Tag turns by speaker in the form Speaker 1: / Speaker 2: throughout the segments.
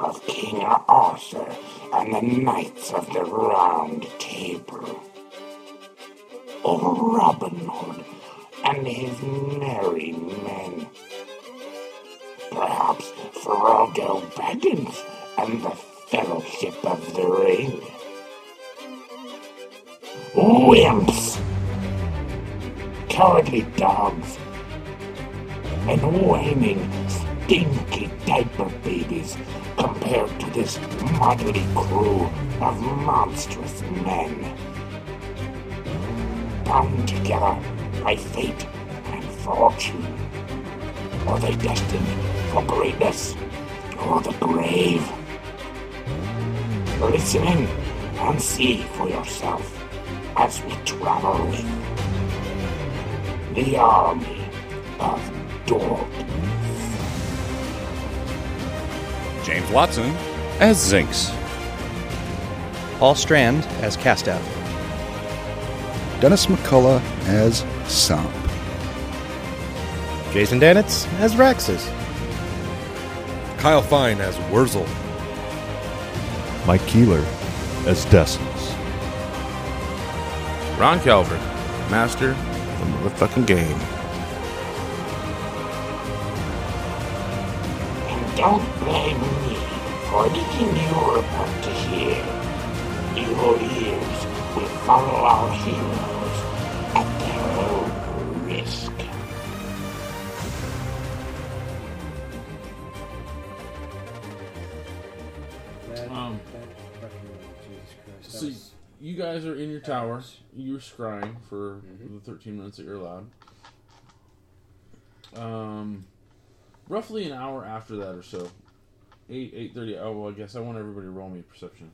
Speaker 1: of King Arthur and the Knights of the Round Table? Or Robin Hood and his merry men? Perhaps Frodo Baggins and the Fellowship of the Ring? Wimps! Cowardly dogs and whining, stinky diaper babies compared to this motley crew of monstrous men. Bound together by fate and fortune. Are they destined for greatness or the grave? Listen in and see for yourself as we travel with the army of dogs.
Speaker 2: James Watson as Zinx.
Speaker 3: Paul Strand as Castaff.
Speaker 4: Dennis McCullough as Sop.
Speaker 5: Jason Danitz as Raxus.
Speaker 6: Kyle Fine as Wurzel.
Speaker 7: Mike Keeler as Destins.
Speaker 8: Ron Calvert, master of the motherfucking game.
Speaker 1: And don't blame me for anything you're about to hear. Your ears will follow our heroes at their own risk.
Speaker 8: Um, so you guys are in your tower. You were scrying for the 13 minutes that you're allowed. Um, roughly an hour after that or so, eight eight thirty. Oh well, I guess I want everybody to roll me a perception.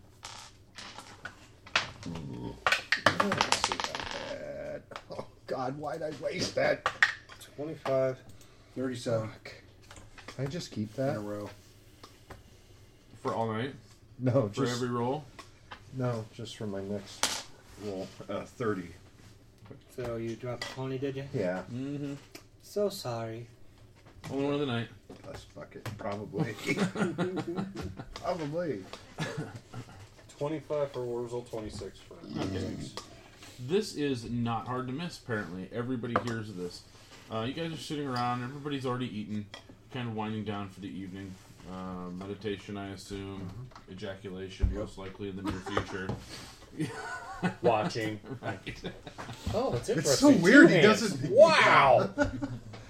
Speaker 9: Oh God, why'd I waste that?
Speaker 5: 25.
Speaker 9: 37. Can I just keep that?
Speaker 5: In a row.
Speaker 8: For all night,
Speaker 5: No,
Speaker 8: for
Speaker 5: just
Speaker 8: every roll.
Speaker 5: no, just for my next roll. Uh, 30.
Speaker 10: So you dropped a pony, did you?
Speaker 5: Yeah.
Speaker 8: Mm-hmm.
Speaker 10: So sorry.
Speaker 8: Only one of the night.
Speaker 9: Plus bucket, probably. probably.
Speaker 5: 25 for Wurzel, 26 for Zinx.
Speaker 8: This is not hard to miss, apparently. Everybody hears of this. Uh, you guys are sitting around, everybody's already eaten, kind of winding down for the evening. Uh, meditation, I assume. Ejaculation, most likely in the near future.
Speaker 10: Watching. Oh, it's interesting.
Speaker 9: It's so weird.
Speaker 10: Two
Speaker 9: He
Speaker 10: hands.
Speaker 9: doesn't.
Speaker 10: Wow.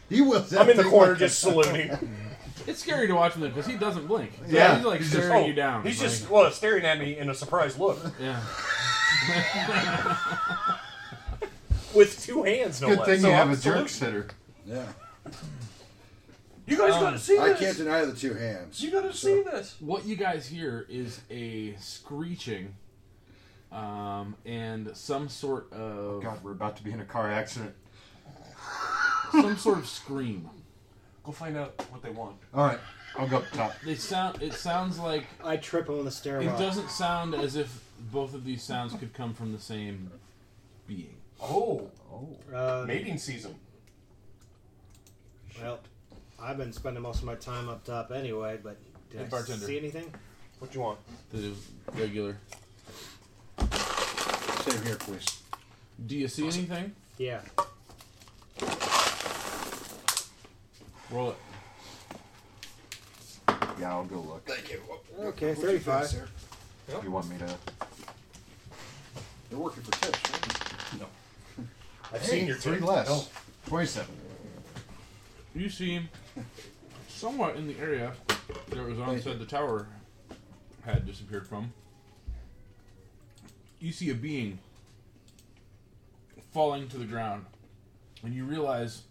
Speaker 9: He was.
Speaker 5: I'm in the corner just saluting.
Speaker 8: It's scary to watch him because he doesn't blink.
Speaker 5: Yeah.
Speaker 8: he's like
Speaker 5: He's
Speaker 8: staring
Speaker 5: just- oh,
Speaker 8: you down.
Speaker 5: He's
Speaker 8: like,
Speaker 5: just, well, staring at me in a surprised look.
Speaker 8: yeah.
Speaker 5: With two hands, no
Speaker 6: Good
Speaker 5: less.
Speaker 6: thing
Speaker 5: So
Speaker 6: you have
Speaker 5: I'm
Speaker 6: a
Speaker 5: saluting.
Speaker 6: jerk sitter.
Speaker 9: Yeah.
Speaker 5: You guys
Speaker 11: Um,
Speaker 5: gotta see
Speaker 4: I
Speaker 5: this.
Speaker 4: can't deny the two hands.
Speaker 5: You gotta see this.
Speaker 8: What you guys hear is a screeching, um, and some sort of
Speaker 6: God, we're about to be in a car accident.
Speaker 8: some sort of scream.
Speaker 6: Go find out what they want. All right, I'll go up top.
Speaker 8: They sound. It sounds like
Speaker 10: I trip him on the
Speaker 8: It
Speaker 10: stairwell.
Speaker 8: doesn't sound as if both of these sounds could come from the same being.
Speaker 5: Oh,
Speaker 10: Uh,
Speaker 5: mating season.
Speaker 10: well, I've been spending most of my time up top anyway, but did
Speaker 8: Hey,
Speaker 10: I
Speaker 8: bartender.
Speaker 10: see anything?
Speaker 5: What you want?
Speaker 8: The regular.
Speaker 4: Same here, please.
Speaker 8: Do you see anything?
Speaker 10: Yeah.
Speaker 8: Roll it.
Speaker 6: Yeah, I'll go look.
Speaker 4: Thank you.
Speaker 10: Okay, 35.
Speaker 4: Sir?
Speaker 6: You want me to?
Speaker 4: They're working for tips. Right?
Speaker 5: I've
Speaker 6: Hey,
Speaker 5: seen your
Speaker 6: three
Speaker 5: three
Speaker 6: less. Twenty-seven.
Speaker 8: You see, somewhat in the area that was on said the tower had disappeared from. You see a being falling to the ground, and you realize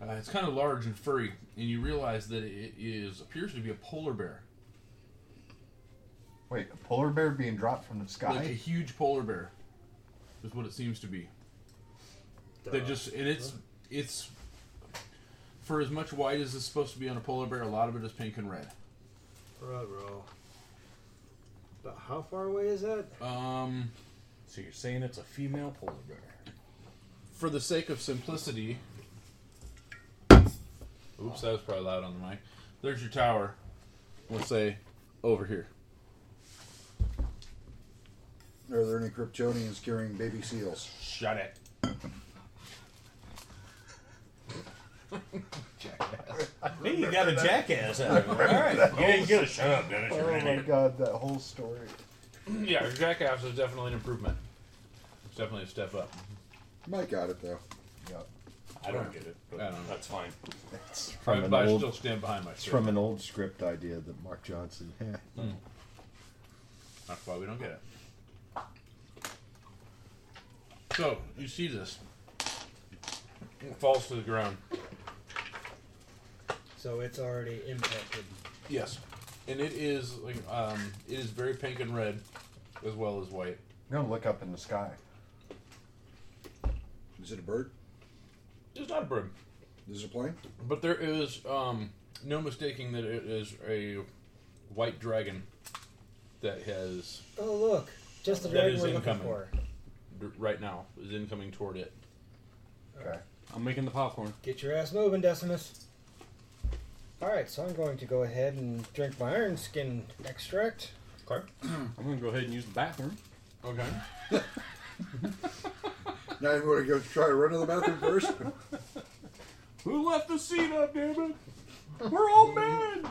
Speaker 8: Uh, it's kind of large and furry, and you realize that it is appears to be a polar bear,
Speaker 12: Wait, a polar bear being dropped from the
Speaker 8: like
Speaker 12: sky?
Speaker 8: a huge polar bear, is what it seems to be. They just and it's it's for as much white as it's supposed to be on a polar bear, a lot of it is pink and red.
Speaker 4: Ruh-roh. But how far away is that?
Speaker 8: Um,
Speaker 11: so you're saying it's a female polar bear?
Speaker 8: For the sake of simplicity, oops, that was probably loud on the mic. There's your tower. We'll say over here.
Speaker 9: Are there any Kryptonians carrying baby seals?
Speaker 8: Shut it.
Speaker 11: Hey, you got a jackass out of it. All
Speaker 9: That
Speaker 11: right. You
Speaker 9: whole-
Speaker 11: didn't get a shut up, Dennis. You're
Speaker 9: Oh
Speaker 11: an
Speaker 9: my
Speaker 11: idiot.
Speaker 9: god, that whole story.
Speaker 8: Yeah, your jackass is definitely an improvement. It's definitely a step up.
Speaker 9: Mike got it though. Yep.
Speaker 11: I don't get it, but
Speaker 8: I don't know.
Speaker 11: that's fine.
Speaker 9: It's
Speaker 8: Probably-
Speaker 9: an
Speaker 8: but I
Speaker 9: old-
Speaker 8: still stand behind my
Speaker 9: it's
Speaker 8: shirt.
Speaker 9: from an old script idea that Mark Johnson had.
Speaker 8: Hmm. That's why we don't get it. So you see this? It falls to the ground.
Speaker 4: So it's already impacted.
Speaker 8: Yes, and it is like um, it is very pink and red, as well as white.
Speaker 13: I'm gonna look up in the sky.
Speaker 9: Is it a bird?
Speaker 8: It's not a bird.
Speaker 9: Is it a plane?
Speaker 8: But there is um, no mistaking that it is a white dragon that has
Speaker 4: Oh look, just the
Speaker 8: that
Speaker 4: dragon
Speaker 8: is
Speaker 4: we're looking
Speaker 8: incoming
Speaker 4: for.
Speaker 8: D- right now is incoming toward it.
Speaker 9: Okay.
Speaker 8: I'm making the popcorn.
Speaker 4: Get your ass moving, Decimus. All right, so I'm going to go ahead and drink my iron skin extract.
Speaker 11: Okay. I'm gonna go ahead and use the bathroom.
Speaker 8: Okay.
Speaker 9: Now you want to go try to run to the bathroom first?
Speaker 11: Who left the seat up, damn it? We're all men.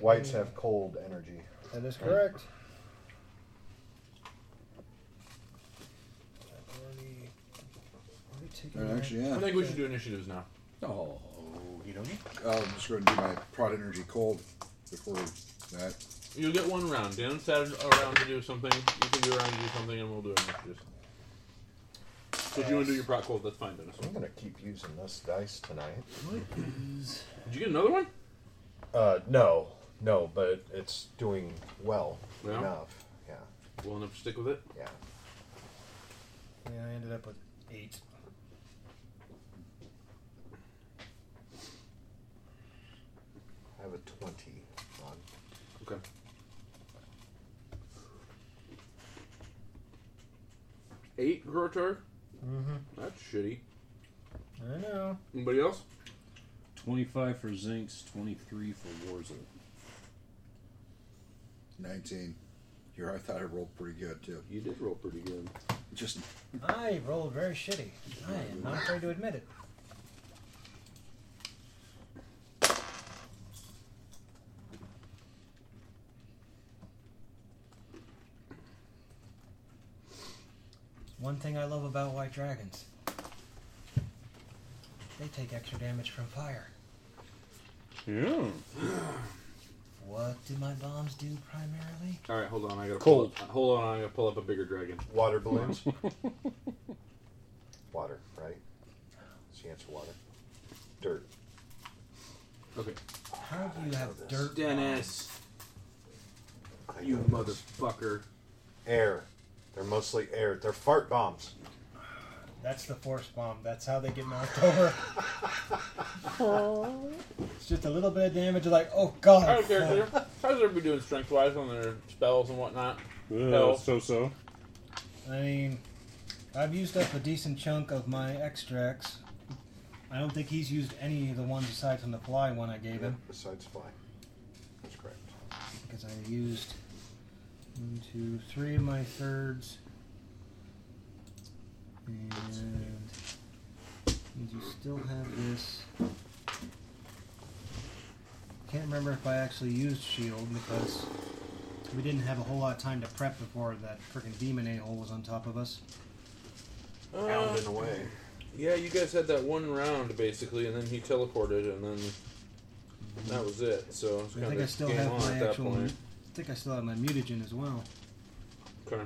Speaker 13: Whites have cold energy.
Speaker 4: That is correct.
Speaker 9: And actually, yeah.
Speaker 8: I think we should do initiatives now.
Speaker 9: Oh,
Speaker 11: you don't.
Speaker 9: I'm just going to do my prod energy cold before that.
Speaker 8: You'll get one round. Dan said a round to do something. You can do a round to do something, and we'll do initiatives. So if you want to do your proc cold? That's fine, Dennis.
Speaker 13: I'm gonna keep using this dice tonight.
Speaker 8: Did you get another one?
Speaker 13: Uh, no, no, but it's doing well
Speaker 8: Yeah?
Speaker 13: enough. Yeah,
Speaker 8: We'll end up stick with it.
Speaker 13: yeah.
Speaker 4: Yeah, I ended up with eight.
Speaker 13: I have a twenty on.
Speaker 8: Okay. Eight Grotar.
Speaker 4: Mm-hmm.
Speaker 8: That's shitty.
Speaker 4: I know.
Speaker 8: Anybody else?
Speaker 11: 25 for Zinks, 23 for Warzel.
Speaker 9: 19. Here, I thought I rolled pretty good too.
Speaker 8: You did roll pretty good.
Speaker 9: Just
Speaker 4: I rolled very shitty. I am not afraid to admit it. One thing I love about white dragons. They take extra damage from fire.
Speaker 11: Yeah.
Speaker 4: What do my bombs do primarily?
Speaker 8: All right, hold on. I gotta pull up- hold on. I gotta pull up a bigger dragon.
Speaker 13: Water balloons. water, right? It's the answer. Water. Dirt.
Speaker 8: Okay.
Speaker 4: How do you have dirt?
Speaker 8: Dennis.
Speaker 13: I
Speaker 8: You
Speaker 13: know this.
Speaker 8: motherfucker.
Speaker 13: Air. They're mostly air. They're fart bombs.
Speaker 4: That's the force bomb. That's how they get knocked over. it's just a little bit of damage. You're like, oh god.
Speaker 8: I don't care.
Speaker 4: fuck."
Speaker 8: Peter. How's everybody doing strength wise on their spells and whatnot? Spells.
Speaker 11: so so.
Speaker 4: I mean, I've used up a decent chunk of my extracts. I don't think he's used any of the ones aside from the fly one I gave him
Speaker 13: Besides fly. That's correct.
Speaker 4: because I used one, two, three of my thirds, and and you still have this. Can't remember if I actually used shield because we didn't have a whole lot of time to prep before that freaking demon a hole was on top of us.
Speaker 13: Pounding away.
Speaker 8: Yeah, you guys had that one round basically, and then he teleported, and then that was it. So it's
Speaker 4: I
Speaker 8: kind
Speaker 4: think I
Speaker 8: of
Speaker 4: still
Speaker 8: game
Speaker 4: have
Speaker 8: on at
Speaker 4: my
Speaker 8: that
Speaker 4: actual. I
Speaker 8: point.
Speaker 4: think I still have my mutagen as well.
Speaker 8: Okay.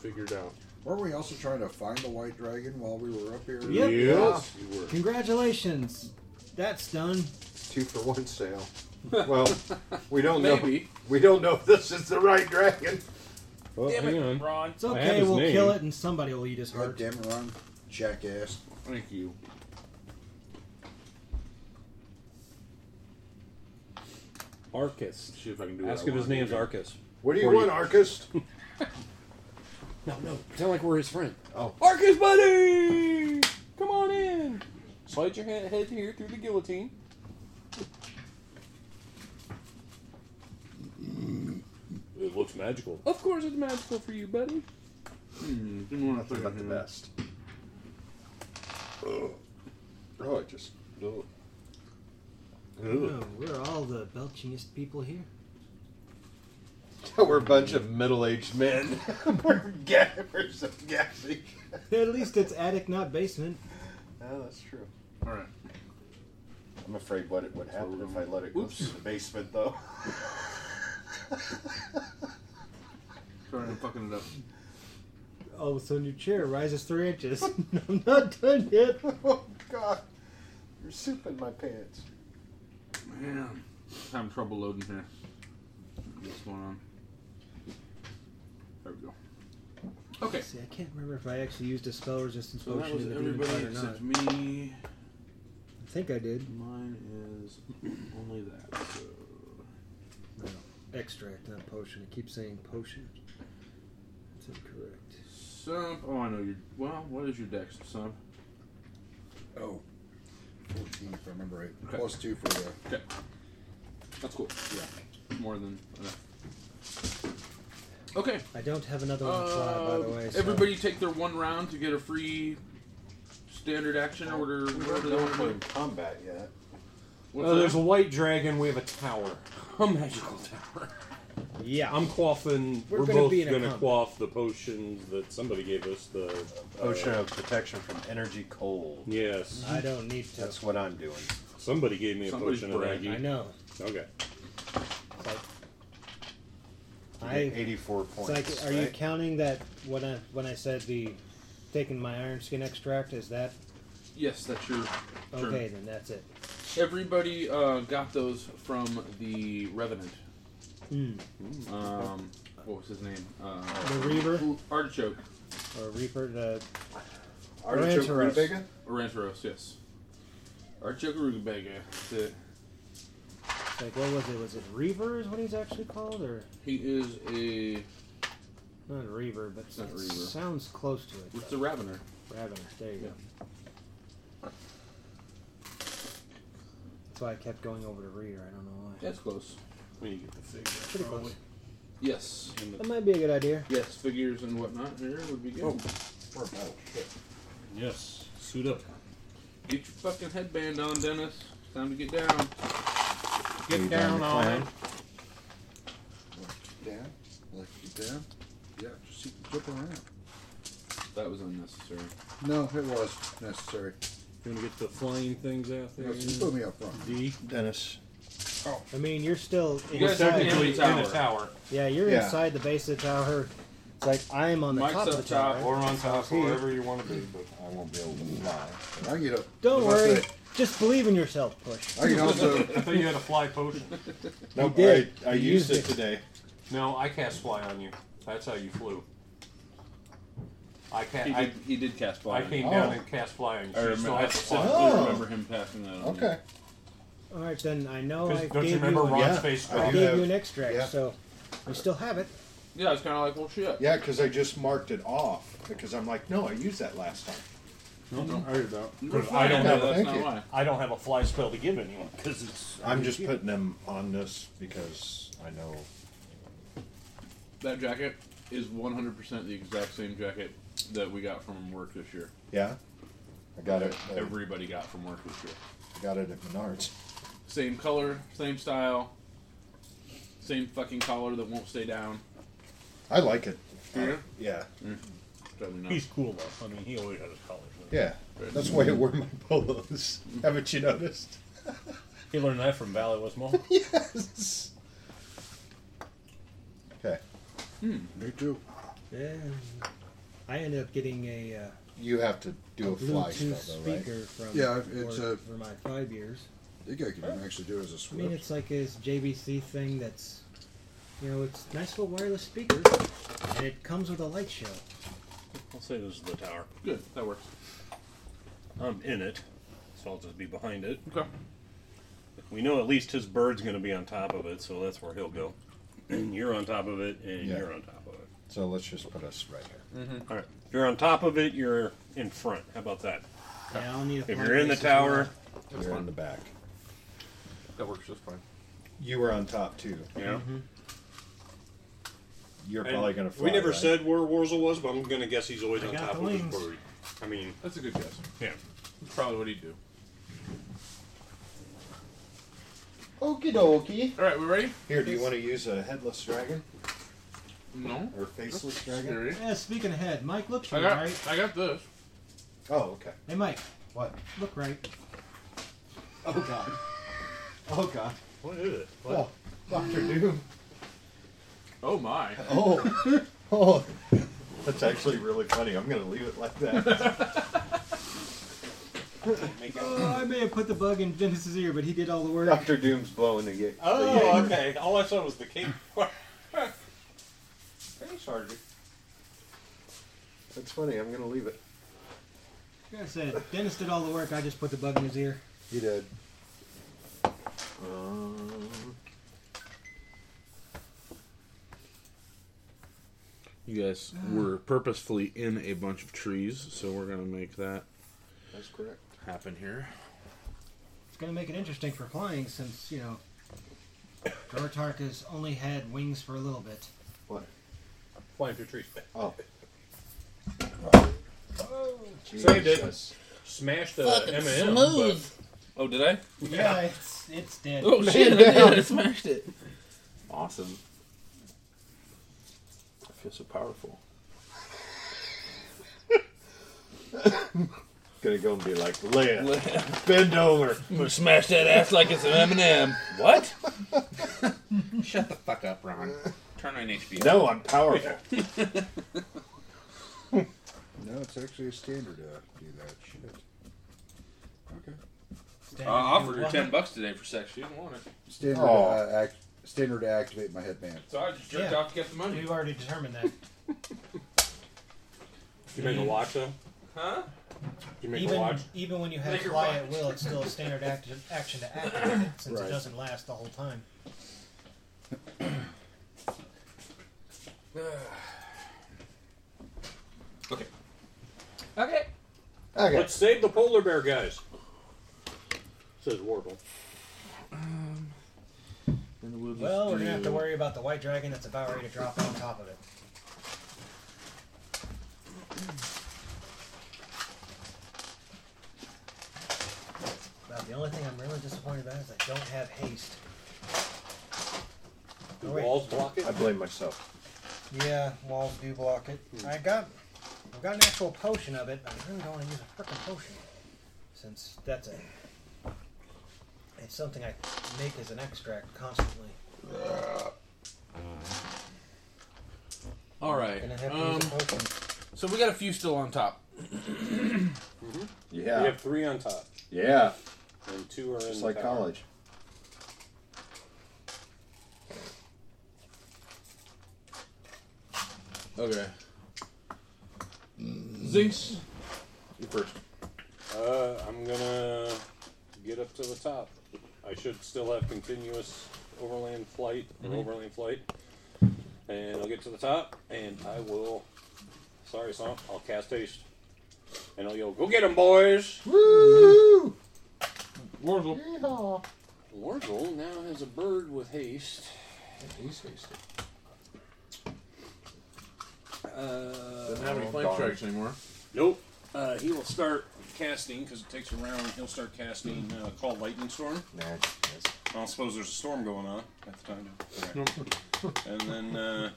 Speaker 8: figured out.
Speaker 9: Weren't we also trying to find the white dragon while we were up here?
Speaker 4: Yep.
Speaker 9: Yes, you were.
Speaker 4: Congratulations. That's done.
Speaker 13: Two for one sale. Well, we don't know.
Speaker 4: Maybe.
Speaker 13: We don't know if this is the right dragon.
Speaker 11: oh,
Speaker 4: Well, Damn it, hang on. Ron. It's okay, we'll kill it and somebody will eat his heart.
Speaker 9: damn it, Ron. Jackass.
Speaker 8: Thank you.
Speaker 11: Arcus.
Speaker 8: See if I can do
Speaker 11: Ask
Speaker 8: what
Speaker 11: if
Speaker 8: I
Speaker 11: his
Speaker 8: want.
Speaker 11: name's Arcus.
Speaker 13: What do you
Speaker 11: Or
Speaker 13: want, Arcus?
Speaker 11: No, no. Sound like we're his friend.
Speaker 13: Oh.
Speaker 11: Arcus, buddy! Come on in. Slide your he- head here through the guillotine. It looks magical.
Speaker 8: Oh.
Speaker 11: Of course it's magical for you, buddy.
Speaker 8: Hmm,
Speaker 13: didn't want to think about the best. Ugh. Oh, I just. ugh. Ugh.
Speaker 4: Oh, we're all the belchingest people here.
Speaker 13: We're a bunch of middle-aged men. we're gabbers and gassy.
Speaker 4: At least it's attic, not basement.
Speaker 13: Oh, that's true.
Speaker 8: All right.
Speaker 13: I'm afraid what it would happen if I let it go through the basement, though.
Speaker 8: Sorry, I'm fucking it up.
Speaker 4: All of a sudden, your chair rises three inches. I'm not done yet.
Speaker 13: oh God, you're souping my pants.
Speaker 8: Man, having trouble loading here. What's going on? There we go. Okay.
Speaker 4: See, I can't remember if I actually used a spell resistance
Speaker 8: So that
Speaker 4: potion
Speaker 8: was
Speaker 4: in the
Speaker 8: everybody
Speaker 4: demon pot or
Speaker 8: except
Speaker 4: not.
Speaker 8: me.
Speaker 4: I think I did.
Speaker 8: Mine is only that. So.
Speaker 4: No, extract, not potion. I keep saying potion. That's incorrect.
Speaker 8: Sump. Oh, I know your. Well, what is your dex, Sump?
Speaker 9: Oh. 14, if I remember right. Plus two for the.
Speaker 8: Okay. That's cool.
Speaker 9: Yeah.
Speaker 8: More than enough. Okay. uh,
Speaker 4: I don't have another one to try, by the way. so-
Speaker 8: Everybody take their one round to get a free standard action order. Whatever they want to do.
Speaker 13: combat yet.
Speaker 8: What's
Speaker 13: Oh,
Speaker 11: Uh, there's a
Speaker 8: that?
Speaker 11: white dragon. We have a tower. A magical tower.
Speaker 4: Yeah.
Speaker 11: I'm quaffing.
Speaker 4: We're
Speaker 11: We're,
Speaker 4: gonna
Speaker 11: both
Speaker 4: be in a
Speaker 11: going to
Speaker 4: combat.
Speaker 11: quaff the potion that somebody gave us. The uh,
Speaker 13: Ocean of protection from energy cold.
Speaker 11: Yes.
Speaker 4: I don't need to.
Speaker 13: That's what I'm doing.
Speaker 11: Somebody gave me a
Speaker 13: Somebody's
Speaker 11: potion of that.
Speaker 13: bragging.
Speaker 11: you-
Speaker 4: I know.
Speaker 11: Okay.
Speaker 4: I-
Speaker 13: 84
Speaker 4: It's
Speaker 13: points.
Speaker 4: like, are you
Speaker 13: right?
Speaker 4: counting that when I when I said the taking my iron skin extract is that
Speaker 8: Yes, that's your. turn.
Speaker 4: okay? Then that's it.
Speaker 8: Everybody uh, got those from the Revenant.
Speaker 4: Mm.
Speaker 8: Um, what was his name? Uh,
Speaker 4: The Reaver?
Speaker 8: Artichoke.
Speaker 4: Or Reaper the
Speaker 8: Artichoke
Speaker 4: Oranteros.
Speaker 8: Rutabaga? Oranteros, yes. Artichoke Rutabaga. That's it.
Speaker 4: It's like what was it? Was it Reaver is what he's actually called, or
Speaker 8: He is a.
Speaker 4: not Reaver, but
Speaker 8: Not
Speaker 4: it
Speaker 8: Reaver.
Speaker 4: sounds close to it.
Speaker 8: What's the Ravener?
Speaker 4: Ravener. There you go. That's why I kept going over to Reader. I don't know why.
Speaker 8: That's close. We need to get the figure.
Speaker 4: Pretty close.
Speaker 8: Yes.
Speaker 4: That might be a good idea.
Speaker 8: Yes, figures and whatnot here would be good.
Speaker 4: Oh.
Speaker 11: Yes. Suit up.
Speaker 8: Get your fucking headband on, Dennis. It's time to get down. Get
Speaker 9: Lay down
Speaker 8: down
Speaker 9: the
Speaker 8: on it.
Speaker 9: clown. Left down. Left down. Yeah, just you can jump around.
Speaker 8: That was unnecessary.
Speaker 9: No, it was necessary.
Speaker 11: You want to get the flying things out there?
Speaker 9: Yes, you put me up front.
Speaker 11: D.
Speaker 9: Dennis.
Speaker 4: I mean, you're still
Speaker 11: You guys are
Speaker 4: inside.
Speaker 11: technically in the tower.
Speaker 4: Yeah, you're
Speaker 11: Yeah.
Speaker 4: inside the base of the tower. It's like I am on the
Speaker 11: Mike's
Speaker 4: top of
Speaker 11: up
Speaker 4: the
Speaker 11: top,
Speaker 4: tower.
Speaker 11: we're on top,
Speaker 4: Here.
Speaker 11: wherever you want to be, but I won't be able to fly.
Speaker 9: I get up.
Speaker 4: Don't
Speaker 9: What did I
Speaker 4: worry.
Speaker 9: say?
Speaker 4: Just believe in yourself, Push.
Speaker 9: I can also.
Speaker 11: I thought you had a fly potion.
Speaker 9: Nope,
Speaker 4: You did.
Speaker 9: I, I
Speaker 4: You
Speaker 9: used,
Speaker 4: used
Speaker 9: it today.
Speaker 11: No, I cast fly on you. That's how you flew. I ca-
Speaker 8: He
Speaker 11: I,
Speaker 8: did, he did cast fly.
Speaker 11: I
Speaker 8: on
Speaker 11: came
Speaker 8: you.
Speaker 11: down and cast fly on you.
Speaker 8: I,
Speaker 11: so you
Speaker 8: remember,
Speaker 11: still
Speaker 8: I
Speaker 11: have to fly.
Speaker 8: distinctly
Speaker 4: Oh.
Speaker 8: remember him passing that on. you.
Speaker 4: All right, then Oh, I know
Speaker 11: 'Cause
Speaker 4: I
Speaker 11: don't you
Speaker 4: gave
Speaker 11: remember
Speaker 4: an-
Speaker 11: Ron's
Speaker 4: yeah,
Speaker 11: face
Speaker 4: I
Speaker 11: drop?
Speaker 4: gave
Speaker 9: Yeah.
Speaker 4: you an extract,
Speaker 9: Yeah.
Speaker 4: so we still have it.
Speaker 8: Yeah, it's kind of like, well, shit.
Speaker 9: Yeah, because I just marked it off because I'm like, no, I used that last time.
Speaker 11: No,
Speaker 8: no,
Speaker 11: I heard that.
Speaker 9: That's
Speaker 11: I don't
Speaker 9: fine.
Speaker 11: have
Speaker 9: No,
Speaker 11: a,
Speaker 9: thank you.
Speaker 11: I don't have a fly spell to give anyone because it's.
Speaker 9: I'm just putting them on this because I know.
Speaker 8: That jacket is 100% the exact same jacket that we got from work this year.
Speaker 9: Yeah, I got it. I
Speaker 8: Everybody got from work this year.
Speaker 9: got it at Menards.
Speaker 8: Same color, same style, same fucking collar that won't stay down.
Speaker 9: I like it.
Speaker 8: Yeah?
Speaker 9: Yeah.
Speaker 8: Mm. Totally not.
Speaker 11: He's cool though. I mean, he always has collars.
Speaker 9: Yeah, that's why I wear my polos. Haven't you noticed?
Speaker 11: He learned that from Valley West Mall.
Speaker 9: yes. Okay.
Speaker 8: Hmm.
Speaker 9: Me too.
Speaker 4: I ended up getting a. Uh,
Speaker 9: You have to do a, fly
Speaker 4: Bluetooth
Speaker 9: spell, though, right?
Speaker 4: speaker from
Speaker 9: yeah, it's
Speaker 4: for,
Speaker 9: a.
Speaker 4: for my five years.
Speaker 9: I think I can actually do it as a
Speaker 4: I mean,
Speaker 9: switch.
Speaker 4: it's like this JVC thing that's, you know, it's a nice little wireless speaker, and it comes with a light show.
Speaker 11: I'll say this is the tower.
Speaker 8: Good, that works.
Speaker 11: I'm in it, so I'll just be behind it.
Speaker 8: Okay.
Speaker 11: We know at least his bird's going to be on top of it, so that's where he'll go. And you're on top of it, and
Speaker 9: Yeah.
Speaker 11: you're on top of it.
Speaker 9: So let's just put us right here.
Speaker 11: All right. If you're on top of it, you're in front. How about that?
Speaker 4: Yeah, I'll need a
Speaker 11: if
Speaker 4: front
Speaker 11: you're in the
Speaker 4: base as well.
Speaker 11: tower,
Speaker 9: You're in the back.
Speaker 14: That works just fine.
Speaker 9: You were on top too.
Speaker 11: Yeah.
Speaker 4: Mm-hmm.
Speaker 9: You're
Speaker 11: And
Speaker 9: probably gonna. Fly,
Speaker 11: we never
Speaker 9: right?
Speaker 11: said where Warzel was, but I'm going to guess he's always
Speaker 4: I
Speaker 11: on
Speaker 4: got
Speaker 11: top
Speaker 4: the
Speaker 11: of his
Speaker 4: wings.
Speaker 11: bird. I mean,
Speaker 8: That's a good guess.
Speaker 11: yeah.
Speaker 8: That's probably what he'd do.
Speaker 9: Okie dokie.
Speaker 8: All right, we ready?
Speaker 9: Here, do you want to use a headless dragon
Speaker 8: No.
Speaker 9: or faceless dragon?
Speaker 4: Yeah, speaking ahead, Mike, look
Speaker 8: I
Speaker 4: here,
Speaker 8: got,
Speaker 4: right?
Speaker 8: I got this.
Speaker 9: Oh, okay.
Speaker 4: Hey, Mike.
Speaker 9: What?
Speaker 4: Look right.
Speaker 9: Oh god. Oh god.
Speaker 11: What is it?
Speaker 9: Oh, Doctor Doom.
Speaker 8: Oh my.
Speaker 9: Oh. oh. That's actually really funny. I'm gonna leave it like that.
Speaker 4: Oh, I may have put the bug in Dennis's ear, but he did all the work.
Speaker 9: Doctor Doom's blowing the gate.
Speaker 11: Oh, okay. All I saw was the cape.
Speaker 9: Thanks, Hardy. That's funny. I'm gonna leave it.
Speaker 4: Like I said, Dennis did all the work. I just put the bug in his ear.
Speaker 9: You did. Um,
Speaker 8: You guys were purposefully in a bunch of trees, so we're gonna make that
Speaker 9: that's correct.
Speaker 8: happen here.
Speaker 4: It's going to make it interesting for flying since, you know, Dortark has only had wings for a little bit.
Speaker 9: What?
Speaker 11: Flying through trees.
Speaker 9: Oh.
Speaker 11: Saved it. Smashed the
Speaker 4: Fucking
Speaker 11: M&M.
Speaker 4: smooth.
Speaker 11: but- Oh, did I?
Speaker 4: Yeah, it's it's dead.
Speaker 11: Oh, shit, I did. I smashed it.
Speaker 8: Awesome. I feel so powerful.
Speaker 9: Gonna go and be like, Leia, bend over.
Speaker 11: I'm gonna smash that ass like it's an M&M. What? Shut the fuck up, Ron. Turn on HBO.
Speaker 9: No, I'm powerful. No, it's actually a standard uh, to do that shit.
Speaker 14: I
Speaker 9: Okay.
Speaker 11: Uh,
Speaker 14: offered her ten bucks today for sex. She didn't want it,
Speaker 9: Standard,
Speaker 14: Aw.
Speaker 9: uh, act, standard to activate my headband.
Speaker 14: so I just jerked
Speaker 4: Yeah.
Speaker 14: off to get the money.
Speaker 4: We've already determined that.
Speaker 11: You make a watch, though?
Speaker 14: Huh?
Speaker 11: You make a
Speaker 4: Even,
Speaker 11: watch?
Speaker 4: even when you have
Speaker 14: Make her
Speaker 4: fly
Speaker 14: watch.
Speaker 4: at will, it's still a standard act- action to activate it since
Speaker 9: Right.
Speaker 4: it doesn't last the whole time.
Speaker 14: okay. Okay.
Speaker 9: Okay.
Speaker 11: Let's save the polar bear, guys. Says Warble.
Speaker 4: Well, we're gonna have to worry about the white dragon that's about ready to drop on top of it. About the only thing I'm really disappointed about is I don't have haste.
Speaker 11: The
Speaker 4: Oh, wait.
Speaker 11: walls block it.
Speaker 9: I blame myself.
Speaker 4: Yeah, walls do block it. I got, I've got an actual potion of it, but I really don't want to use a frickin' potion, since that's a, it's something I make as an extract constantly.
Speaker 8: All right.
Speaker 4: Gonna have to
Speaker 8: Um,
Speaker 4: use a potion.
Speaker 8: so we got a few still on top.
Speaker 9: Yeah.
Speaker 11: We have three on top,
Speaker 9: Yeah.
Speaker 11: and two are in
Speaker 9: Just
Speaker 11: the
Speaker 9: like
Speaker 11: tower.
Speaker 9: college.
Speaker 8: Okay.
Speaker 9: Mm.
Speaker 8: Zinks.
Speaker 9: You first.
Speaker 11: Uh, I'm gonna get up to the top. I should still have continuous overland flight and
Speaker 8: Mhm.
Speaker 11: overland flight, and I'll get to the top, and I will. Sorry, Sump. I'll cast haste, and I'll yell, "Go get 'em, boys!"
Speaker 9: Woo!
Speaker 8: Warzel.
Speaker 11: Wargle now has a bird with haste.
Speaker 9: He's hasty.
Speaker 11: Uh,
Speaker 8: Doesn't have any
Speaker 11: oh,
Speaker 8: flank
Speaker 11: darn.
Speaker 8: strikes anymore.
Speaker 11: Nope. Uh, he will start casting because it takes a round. He'll start casting uh, called lightning storm. I don't suppose there's a storm going on at the time. Okay. and then, uh,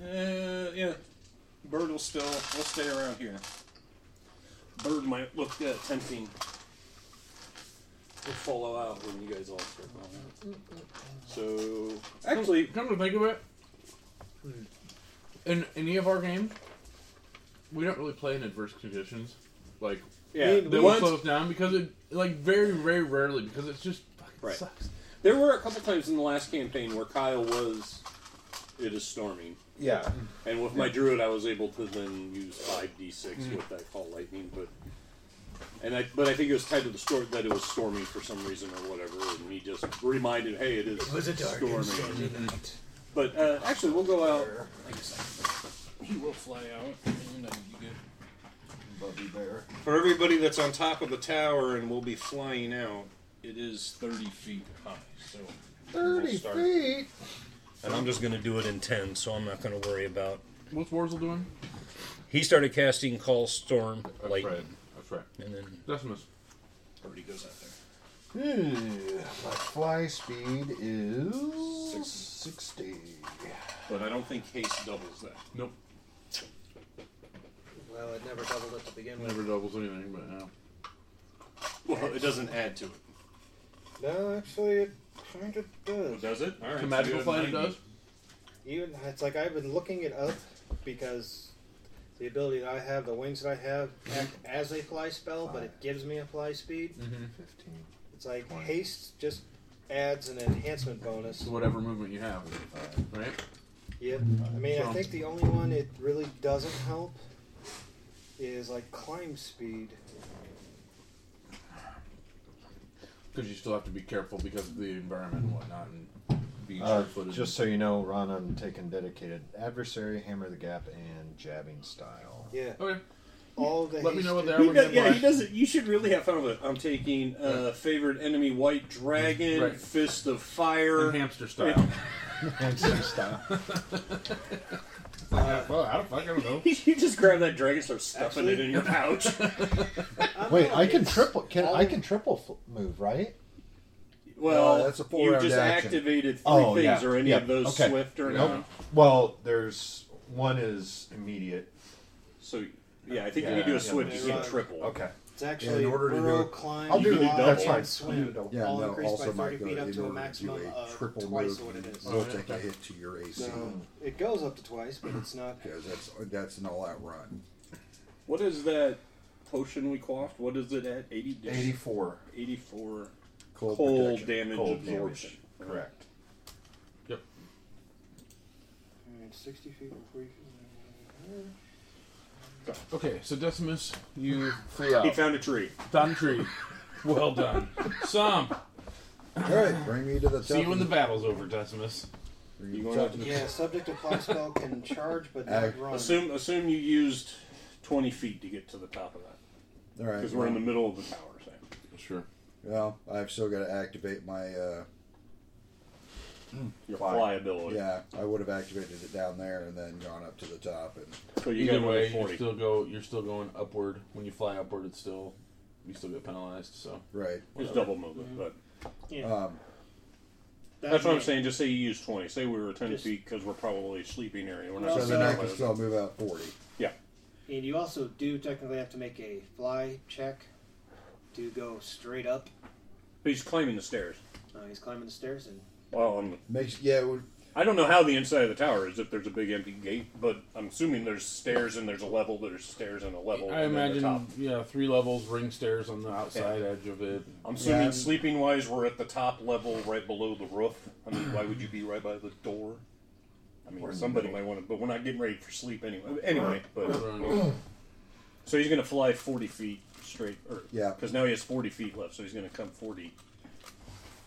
Speaker 11: uh, yeah, bird will still will stay around here. Bird might look uh, tempting to follow out when you guys all start going out. So actually,
Speaker 8: come to think of it, In any of our games, we don't really play in adverse conditions. Like,
Speaker 13: Yeah.
Speaker 8: they will slow us down because it, like, very, very rarely because it's just fucking
Speaker 13: Right.
Speaker 8: sucks.
Speaker 13: There were a couple times in the last campaign where Kyle was. It is storming.
Speaker 8: Yeah.
Speaker 13: And with my druid, I was able to then use five d six
Speaker 10: Mm-hmm.
Speaker 8: Mm.
Speaker 13: with that call lightning, but. And I, but I think it was tied to the storm that it was storming for some reason or whatever, and he just reminded, "Hey, it is
Speaker 10: It was a dark and
Speaker 13: storming."
Speaker 10: stormy
Speaker 13: night. But uh, actually, we'll go out. I
Speaker 11: guess he will fly out, and then you get Bubby Bear.
Speaker 13: For everybody that's on top of the tower and will be flying out, it is 30 feet high. So
Speaker 9: 30
Speaker 13: we'll start.
Speaker 9: feet?
Speaker 13: And I'm just going to do it in 10, so I'm not going to worry about.
Speaker 8: What's Warzel doing?
Speaker 13: He started casting Call Storm Lightning.
Speaker 8: That's right.
Speaker 13: And then
Speaker 8: Decimus.
Speaker 13: Already goes out there.
Speaker 9: My fly speed is 60.
Speaker 13: But I don't think haste doubles that.
Speaker 8: Nope.
Speaker 10: Well, it never doubled it to begin
Speaker 4: Hmm.
Speaker 10: with.
Speaker 8: Never doubles anything, but uh, now.
Speaker 13: Well, it doesn't add to it.
Speaker 4: No, actually, it kind of does.
Speaker 13: Does it? All right,
Speaker 8: To magical
Speaker 13: so
Speaker 8: flight
Speaker 13: you
Speaker 8: it
Speaker 13: have 90.
Speaker 8: does?
Speaker 4: Even it's like I've been looking it up because the ability that I have, the wings that I have, act as a fly spell, but it gives me a fly speed.
Speaker 8: Mhm.
Speaker 4: It's like haste just adds an enhancement bonus.
Speaker 8: So whatever movement you have, right?
Speaker 4: Yep. I mean, I
Speaker 8: So-
Speaker 4: think the only one it really doesn't help is like climb speed.
Speaker 8: Because you still have to be careful because of the environment and whatnot, and being
Speaker 9: Uh,
Speaker 8: sure-footed.
Speaker 9: just so you know, Ron, I'm taking dedicated adversary, hammer the gap, and jabbing style.
Speaker 4: Yeah.
Speaker 8: Okay.
Speaker 4: All the
Speaker 8: Let me know what they are
Speaker 13: He
Speaker 8: when
Speaker 13: does-
Speaker 8: they
Speaker 13: yeah,
Speaker 8: fly.
Speaker 13: he doesn't. You should really have fun with it. I'm taking uh, favorite enemy white dragon,
Speaker 8: Right.
Speaker 13: fist of fire,
Speaker 8: And hamster style.
Speaker 13: hamster style.
Speaker 8: well, I don't fucking know.
Speaker 13: you just grab that dragon, and start stuffing it in your pouch.
Speaker 9: Wait, I can triple. Can I can triple f- move right?
Speaker 13: Well,
Speaker 9: No, Oh, that's a
Speaker 13: you
Speaker 9: four-round
Speaker 13: just
Speaker 9: action.
Speaker 13: activated three
Speaker 9: Oh,
Speaker 13: things,
Speaker 9: yeah,
Speaker 13: or any
Speaker 9: yeah,
Speaker 13: of those
Speaker 9: okay.
Speaker 13: swift or
Speaker 9: Nope.
Speaker 13: anything.
Speaker 9: Well, there's one is immediate.
Speaker 13: So yeah, I think when you do a swift, you can triple.
Speaker 9: Okay.
Speaker 4: It's actually burrow, climb,
Speaker 9: I'll do
Speaker 4: fly,
Speaker 9: double. That's
Speaker 4: and
Speaker 9: fine.
Speaker 4: swim.
Speaker 15: Yeah,
Speaker 4: all
Speaker 15: no,
Speaker 4: increased
Speaker 15: also
Speaker 4: by 30
Speaker 15: Mike,
Speaker 4: feet
Speaker 15: uh,
Speaker 4: up
Speaker 15: in
Speaker 4: to a
Speaker 15: order to
Speaker 4: maximum
Speaker 15: do a
Speaker 4: of
Speaker 15: triple
Speaker 4: twice
Speaker 15: move,
Speaker 4: what it is.
Speaker 15: you will take a hit to your AC.
Speaker 4: So, it goes up to twice, but it's not.
Speaker 15: Because that's that's an all-out run.
Speaker 13: What is that potion we quaffed? What is it at? 80,
Speaker 9: 84.
Speaker 13: 84
Speaker 15: Cold
Speaker 13: cold,
Speaker 15: protection.
Speaker 13: damage
Speaker 9: Cold
Speaker 13: absorption.
Speaker 9: damage, correct.
Speaker 8: Yep.
Speaker 4: Alright, 60 feet before you.
Speaker 8: Okay, so Decimus, you flew out.
Speaker 13: He found a tree.
Speaker 8: Found a tree. Well done. Some.
Speaker 15: All right, bring me to the top.
Speaker 8: See you when
Speaker 15: of
Speaker 8: the battle's over, Decimus.
Speaker 15: You going up to the-
Speaker 4: Yeah, subject of fly spell can charge but
Speaker 15: Ag-
Speaker 4: not run.
Speaker 13: Assume assume you used 20 feet to get to the top of that.
Speaker 15: All right.
Speaker 13: Because we're in the middle of the tower. So.
Speaker 8: Sure.
Speaker 15: Well, I've still got to activate my. Uh,
Speaker 13: Your fly ability.
Speaker 15: Yeah, I would have activated it down there and then gone up to the top. And
Speaker 13: So you
Speaker 8: Either
Speaker 13: got
Speaker 8: way,
Speaker 13: another
Speaker 8: you still go. You're still going upward. When you fly upward, it's still you still get penalized. So
Speaker 15: Right.
Speaker 13: It's
Speaker 8: Whatever.
Speaker 13: double movement, but.
Speaker 15: Um,
Speaker 13: That's what I'm saying. Just say you use 20. Say we were 10 feet because we're probably a sleeping area. We're not
Speaker 15: so then I can
Speaker 13: gonna-
Speaker 15: still move out forty.
Speaker 13: Yeah.
Speaker 4: And you also do technically have to make a fly check to go straight up.
Speaker 13: But he's climbing the stairs.
Speaker 4: Uh, he's climbing the stairs and
Speaker 13: Well, I'm,
Speaker 15: makes yeah. It would,
Speaker 13: I don't know how the inside of the tower is if there's a big empty gate, but I'm assuming there's stairs and there's a level. There's stairs and a level.
Speaker 8: I
Speaker 13: and then the
Speaker 8: imagine
Speaker 13: top.
Speaker 8: yeah, three levels, ring stairs on the outside
Speaker 13: Yeah.
Speaker 8: edge of it.
Speaker 13: I'm assuming sleeping wise, we're at the top level, right below the roof. I mean, why would you be right by the door? I mean,
Speaker 8: We're in the
Speaker 13: somebody
Speaker 8: middle.
Speaker 13: might want to, but we're not getting ready for sleep anyway. Anyway, but
Speaker 8: Right.
Speaker 13: so he's gonna fly 40 feet straight. Or,
Speaker 15: Yeah.
Speaker 13: because now he has 40 feet left, so he's gonna come 40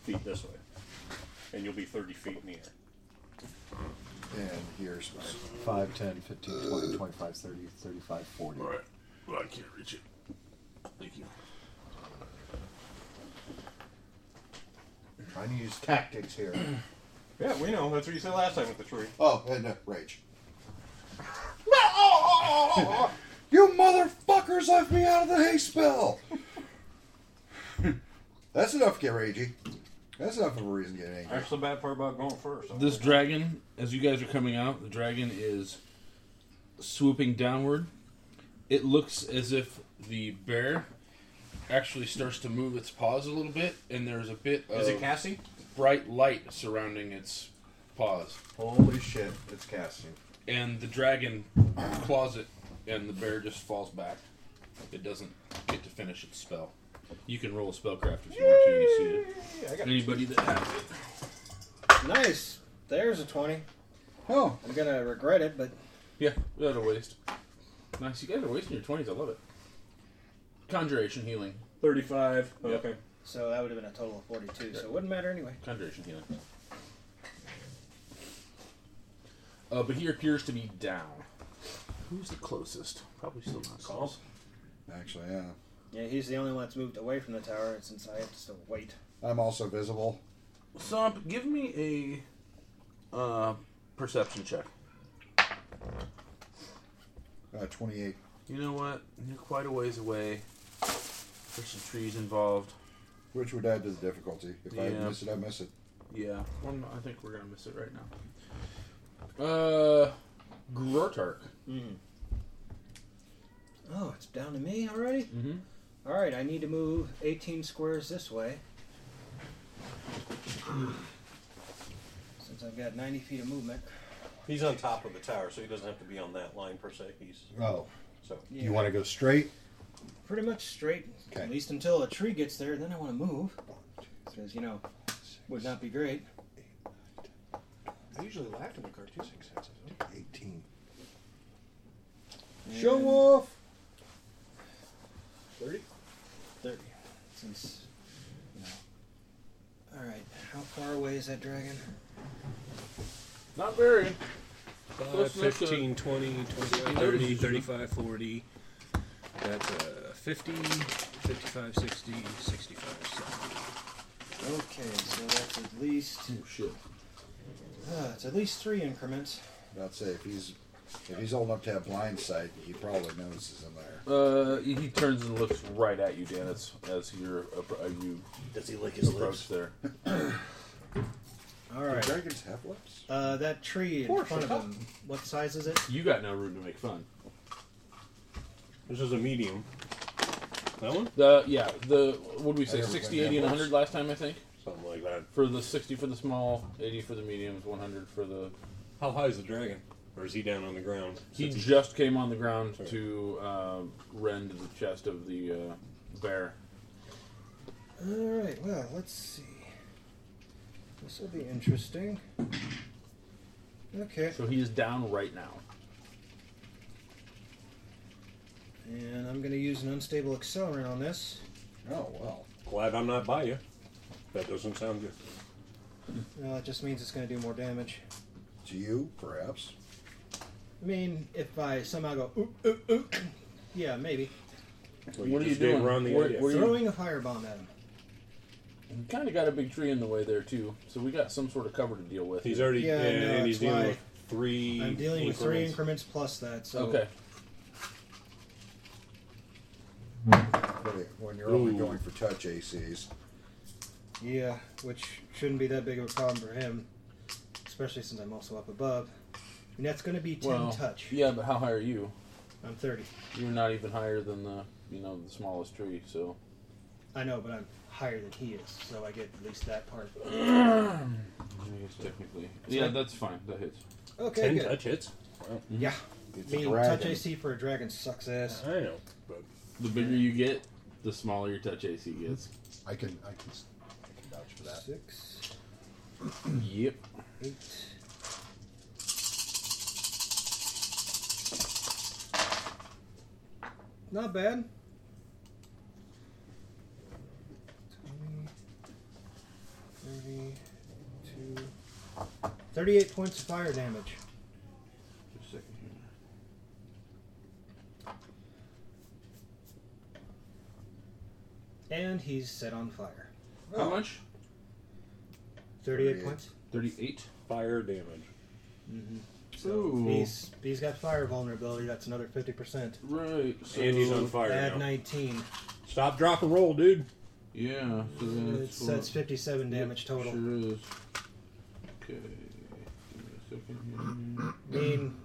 Speaker 13: feet this way, and you'll be 30 feet in the air.
Speaker 15: And here's my Uh,
Speaker 9: 5, 10, 15, 20, 25, 30, 35, 40.
Speaker 8: Right. Well, I can't reach it. Thank you.
Speaker 9: Trying to use tactics here.
Speaker 13: Yeah, we know. That's what you said last time with the tree.
Speaker 15: Oh, and uh, rage. you motherfuckers left me out of the hay spell. That's enough, get ragey. That's enough of a reason to get angry.
Speaker 13: That's the bad part about going first.
Speaker 8: This dragon, as you guys are coming out, the dragon is swooping downward. It looks as if the bear actually starts to move its paws a little bit, and there's a bit of
Speaker 13: Is it Cassie?
Speaker 8: bright light surrounding its
Speaker 6: paws.
Speaker 9: Holy shit, it's casting.
Speaker 6: And the dragon claws it, and the bear just falls back. It doesn't get to finish its spell. You can roll a spellcraft if you want to. You see
Speaker 4: I
Speaker 6: it.
Speaker 4: got
Speaker 6: Anybody that has it.
Speaker 4: Nice. There's a 20.
Speaker 9: Oh.
Speaker 4: I'm going to regret it, but.
Speaker 8: Yeah, without a waste. Nice. You guys are wasting your 20s. I love it. Conjuration healing.
Speaker 13: 35. Okay.
Speaker 4: So that would have been a total of 42, so it wouldn't matter anyway.
Speaker 8: Conjuration healing. Uh, but he appears to be down. Who's the closest? Probably still not close.
Speaker 9: Actually, yeah.
Speaker 4: Yeah, he's the only one that's moved away from the tower, and since I have to still wait.
Speaker 9: I'm also visible.
Speaker 8: Sump, give me a uh, perception check.
Speaker 9: Uh, 28.
Speaker 8: You know what? You're quite a ways away. There's some trees involved.
Speaker 9: Which would add to the difficulty. If I
Speaker 8: Yeah.
Speaker 9: miss it, I miss it.
Speaker 8: Yeah. Well, no, I think we're gonna miss it right now. Uh, Grotark.
Speaker 4: Oh, it's down to me already?
Speaker 8: Mm-hmm.
Speaker 4: Alright, I need to move 18 squares this way. Since I've got 90 feet of movement.
Speaker 16: He's on top of the tower, so he doesn't have to be on that line per se. He's
Speaker 9: Oh.
Speaker 16: so
Speaker 9: You want to go straight?
Speaker 4: Pretty much straight, at least until a tree gets there, then I want to move. Because, you know, would not be great.
Speaker 5: I usually laughed in the cartoon successes.
Speaker 9: 18.
Speaker 5: Show
Speaker 9: off!
Speaker 4: 30? 30. Since, you know. Alright, how far away is that dragon?
Speaker 8: Not very.
Speaker 13: 5, 15, 20, 25, 30,
Speaker 8: notices you.
Speaker 13: 35, 40. That's uh, 50, 55, 60, 65,
Speaker 4: Okay, so that's at least.
Speaker 8: Oh, shit.
Speaker 4: Uh, it's at least three increments.
Speaker 9: I'd say if he's if he's old enough to have blind sight, he probably notices him there.
Speaker 8: Uh, he he turns and looks right at you, Dan, as, as you're appro- uh, you.
Speaker 16: Does he lick his lips?
Speaker 8: approach there?
Speaker 4: Alright.
Speaker 9: Do dragons have lips?
Speaker 4: Uh, that tree in
Speaker 9: Poor
Speaker 4: front of
Speaker 9: shit.
Speaker 4: him. What size is it?
Speaker 8: You got no room to make fun.
Speaker 13: This is a medium. That one?
Speaker 8: The yeah the what did we
Speaker 13: I
Speaker 8: say
Speaker 13: never
Speaker 8: 60,
Speaker 13: went
Speaker 8: 80, and
Speaker 13: down.
Speaker 8: 100 last time I think.
Speaker 13: Something like that.
Speaker 8: For the 60 for the small, 80 for the mediums, 100 for the.
Speaker 13: How high is the dragon? Or is he down on the ground?
Speaker 8: He
Speaker 13: Since
Speaker 8: just came on the ground to uh, rend the chest of the uh, bear.
Speaker 4: Alright, well, let's see. This will be interesting. Okay.
Speaker 8: So he is down right now.
Speaker 4: And I'm going to use an unstable accelerant on this.
Speaker 9: Oh, well.
Speaker 13: Glad I'm not by you. That doesn't sound good.
Speaker 4: Well, Uh, it just means it's going to do more damage.
Speaker 9: To you, perhaps.
Speaker 4: I mean, if I somehow go, oop, oop, oop, yeah, maybe.
Speaker 13: Well, you What are just you gave doing? Ron the What- idea. what are you-
Speaker 4: Throwing a firebomb at him.
Speaker 8: We kind of got a big tree in the way there too, so we got some sort of cover to deal with.
Speaker 13: He's already
Speaker 4: Yeah, I know,
Speaker 13: and he's
Speaker 4: that's
Speaker 13: dealing
Speaker 4: why
Speaker 13: with three.
Speaker 4: I'm dealing with three increments
Speaker 13: increments.
Speaker 4: plus that, so.
Speaker 8: Okay.
Speaker 9: But When you're only
Speaker 4: Ooh.
Speaker 9: going for touch ACs.
Speaker 4: Yeah, which shouldn't be that big of a problem for him, especially since I'm also up above. And that's going to be 10
Speaker 8: Well,
Speaker 4: touch.
Speaker 8: Yeah, but how high are you?
Speaker 4: I'm 30.
Speaker 8: You're not even higher than the you know the smallest tree. So
Speaker 4: I know, but I'm higher than he is, so I get at least that part.
Speaker 8: I guess technically,
Speaker 4: That's
Speaker 8: yeah,
Speaker 4: right.
Speaker 8: that's fine. That hits.
Speaker 4: Okay, Ten good.
Speaker 13: touch hits.
Speaker 4: Yeah.
Speaker 8: mm-hmm. It's a
Speaker 4: Being
Speaker 8: dragon.
Speaker 4: touch AC for a dragon sucks ass.
Speaker 13: I know, but
Speaker 8: The bigger you get, the smaller your touch AC gets.
Speaker 9: I can, I can, I can vouch for
Speaker 8: Uh-huh.
Speaker 9: that.
Speaker 4: Six.
Speaker 8: Yep.
Speaker 4: Eight. Not bad. Twenty, thirty-two, thirty-eight points of fire damage.
Speaker 8: Just a second here.
Speaker 4: And he's set on fire.
Speaker 8: How much?
Speaker 4: 38, points.
Speaker 8: Thirty-eight
Speaker 13: fire damage.
Speaker 4: Mm-hmm.
Speaker 8: Ooh.
Speaker 4: He's, he's got fire vulnerability. That's another 50%.
Speaker 8: Right. So
Speaker 13: And he's on fire
Speaker 4: Add
Speaker 13: now.
Speaker 4: 19.
Speaker 13: Stop, drop, and roll, dude.
Speaker 8: Yeah. So
Speaker 13: Mm,
Speaker 8: then
Speaker 4: It
Speaker 8: it's what-
Speaker 4: says 57 damage total.
Speaker 8: Sure is. Okay. Give me a second here.
Speaker 4: I mean,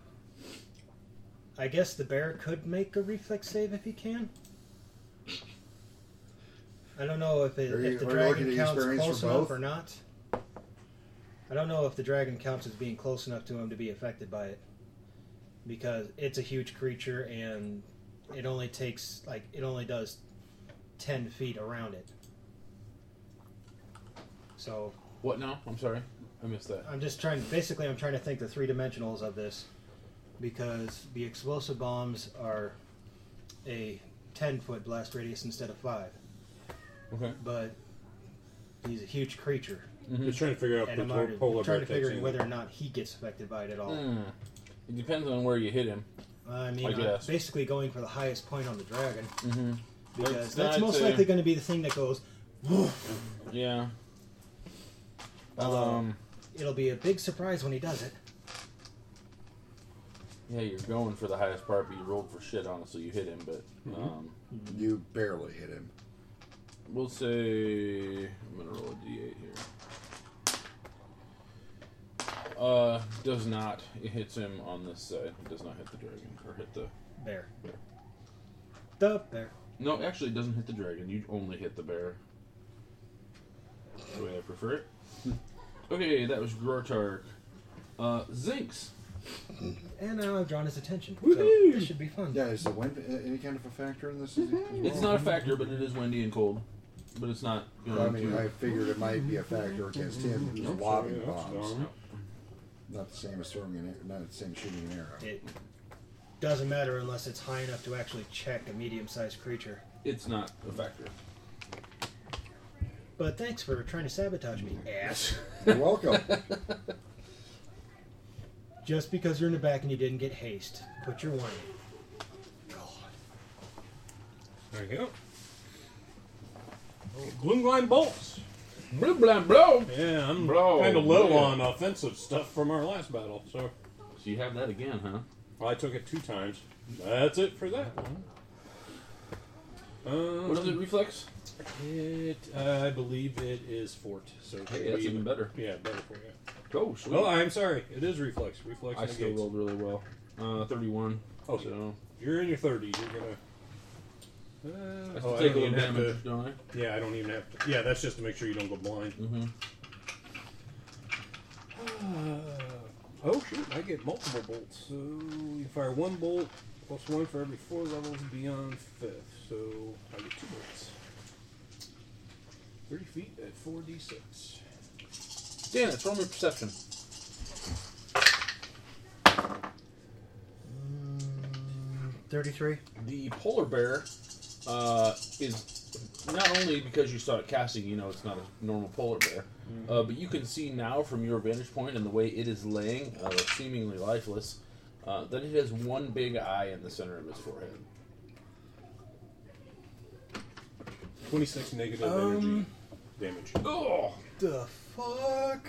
Speaker 4: I guess the bear could make a reflex save if he can. I don't know if, it,
Speaker 9: Are you-
Speaker 4: if the
Speaker 9: are you looking
Speaker 4: dragon
Speaker 9: at
Speaker 4: counts
Speaker 9: experience for
Speaker 4: close enough
Speaker 9: both?
Speaker 4: or not. I don't know if the dragon counts as being close enough to him to be affected by it, because it's a huge creature and it only takes like it only does ten feet around it. So
Speaker 8: What now? I'm sorry. I missed that.
Speaker 4: I'm just trying. Basically, I'm trying to think the three dimensionals of this, because the explosive bombs are a ten foot blast radius instead of five.
Speaker 8: Okay.
Speaker 4: But he's a huge creature.
Speaker 8: Mhm. Just trying to figure out
Speaker 4: Mm-hmm. And
Speaker 8: the pol-
Speaker 4: I'm already
Speaker 8: polar
Speaker 4: trying to
Speaker 8: vortex
Speaker 4: figure
Speaker 8: angle.
Speaker 4: whether or not he gets affected by it at all.
Speaker 8: Hmm. It depends on where you hit him.
Speaker 4: I mean,
Speaker 8: I
Speaker 4: I'm
Speaker 8: guess.
Speaker 4: basically going for the highest point on the dragon
Speaker 8: Mhm.
Speaker 4: because
Speaker 8: That's
Speaker 4: that's,
Speaker 8: not
Speaker 4: most
Speaker 8: a-
Speaker 4: likely going to be the thing that goes. Woof.
Speaker 8: Yeah.
Speaker 4: Although,
Speaker 8: Um,
Speaker 4: it'll be a big surprise when he does it.
Speaker 8: Yeah, you're going for the highest part, but you rolled for shit, honestly. You hit him, but.
Speaker 9: Mhm.
Speaker 8: Um,
Speaker 9: You barely hit him.
Speaker 8: We'll say. I'm going to roll a d8 here. Uh, does not. It hits him on this side. It does not hit the dragon, or hit the.
Speaker 4: Bear. The bear.
Speaker 8: No, actually, it doesn't hit the dragon. You only hit the bear. The way I prefer it. okay, that was Grotark. Uh, Zinx.
Speaker 4: And now I've drawn his attention. So this should be fun.
Speaker 9: Yeah, is the wind a- any kind of a factor in this?
Speaker 8: It's not a factor, but it is windy and cold. But it's not.
Speaker 9: I mean, I figured it might be a factor against him who's
Speaker 8: Nope,
Speaker 9: lobbing
Speaker 8: sorry, that's
Speaker 9: bombs.
Speaker 8: all right.
Speaker 9: Not the same as throwing an arrow. Not the same as shooting an arrow.
Speaker 4: It doesn't matter unless it's high enough to actually check a medium-sized creature.
Speaker 8: It's not a factor.
Speaker 4: But thanks for trying to sabotage me, ass.
Speaker 9: You're welcome.
Speaker 4: Just because you're in the back and you didn't get haste, put your one.
Speaker 13: There you go. Oh, Gloom glide bolts.
Speaker 8: Blue blind blow.
Speaker 13: Yeah, I'm
Speaker 8: Blow,
Speaker 13: kind of low
Speaker 8: yeah.
Speaker 13: on offensive stuff from our last battle. So.
Speaker 8: So you have that again, huh?
Speaker 13: I took it two times. That's it for that. Um,
Speaker 8: What is it, reflex?
Speaker 13: It, uh, I believe it is fort. So it
Speaker 8: Hey,
Speaker 13: would
Speaker 8: that's
Speaker 13: be
Speaker 8: even better.
Speaker 13: Yeah, better for you.
Speaker 8: Oh, sweet.
Speaker 13: Oh, I'm sorry. It is reflex. Reflex.
Speaker 8: I still
Speaker 13: negates.
Speaker 8: rolled really well. Uh, 31.
Speaker 13: Oh,
Speaker 8: so
Speaker 13: you're in your 30s. You're gonna. Uh,
Speaker 8: I
Speaker 13: oh,
Speaker 8: still take a
Speaker 13: don't
Speaker 8: little
Speaker 13: even have
Speaker 8: damage,
Speaker 13: to-
Speaker 8: don't I?
Speaker 13: Yeah, I don't even have to. Yeah, that's just to make sure you don't go blind.
Speaker 8: Mm-hmm.
Speaker 13: Uh, oh shoot! I get multiple bolts. So you fire one bolt plus one for every four levels beyond fifth. So I get two bolts. Thirty feet at four d six.
Speaker 8: Dan, it's from your perception.
Speaker 4: Thirty-three.
Speaker 8: The polar bear uh, is not only because you saw it casting, you know, it's not a normal polar bear,
Speaker 13: Mm-hmm.
Speaker 8: uh, but you can see now from your vantage point and the way it is laying, uh, seemingly lifeless, uh, that it has one big eye in the center of its forehead.
Speaker 13: Twenty six negative
Speaker 4: Um,
Speaker 13: energy damage.
Speaker 8: Oh,
Speaker 4: the fuck!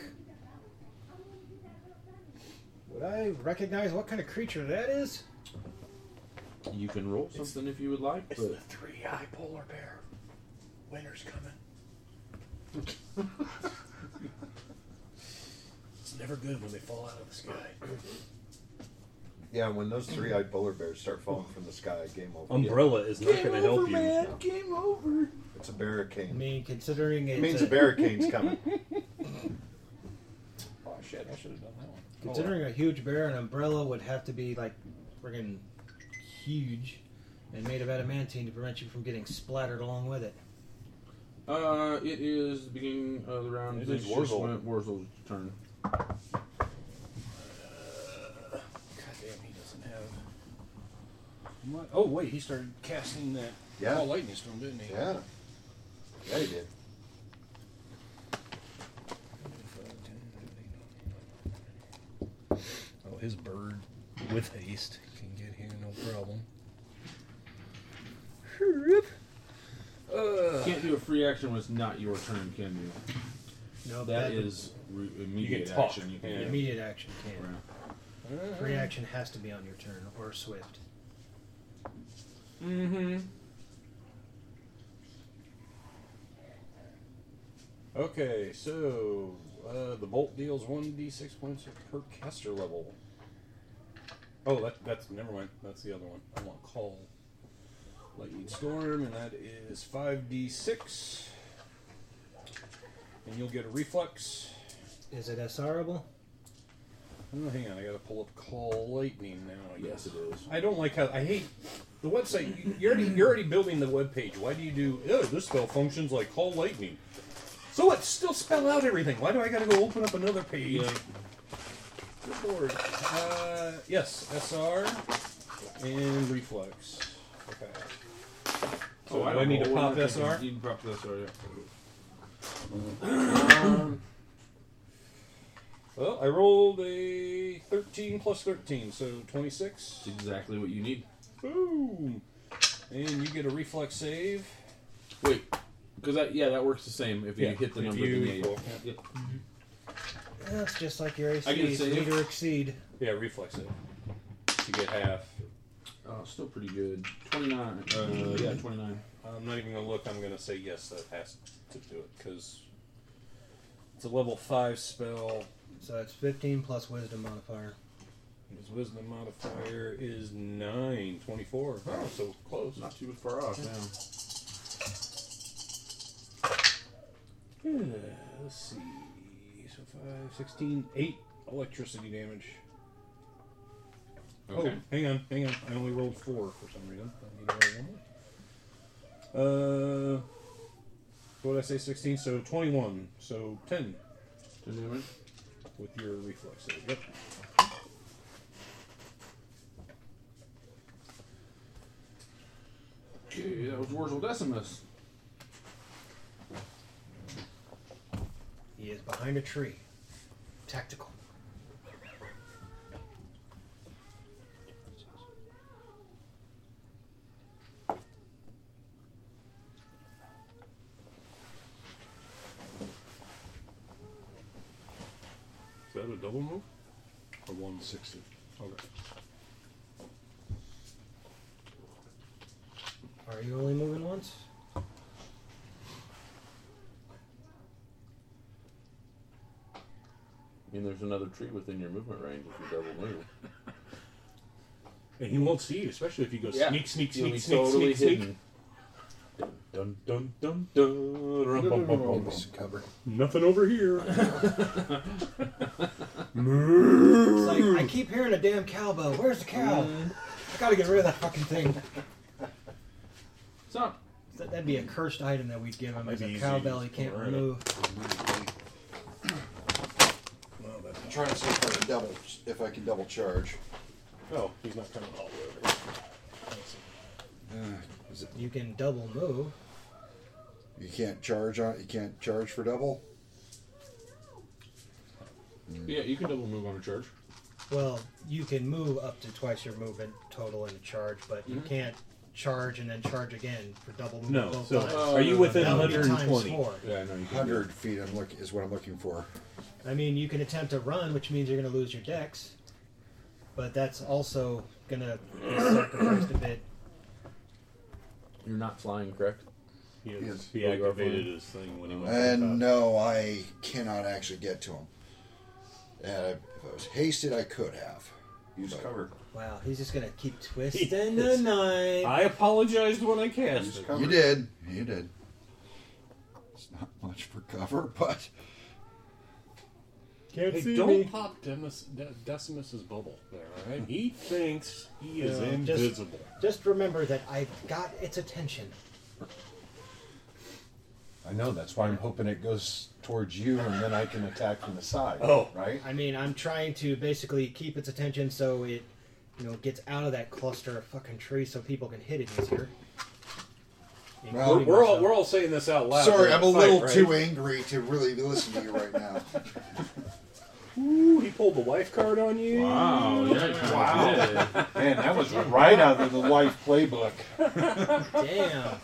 Speaker 4: Would I recognize what kind of creature that is?
Speaker 8: You can roll something if you would like,
Speaker 4: it's
Speaker 8: but
Speaker 4: the
Speaker 13: Three eye polar bear. Winter's coming. It's never good when they fall out of the sky.
Speaker 17: Yeah, when those three-eyed polar bears start falling from the sky, game over.
Speaker 13: Umbrella is not going to help you.
Speaker 8: Game over.
Speaker 17: It's a barricade.
Speaker 4: I mean, considering it's
Speaker 17: means a barricade's coming.
Speaker 13: Oh shit! I should have done that one.
Speaker 4: Considering a huge bear, an umbrella would have to be like friggin' huge and made of adamantine to prevent you from getting splattered along with it.
Speaker 8: Uh, it is the beginning of the round.
Speaker 4: It
Speaker 8: This
Speaker 4: is
Speaker 8: just
Speaker 4: Warzel.
Speaker 8: went Warzel's turn.
Speaker 13: God damn, he doesn't have. What? Oh wait, he started casting that
Speaker 17: Yeah.
Speaker 13: all lightning storm, didn't he?
Speaker 17: Yeah. Yeah, he did.
Speaker 18: Oh, his bird with haste can get here no problem.
Speaker 8: You can't do a free action when it's not your turn, can you?
Speaker 4: No,
Speaker 8: that
Speaker 4: that-
Speaker 8: is re- immediate
Speaker 13: can talk.
Speaker 8: action. You can do.
Speaker 4: Immediate action can.
Speaker 8: Right.
Speaker 4: Free action has to be on your turn or swift.
Speaker 8: Mm-hmm.
Speaker 13: Okay, so uh, the bolt deals one d six points per caster level. Oh, that, that's never mind. That's the other one. I want call lightning storm, and that is five d six, and you'll get a reflex.
Speaker 4: Is it SRable?
Speaker 13: Oh, hang on, I gotta pull up Call Lightning now. I
Speaker 19: Yes,
Speaker 13: guess.
Speaker 19: it is.
Speaker 13: I don't like how I hate the website. you- You're already, you're already building the web page. Why do you do? Oh, this spell functions like Call Lightning. So what? Still spell out everything. Why do I gotta go open up another page? Good lord. Uh, yes, SR and reflex. Okay. So do I
Speaker 11: Oh, don't
Speaker 13: need to
Speaker 11: know.
Speaker 13: pop
Speaker 11: We're not
Speaker 13: SR?
Speaker 11: taking- You can pop the SR, yeah.
Speaker 13: Um, well, I rolled a 13 plus 13, so 26.
Speaker 11: That's exactly what you need.
Speaker 13: Boom! And you get a reflex save.
Speaker 11: Wait, because that yeah, that works the same. If you
Speaker 13: Yeah,
Speaker 11: hit the
Speaker 13: if
Speaker 11: number,
Speaker 13: you-
Speaker 11: then yeah, yeah.
Speaker 8: Uh,
Speaker 13: yeah.
Speaker 4: That's Eh, just like your
Speaker 13: I get a
Speaker 4: AC.
Speaker 13: save?
Speaker 4: Need to exceed.
Speaker 13: Yeah, reflex save. You get half.
Speaker 11: Oh, still pretty good. 29. Uh, yeah, 29.
Speaker 13: I'm not even going to look. I'm going to say yes, that has to do it, because it's a level 5 spell.
Speaker 4: So it's 15 plus wisdom modifier.
Speaker 13: His wisdom modifier is 9, 24. Oh, so close.
Speaker 11: Not too far off, yeah.
Speaker 13: Yeah, let's see. So 5, 16, 8 electricity damage.
Speaker 11: Okay.
Speaker 13: Oh, hang on, hang on. I only rolled 4 for some reason. I need to roll one more. Uh, what did I say? 16, so 21. So 10.
Speaker 11: 10 damage?
Speaker 13: With your reflex save. Yep.
Speaker 11: Okay, that was Wurzel Decimus.
Speaker 4: He is behind a tree. Tactical.
Speaker 13: Is that a double move? Or 160. Okay.
Speaker 4: Are you only moving once?
Speaker 11: I mean, there's another tree within your movement range if you double move.
Speaker 13: And he won't see you, especially if you go
Speaker 11: Yeah.
Speaker 13: sneak, sneak,
Speaker 11: You'll
Speaker 13: sneak,
Speaker 11: be
Speaker 13: sneak,
Speaker 11: totally
Speaker 13: sneak, sneak.
Speaker 11: hidden.
Speaker 13: Dun dun dun dun. rum, bum, bum, bum, bum.
Speaker 9: Cover.
Speaker 13: Nothing over here.
Speaker 4: It's like, I keep hearing a damn cowbell. Where's the cow? I gotta get rid of that fucking thing.
Speaker 11: Stop.
Speaker 4: That'd be a cursed item that we'd give him as
Speaker 13: That'd
Speaker 4: a
Speaker 13: be
Speaker 4: cowbell
Speaker 13: easy.
Speaker 4: he can't
Speaker 13: Right.
Speaker 4: remove.
Speaker 9: I'm trying to see if I can double if I can double charge.
Speaker 13: Oh, he's not coming all the way
Speaker 9: Uh, is it,
Speaker 4: You can double move.
Speaker 9: you can't charge on you can't charge for double.
Speaker 11: Yeah, you can double move on a charge.
Speaker 4: Well, you can move up to twice your movement total in a charge, but you
Speaker 11: Mhm.
Speaker 4: can't charge and then charge again for double movement.
Speaker 13: No,
Speaker 4: both
Speaker 13: so
Speaker 4: times.
Speaker 13: are you within
Speaker 4: That would be times
Speaker 13: 120?
Speaker 4: four.
Speaker 11: Yeah, no, you can.
Speaker 9: Hundred feet. I'm look is what I'm looking for.
Speaker 4: I mean, you can attempt to run, which means you're going to lose your dex, but that's also going to be sacrificed a bit.
Speaker 11: You're not flying, correct?
Speaker 13: He,
Speaker 9: is.
Speaker 13: He
Speaker 11: Oh, you are
Speaker 13: activated
Speaker 11: flying?
Speaker 13: his thing when he went.
Speaker 9: And no, I cannot actually get to him. And if I was hasted, I could have.
Speaker 20: Use cover.
Speaker 4: Wow, he's just going to keep twisting the knife.
Speaker 13: I apologized when I cast.
Speaker 9: Use cover. You did. You did. It's not much for cover, but
Speaker 4: Can't
Speaker 13: Hey, don't pop Demis, De- Decimus's bubble there, all right? He thinks he is
Speaker 4: Yeah. Just-
Speaker 13: invisible.
Speaker 4: Just remember that I got its attention.
Speaker 8: I know. That's why I'm hoping it goes towards you, and then I can attack from the side.
Speaker 9: Oh.
Speaker 8: right.
Speaker 4: I mean, I'm trying to basically keep its attention so it, you know, gets out of that cluster of fucking trees so people can hit it easier.
Speaker 13: we're, we're all we're all saying this out loud.
Speaker 9: sorry,
Speaker 13: during
Speaker 9: I'm a
Speaker 13: the fight,
Speaker 9: little
Speaker 13: right?
Speaker 9: too angry to really listen to you right now.
Speaker 13: Ooh, he pulled the wife card on you.
Speaker 8: Oh,
Speaker 11: Wow, yeah, you kinda
Speaker 8: Wow. Man, that was right out of the life playbook.
Speaker 4: Damn.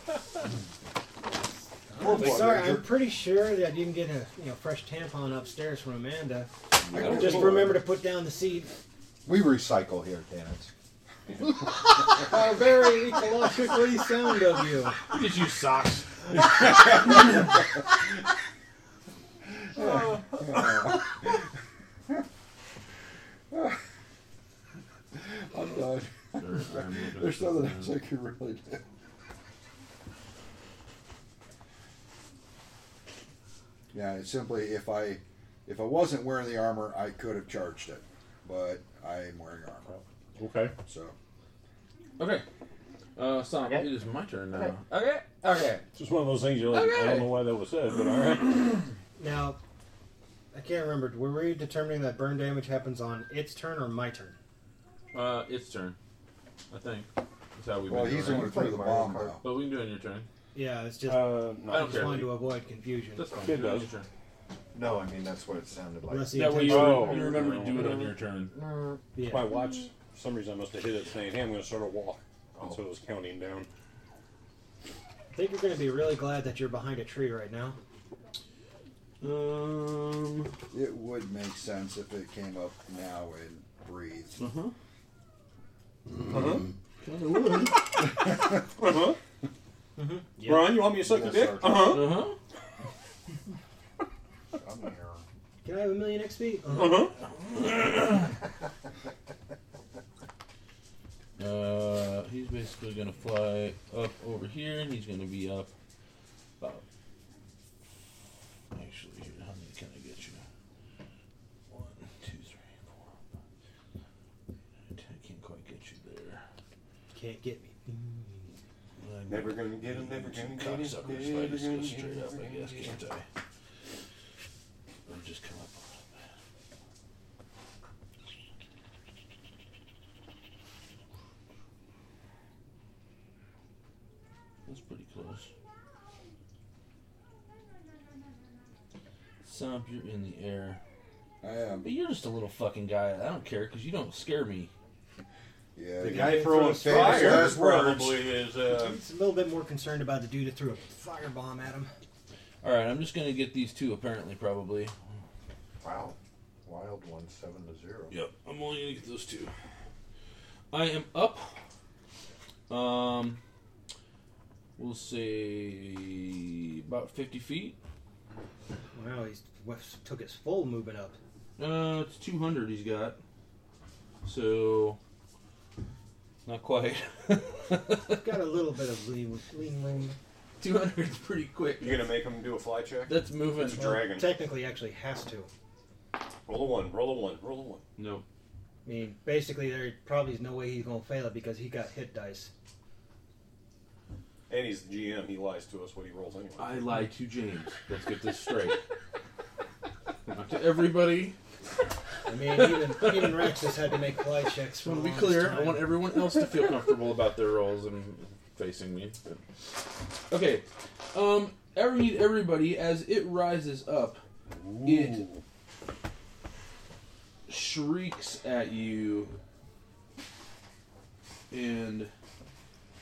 Speaker 9: Poor boy,
Speaker 4: sorry,
Speaker 9: Ranger.
Speaker 4: I'm pretty sure that you can get a you know fresh tampon upstairs from Amanda.
Speaker 9: Yeah.
Speaker 4: Just remember to put down the seed.
Speaker 8: We recycle here, Dennis.
Speaker 4: How very ecologically sound of you.
Speaker 11: Look at you, socks.
Speaker 9: I'm done. There's nothing else I can really do. Yeah, it's simply if I
Speaker 15: If I wasn't wearing the armor, I could have charged it, but I am wearing armor.
Speaker 8: Okay.
Speaker 15: So
Speaker 8: Okay. Uh, Sonic, it is my turn now. Okay.
Speaker 13: Okay. It's just one of those things you're like, I don't know why that was said, but all right.
Speaker 4: Now, I can't remember. Were we determining that burn damage happens on its turn or my turn?
Speaker 8: Uh, its turn. I think. That's how we've
Speaker 15: Well,
Speaker 8: been
Speaker 15: he's the
Speaker 8: doing
Speaker 15: one
Speaker 8: it.
Speaker 15: who threw the bomb, though.
Speaker 8: But we can do it on your turn.
Speaker 4: Yeah, it's
Speaker 13: Uh,
Speaker 4: just. I just wanted to avoid confusion.
Speaker 8: That's fine. Do it on your turn.
Speaker 21: No, I mean that's what it sounded like.
Speaker 4: Unless he
Speaker 13: That way you,
Speaker 11: Oh.
Speaker 4: intentionally-
Speaker 13: you remember to do it on your turn.
Speaker 4: Yeah.
Speaker 13: My watch, for some reason, I must have hit it saying, hey, I'm going to start a walk. And so it was counting down.
Speaker 4: I think you're going to be really glad that you're behind a tree right now.
Speaker 15: Um, it would make sense if it came up now and breathed. Uh huh.
Speaker 13: Uh-huh. Uh-huh. Ron, you want me to suck your dick? Uh-huh.
Speaker 4: Can I have a million XP?
Speaker 13: Uh-huh.
Speaker 8: Uh-huh. Uh, he's basically gonna fly up over here, and he's gonna be up about. Actually, here, how many can I get you? One, two, three, four, five, six, seven, eight, nine, ten. I can't quite get you there.
Speaker 4: Can't get me.
Speaker 13: Never gonna get him, never
Speaker 8: Two
Speaker 13: gonna get him.
Speaker 8: cocksuckers if I just go straight up, I guess, can't I? Or just come up That's pretty close. Stomp, you're in the air.
Speaker 15: I am.
Speaker 8: But you're just a little fucking guy. I don't care because you don't scare me.
Speaker 15: Yeah,
Speaker 13: The guy throwing fire probably is. Uh,
Speaker 4: He's a little bit more concerned about the dude that threw a firebomb at him.
Speaker 8: All right, I'm just gonna get these two. Apparently, probably.
Speaker 21: Wow. Wild one, seven to zero.
Speaker 8: Yep, I'm only gonna get those two. I am up. Um, we'll say about 50 feet.
Speaker 4: Wow, he's whoops, took his full movement up.
Speaker 8: Uh, it's 200 he's got. So, not quite.
Speaker 4: Got a little bit of lean, lean room.
Speaker 8: 200 is pretty quick.
Speaker 13: You're gonna make him do a fly check?
Speaker 8: That's moving.
Speaker 13: It's a dragon.
Speaker 4: Technically, actually has to.
Speaker 13: Roll a one, roll a one, roll a one.
Speaker 8: No.
Speaker 4: I mean, basically, there probably is no way he's gonna fail it because he got hit dice.
Speaker 13: And he's the GM, he lies to us what he rolls anyway.
Speaker 8: I lied to James. Let's get this straight. Not to everybody.
Speaker 4: I mean, even even Rex has had to make fly checks. For
Speaker 8: I want
Speaker 4: the
Speaker 8: to be
Speaker 4: longest
Speaker 8: clear. I
Speaker 4: time.
Speaker 8: want everyone else to feel comfortable about their roles and facing me. but- Okay. Um, I need everybody as it rises up. It shrieks at you, and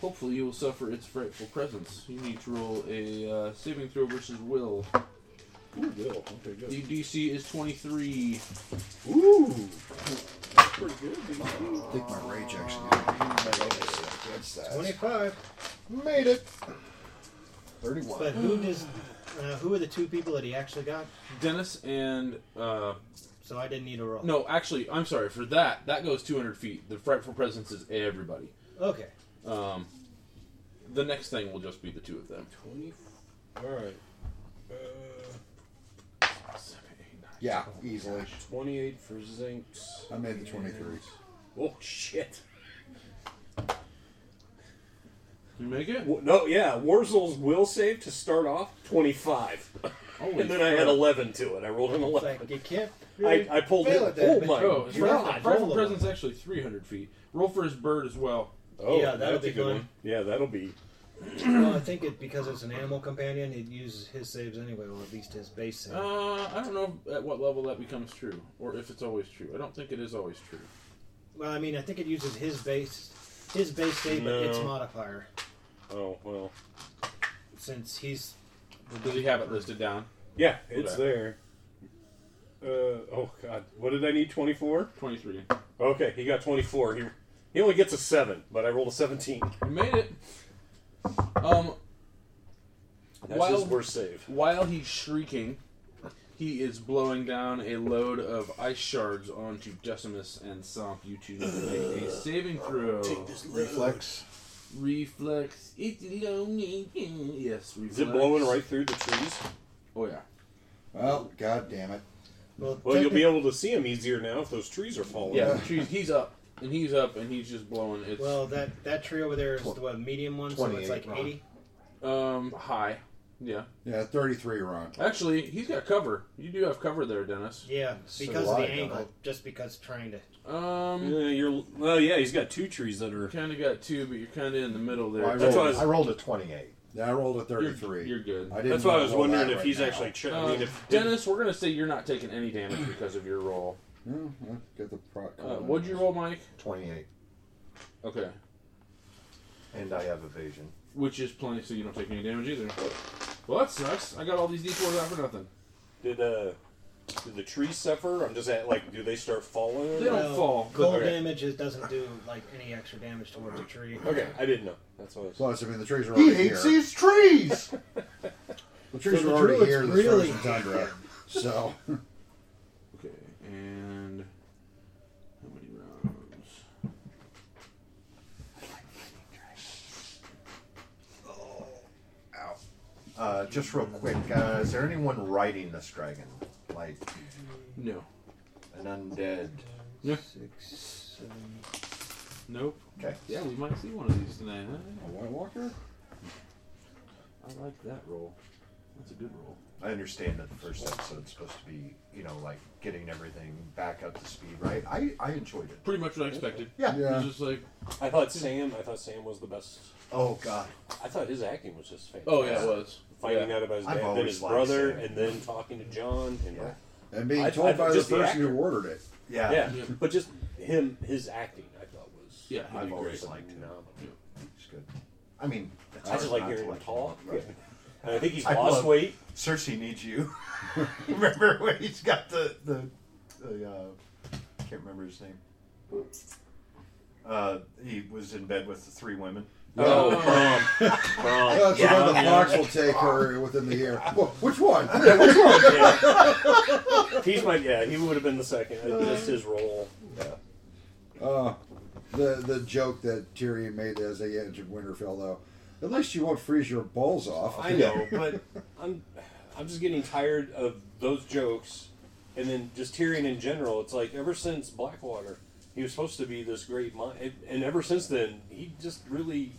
Speaker 8: hopefully you will suffer its frightful presence. You need to roll a uh, saving throw versus will.
Speaker 13: Ooh, will. Okay, good.
Speaker 8: The DC is twenty-three.
Speaker 15: Ooh.
Speaker 13: Pretty good.
Speaker 15: I think my rage actually. That's that.
Speaker 4: Twenty-five.
Speaker 15: Made it. Thirty-one.
Speaker 4: But who does? Uh, who are the two people that he actually got?
Speaker 8: Dennis and uh,
Speaker 4: So I didn't need a roll.
Speaker 8: No, actually, I'm sorry for that. That goes 200 feet. The frightful presence is everybody.
Speaker 4: Okay.
Speaker 8: Um, the next thing will just be the two of them. 20.
Speaker 13: All right.
Speaker 15: Yeah, easily.
Speaker 13: 28 for Zinks.
Speaker 15: I made the 23.
Speaker 13: Oh, shit.
Speaker 8: You make it?
Speaker 13: No, yeah. Warzel's will save to start off, 25.
Speaker 8: Holy
Speaker 13: and then I
Speaker 8: crap.
Speaker 13: had 11 to it. I rolled an 11.
Speaker 4: you can't
Speaker 8: really
Speaker 13: I, I pulled
Speaker 8: fail
Speaker 13: it.
Speaker 8: at that,
Speaker 13: Oh,
Speaker 8: but-
Speaker 13: my
Speaker 8: Oh, it's
Speaker 13: God.
Speaker 8: Frightful presence is actually 300 feet. Roll for his bird as well.
Speaker 13: Oh, Yeah, that'll that's a be good fun. one. Yeah, that'll be.
Speaker 4: well, I think it because it's an animal companion, it uses his saves anyway, or at least his base save.
Speaker 13: Oh.
Speaker 8: Uh, I don't know at what level that becomes true, or if it's always true. I don't think it is always true.
Speaker 4: Well, I mean, I think it uses his base, his base save, but its
Speaker 8: No.
Speaker 4: modifier,
Speaker 13: Oh, well.
Speaker 4: since he's.
Speaker 8: Does he have it listed down?
Speaker 13: Yeah, it's
Speaker 8: Okay.
Speaker 13: there. Uh, oh God, what did I need? Twenty four.
Speaker 8: Twenty three.
Speaker 13: Okay, he got twenty four. He he only gets a seven, but I rolled a seventeen.
Speaker 8: You made it. Um,
Speaker 13: That's his worst save.
Speaker 8: While he's shrieking, he is blowing down a load of ice shards onto Decimus and Stomp. You two need to make a saving throw.
Speaker 13: Take this load.
Speaker 21: Reflex.
Speaker 8: Reflex. It's lonely. Yes, reflex.
Speaker 13: Is it blowing right through the trees?
Speaker 8: Oh yeah.
Speaker 15: Well, god damn it.
Speaker 22: Well,
Speaker 13: Well, you'll
Speaker 22: technic-
Speaker 13: be able to see him easier now if those trees are falling.
Speaker 8: Yeah, the trees, he's up. And he's up and he's just blowing. It's
Speaker 22: Well, that that tree over there is the what, medium one, so it's like
Speaker 8: 28,
Speaker 22: eighty.
Speaker 8: Um, high. Yeah.
Speaker 11: Yeah, 33 Ron.
Speaker 8: Actually, he's got cover. You do have cover there, Dennis.
Speaker 22: Yeah, because of the angle, just because trying to.
Speaker 8: Um,
Speaker 13: yeah, Uh, you're. Well, yeah, he's got two trees that are.
Speaker 8: Kind of got two, but you're kind of in the middle there.
Speaker 13: Well, I That's rolled- why I was- I
Speaker 8: rolled
Speaker 11: a 28. Yeah, I rolled a 33.
Speaker 8: You're, good.
Speaker 11: I didn't That's why I was roll wondering that if right he's now. Uh, actually
Speaker 8: checking.
Speaker 11: che- I mean, if-
Speaker 8: Dennis, we're gonna say you're not taking any damage because of your roll.
Speaker 11: Yeah, well, get the pro-
Speaker 8: Uh, what'd you roll, Mike?
Speaker 9: 28.
Speaker 8: Okay.
Speaker 9: And I have evasion.
Speaker 8: Which is plenty, so you don't take any damage either. Well, that sucks. I got all these d4s out for nothing.
Speaker 13: Did uh, did the trees suffer? I'm just at like, do they start falling?
Speaker 22: Well, Cold damage it doesn't do like any extra damage towards a tree.
Speaker 13: Okay, I didn't know. That's what. I was...
Speaker 11: Plus, I mean, the trees are
Speaker 22: He
Speaker 11: already
Speaker 22: hates
Speaker 11: here.
Speaker 22: these trees!
Speaker 11: the
Speaker 22: So
Speaker 11: trees are
Speaker 22: the
Speaker 11: already
Speaker 22: druids
Speaker 11: here in this
Speaker 22: really
Speaker 11: frozen tundra. So,
Speaker 8: Okay, and how many rounds?
Speaker 9: Oh, Uh, just real quick, uh, is there anyone riding this dragon? Like,
Speaker 8: no,
Speaker 9: an undead.
Speaker 8: No.
Speaker 9: Six,
Speaker 8: Nope.
Speaker 9: Okay.
Speaker 8: Yeah, we might see one of these tonight. Huh?
Speaker 11: A White Walker?
Speaker 8: I like that roll. That's a good roll.
Speaker 9: I understand that the first episode's supposed to be, you know, like getting everything back up to speed, right? I, I enjoyed it.
Speaker 8: Pretty much what I expected.
Speaker 9: Yeah.
Speaker 8: It was just like
Speaker 13: I thought Sam. I thought Sam was the best.
Speaker 9: Oh God.
Speaker 13: I thought his acting was just fantastic.
Speaker 8: Oh, yeah, it was.
Speaker 13: Finding
Speaker 8: Yeah.
Speaker 13: out about his
Speaker 8: I've
Speaker 13: dad, then
Speaker 8: always
Speaker 13: his
Speaker 8: liked
Speaker 13: brother,
Speaker 8: Sam.
Speaker 13: and then talking to John, and
Speaker 11: and being
Speaker 13: I-
Speaker 11: told
Speaker 13: I-
Speaker 11: by the
Speaker 13: just
Speaker 11: person
Speaker 13: actor.
Speaker 11: who ordered it.
Speaker 13: Yeah.
Speaker 9: Yeah.
Speaker 13: but just him, his acting, I thought was
Speaker 8: yeah.
Speaker 9: I've always liked him. He's good. I mean, it's
Speaker 13: I just
Speaker 9: hard
Speaker 13: like
Speaker 9: not
Speaker 13: hearing
Speaker 9: to
Speaker 13: him talk.
Speaker 9: right?
Speaker 13: And I think he's
Speaker 9: I
Speaker 13: lost
Speaker 9: love-
Speaker 13: weight.
Speaker 9: Cersei needs you. remember when he's got the the, the uh, I can't remember his name. Uh, he was in bed with the three women.
Speaker 11: Oh,
Speaker 9: Brom. Brom.
Speaker 11: That's
Speaker 9: Yeah,
Speaker 11: another
Speaker 9: yeah.
Speaker 11: fox will take her within the year. Wha- Which one?
Speaker 13: Yeah, which one? Yeah. He's my yeah. He would have been the second. Just his role. Yeah.
Speaker 11: Uh, the the joke that Tyrion made as they entered Winterfell, though. At least you won't freeze your balls off.
Speaker 13: I know, but I'm I'm just getting tired of those jokes, and then just Tyrion in general. It's like ever since Blackwater, he was supposed to be this great mind, and, and ever since then, he just really.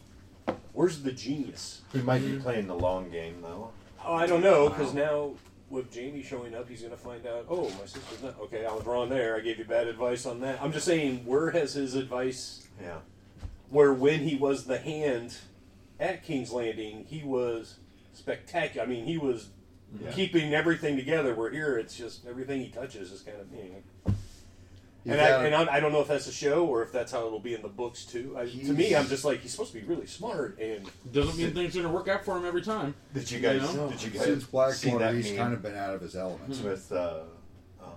Speaker 13: Where's the genius?
Speaker 9: He might be playing the long game though.
Speaker 13: Oh, I don't know, because now with Jamie showing up, he's going to find out. Oh, my sister's not okay. I was wrong there. I gave you bad advice on that. I'm just saying, where has his advice?
Speaker 9: Yeah.
Speaker 13: Where when he was the hand at King's Landing, he was spectacular. I mean, he was
Speaker 9: Yeah.
Speaker 13: keeping everything together. Where here, it's just everything he touches is kind of you know.
Speaker 9: He's
Speaker 13: and
Speaker 9: got
Speaker 13: I,
Speaker 9: a-
Speaker 13: and I'm, I don't know if that's a show or if that's how it'll be in the books too. I, to me, I'm just like he's supposed to be really smart and
Speaker 8: doesn't mean things are gonna work out for him every time.
Speaker 9: Did you guys?
Speaker 8: know?
Speaker 9: Did you guys
Speaker 11: Since
Speaker 9: see
Speaker 11: Blackwater,
Speaker 9: that
Speaker 11: he's
Speaker 9: meme
Speaker 11: kind of been out of his element.
Speaker 9: It's with uh, um,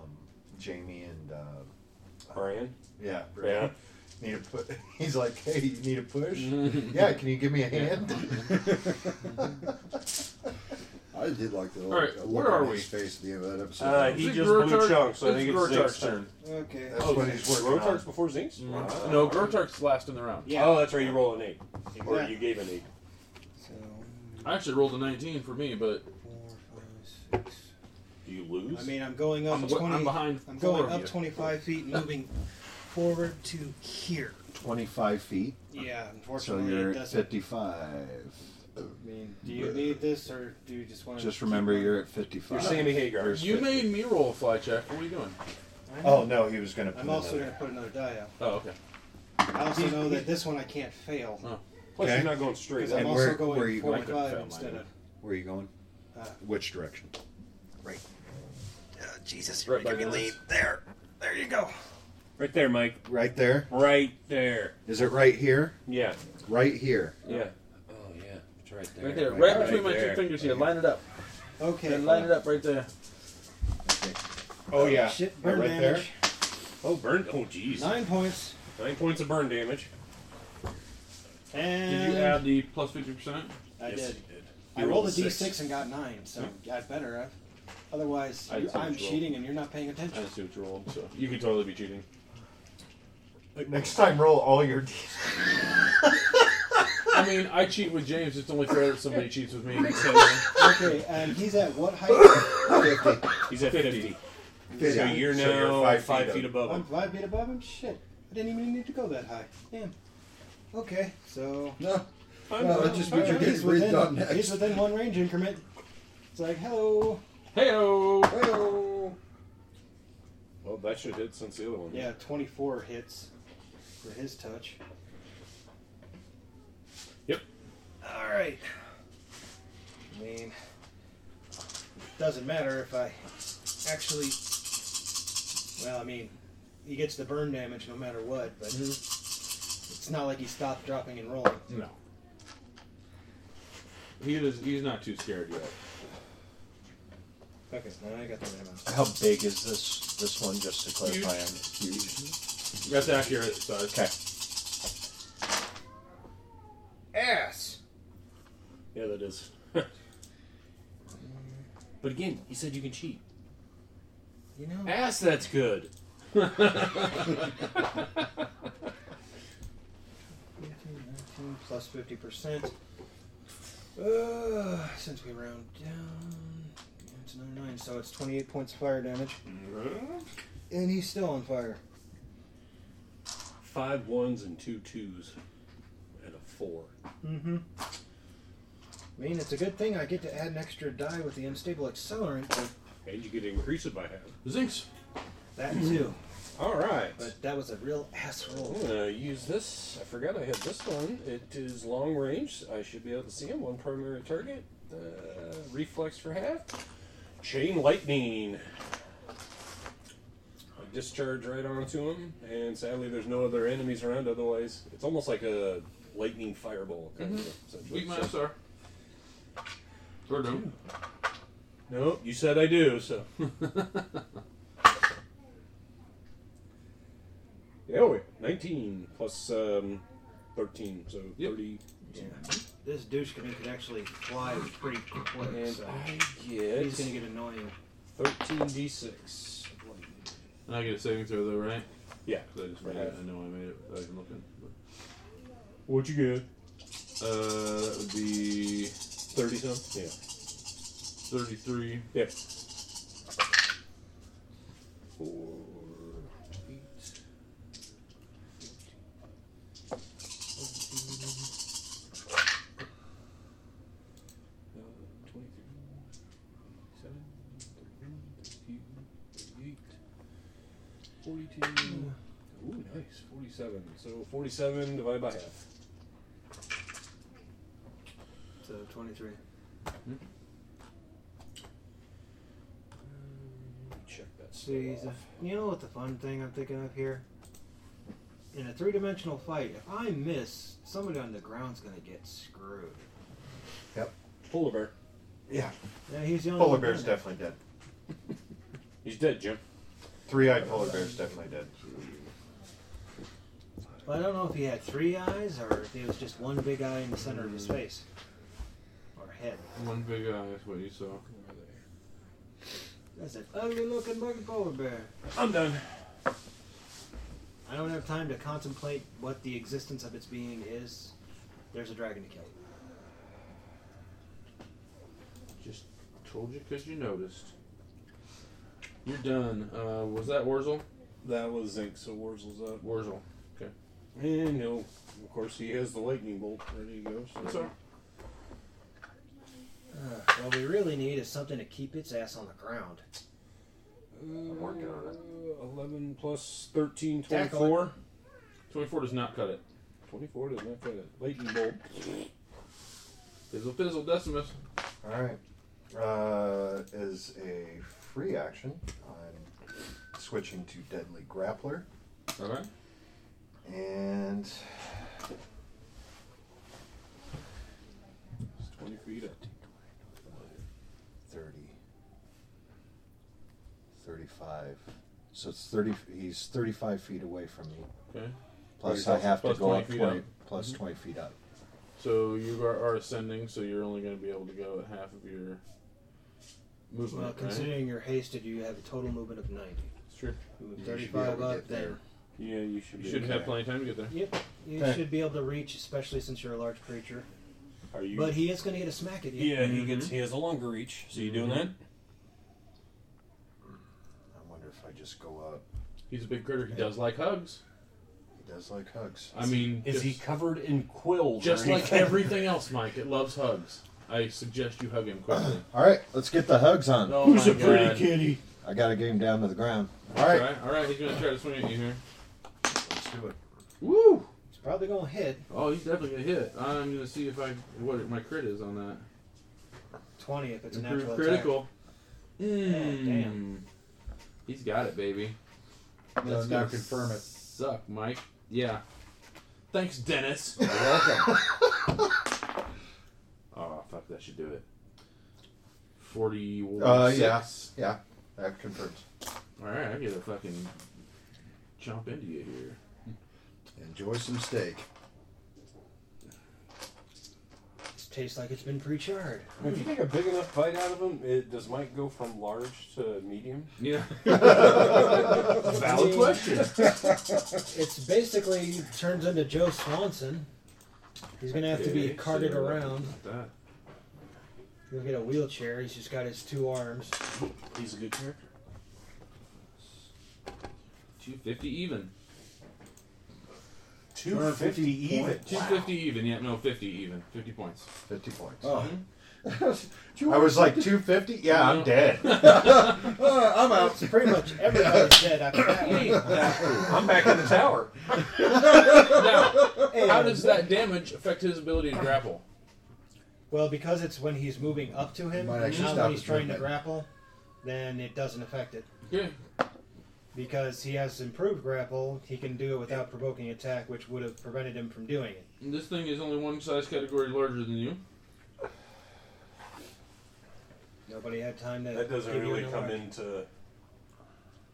Speaker 9: Jamie and uh,
Speaker 13: Brian.
Speaker 9: Yeah,
Speaker 13: Yeah.
Speaker 9: Brian. Need a pu- He's like, hey, you need a push? yeah, can you give me a hand?
Speaker 11: I did like the
Speaker 9: All right,
Speaker 11: look
Speaker 9: where
Speaker 11: on
Speaker 9: are
Speaker 11: his face at the end of that episode.
Speaker 13: Uh, he just blew chunks. So I think it's Zink's turn.
Speaker 11: Okay.
Speaker 9: That's
Speaker 13: Oh,
Speaker 9: what he's working on. Mm-hmm.
Speaker 13: Rotark's before Zinks?
Speaker 8: Mm. No, Grotark's last in the round.
Speaker 13: Yeah. Oh, that's right. You roll an eight, or
Speaker 8: Yeah.
Speaker 13: you gave an eight.
Speaker 8: I actually rolled a 19 for me, but
Speaker 13: do you lose?
Speaker 4: I mean, I'm going up
Speaker 8: I'm, wa-
Speaker 4: 20.
Speaker 8: I'm behind.
Speaker 4: I'm
Speaker 8: four
Speaker 4: going
Speaker 8: of
Speaker 4: up
Speaker 8: you.
Speaker 4: 25 feet, moving forward to here.
Speaker 9: 25 feet.
Speaker 4: Yeah, unfortunately,
Speaker 9: So you're
Speaker 4: it
Speaker 9: at
Speaker 4: doesn't-
Speaker 9: 55.
Speaker 4: I mean, do you need this or do you just want to?
Speaker 9: Just remember you're at 55. There's
Speaker 8: You
Speaker 9: 50.
Speaker 8: made me roll a fly check. What are you doing?
Speaker 9: Oh, no, he was going to put
Speaker 4: I'm also going
Speaker 9: another-
Speaker 4: to put another die out.
Speaker 8: Oh, okay.
Speaker 4: I also
Speaker 8: He's-
Speaker 4: know
Speaker 8: he's-
Speaker 4: that this one I can't fail.
Speaker 13: Plus, you're not going straight.
Speaker 4: 'Cause I'm
Speaker 9: And
Speaker 4: also
Speaker 9: where-
Speaker 4: going
Speaker 9: where are you going?
Speaker 4: 45 instead of.
Speaker 9: Where are you going?
Speaker 4: Uh,
Speaker 9: Which direction?
Speaker 4: Right.
Speaker 9: Uh, Jesus,
Speaker 4: you're Right making by me Dennis.
Speaker 9: There. There you go.
Speaker 13: Right there, Mike.
Speaker 9: Right there?
Speaker 13: Right there.
Speaker 9: Is it right here?
Speaker 13: Yeah.
Speaker 9: Right here.
Speaker 13: Yeah. Oh yeah, it's right there.
Speaker 8: Right there, right, between my two fingers here. Line it up.
Speaker 4: Okay.
Speaker 8: And line it up right there.
Speaker 9: Oh, yeah.
Speaker 4: Shit,
Speaker 13: Yeah,
Speaker 4: burn
Speaker 13: right there.
Speaker 4: damage.
Speaker 13: Oh, burn. Oh, jeez.
Speaker 4: Nine points.
Speaker 13: Nine points of burn damage.
Speaker 4: And
Speaker 8: Did you add the plus 50%?
Speaker 4: I
Speaker 13: Yes,
Speaker 4: did.
Speaker 13: you did.
Speaker 4: I
Speaker 13: You
Speaker 4: rolled a
Speaker 13: rolled a
Speaker 4: d6
Speaker 13: six.
Speaker 4: and got nine, so I better have. Otherwise,
Speaker 8: Hmm? I
Speaker 4: you-
Speaker 8: just
Speaker 4: I'm
Speaker 8: rolled.
Speaker 4: cheating and you're not paying attention.
Speaker 8: see what you rolled, so you could totally be cheating.
Speaker 9: Like next time, roll all your d.
Speaker 8: I mean, I cheat with James. It's only fair that somebody cheats with me.
Speaker 4: okay, and he's at what height?
Speaker 13: He's at 50.
Speaker 15: Fit
Speaker 13: So
Speaker 15: out.
Speaker 13: you're
Speaker 15: So you're
Speaker 8: Oh,
Speaker 13: now
Speaker 15: five
Speaker 13: five
Speaker 15: feet
Speaker 13: feet
Speaker 15: up.
Speaker 13: above
Speaker 4: I'm
Speaker 13: him.
Speaker 4: five feet above him. Shit, I didn't even need to go that high. Damn. Okay, so
Speaker 15: no,
Speaker 4: I'm,
Speaker 15: No, that just means you're getting
Speaker 4: he's within,
Speaker 15: redone next.
Speaker 4: He's within one range increment. It's like hello.
Speaker 8: Heyo.
Speaker 15: Heyo.
Speaker 13: Well, that should hit since the other one.
Speaker 4: Yeah, twenty-four hits for his touch.
Speaker 13: Yep.
Speaker 4: All right. I mean, doesn't matter if I actually. Well, I mean, he gets the burn damage no matter what, but
Speaker 15: Mm-hmm.
Speaker 4: it's not like he stopped dropping and rolling.
Speaker 8: No. He is. He's not too scared yet.
Speaker 4: Okay, now I got the right amount.
Speaker 9: How big is this this one? Just to clarify, I'm huge.
Speaker 8: That's accurate size.
Speaker 9: Okay.
Speaker 4: Ass.
Speaker 13: Yeah, that is. but again, he said you can cheat.
Speaker 4: You know.
Speaker 13: Ass, that's good.
Speaker 4: plus fifty percent. Uh, since we round down, yeah, it's another nine, so it's twenty-eight points of fire damage, and he's still on fire.
Speaker 13: Five ones and two twos, and a four.
Speaker 4: Mm-hmm. I mean, it's a good thing I get to add an extra die with the unstable accelerant, but
Speaker 13: And you get increased by half.
Speaker 8: Zinks.
Speaker 4: that too.
Speaker 13: All right.
Speaker 4: But that was a real asshole.
Speaker 13: I'm gonna use this. I forgot I had this one. It is long range. I should be able to see him. One primary target. Uh, reflex for half. Chain lightning. I discharge right onto him, and sadly, there's no other enemies around. Otherwise, it's almost like a lightning fireball kind
Speaker 8: Mhm.
Speaker 13: of situation.
Speaker 8: Weak minus are. Or no.
Speaker 13: Nope, you said I do, so. yeah, wait. 19 plus um, 13, so 30.
Speaker 4: Yeah. This douche can, can actually fly pretty quick,
Speaker 13: And
Speaker 4: so
Speaker 13: I get.
Speaker 4: he's gonna get annoying.
Speaker 13: 13d6.
Speaker 8: And I get a saving throw though, right?
Speaker 13: Yeah.
Speaker 8: 'Cause I just made it. I know I made it. without even looking.
Speaker 13: What you get?
Speaker 8: Uh, that would be
Speaker 13: 30 something? Yeah.
Speaker 8: 33.
Speaker 13: Yep. Forty-two. Ooh, nice. Forty-seven. So forty-seven divided by half.
Speaker 4: So twenty-three.
Speaker 13: Check that.
Speaker 4: See, the- you know what the fun thing I'm thinking of here? In a three-dimensional fight, if I miss, somebody on the ground's gonna get screwed.
Speaker 15: Yep.
Speaker 13: Polar bear.
Speaker 15: Yeah.
Speaker 4: Yeah, he's the only
Speaker 9: Polar
Speaker 4: one
Speaker 9: bear's
Speaker 4: doing it.
Speaker 9: definitely dead.
Speaker 13: He's dead, Jim.
Speaker 9: Three-eyed polar bear's definitely dead.
Speaker 4: Well, I don't know if he had three eyes or if it was just one big eye in the center of his
Speaker 9: Hmm.
Speaker 4: face or head.
Speaker 8: One big eye is what you saw.
Speaker 4: That's an ugly-looking bucket polar bear.
Speaker 13: I'm done.
Speaker 4: I don't have time to contemplate what the existence of its being is. There's a dragon to kill.
Speaker 8: Just told you because you noticed. You're done. Uh, was that Wurzel?
Speaker 13: That was Zinc, so Wurzel's up.
Speaker 8: Wurzel. Okay.
Speaker 13: And he'll, of course, he has the lightning bolt ready to go. So.
Speaker 8: That's all right.
Speaker 4: Uh, what we really need is something to keep its ass on the ground.
Speaker 13: I'm
Speaker 4: working on it.
Speaker 13: 11 plus 13,
Speaker 4: Tackle
Speaker 13: 24.
Speaker 8: 24 does not cut it.
Speaker 13: 24 does not cut it. Lightning bolt.
Speaker 8: Fizzle, fizzle, Decimus.
Speaker 9: All right. Uh, as a free action, I'm switching to Deadly Grappler.
Speaker 8: Okay.
Speaker 9: And
Speaker 13: It's 20 feet up.
Speaker 9: 30. 35. So it's 30. He's 35 feet away from me.
Speaker 8: Okay.
Speaker 9: Plus,
Speaker 8: Plus-
Speaker 9: I have
Speaker 8: plus
Speaker 9: to go
Speaker 8: 20
Speaker 9: up
Speaker 8: feet
Speaker 9: 20,
Speaker 8: up.
Speaker 9: plus
Speaker 8: Mhm.
Speaker 9: 20 feet up.
Speaker 8: So you are, are ascending, so you're only going to be able to go at half of your movement.
Speaker 4: Well,
Speaker 8: right?
Speaker 4: considering you're hasted, you have a total movement of 90.
Speaker 8: It's true.
Speaker 4: You move
Speaker 8: You should be
Speaker 4: 35
Speaker 8: able to
Speaker 4: up,
Speaker 8: get there.
Speaker 4: then
Speaker 13: Yeah, you should
Speaker 8: You
Speaker 13: be
Speaker 8: should
Speaker 13: okay.
Speaker 8: have plenty of time to get there.
Speaker 4: Yep. You
Speaker 13: Okay.
Speaker 4: should be able to reach, especially since you're a large creature.
Speaker 13: Are you?
Speaker 4: But he is going to get a smack at you.
Speaker 13: Mm-hmm. yeah, he gets. He has a longer reach. So you doing that?
Speaker 9: I wonder just go up.
Speaker 8: He's a big critter. He does like hugs.
Speaker 9: He does like hugs.
Speaker 8: I mean,
Speaker 13: is he
Speaker 8: just-
Speaker 13: covered in quills? or
Speaker 8: Just like
Speaker 13: anything?
Speaker 8: everything else, Mike, it loves hugs. I suggest you hug him quickly.
Speaker 9: All right, let's get the hugs on.
Speaker 8: Oh Who's my a pretty God.
Speaker 9: kitty? I gotta get him down to the ground. All
Speaker 8: All
Speaker 9: right.
Speaker 8: right, all right. He's gonna try to swing at you here.
Speaker 9: Let's do it.
Speaker 8: Woo!
Speaker 4: It's probably gonna hit.
Speaker 8: Oh, he's definitely gonna hit. I'm gonna see if I what my crit is on that.
Speaker 4: Twenty if it's a
Speaker 8: Improved
Speaker 4: natural
Speaker 8: critical.
Speaker 4: Attack. Oh, damn.
Speaker 8: Hmm. He's got it, baby.
Speaker 11: No,
Speaker 8: That's
Speaker 11: now
Speaker 8: gonna
Speaker 11: confirm it.
Speaker 8: Suck, Mike. Yeah. Thanks, Dennis.
Speaker 9: welcome.
Speaker 8: oh fuck, that should do it. Forty.
Speaker 9: Uh, yeah, yeah, that confirms.
Speaker 8: All right, I get a fucking jump into you here.
Speaker 9: Enjoy some steak.
Speaker 4: It tastes like it's been pre-charred.
Speaker 13: If you take a big enough bite out of him, it, does Mike go from large to medium?
Speaker 8: Yeah.
Speaker 4: I mean, it's basically turns into Joe Swanson. He's gonna have to be
Speaker 8: Yeah,
Speaker 4: carted
Speaker 8: so-
Speaker 4: around.
Speaker 8: That.
Speaker 4: He'll get a wheelchair. He's just got his two arms.
Speaker 13: He's a good character.
Speaker 8: Two fifty even.
Speaker 13: 250 even.
Speaker 8: Two fifty even. Yeah, no, fifty even. Fifty points.
Speaker 9: Fifty points.
Speaker 11: Oh.
Speaker 8: Mhm.
Speaker 9: I was like 250? Yeah, I'm
Speaker 8: No.
Speaker 9: dead.
Speaker 11: Uh, I'm out.
Speaker 4: It's pretty much everybody's dead after that.
Speaker 13: I'm back in the tower.
Speaker 8: now, how does that damage affect his ability to grapple?
Speaker 4: Well, because it's when he's moving up to him,
Speaker 9: Might
Speaker 4: not
Speaker 9: actually stop
Speaker 4: when he's
Speaker 9: his
Speaker 4: trying to
Speaker 9: movement.
Speaker 4: grapple, then it doesn't affect it.
Speaker 8: Okay.
Speaker 4: Because he has improved grapple, he can do it without provoking attack, which would have prevented him from doing it.
Speaker 8: This thing is only one size category larger than you.
Speaker 4: Nobody had time to.
Speaker 13: That doesn't
Speaker 4: give you
Speaker 13: really
Speaker 4: an
Speaker 13: come
Speaker 4: alarm.
Speaker 13: into.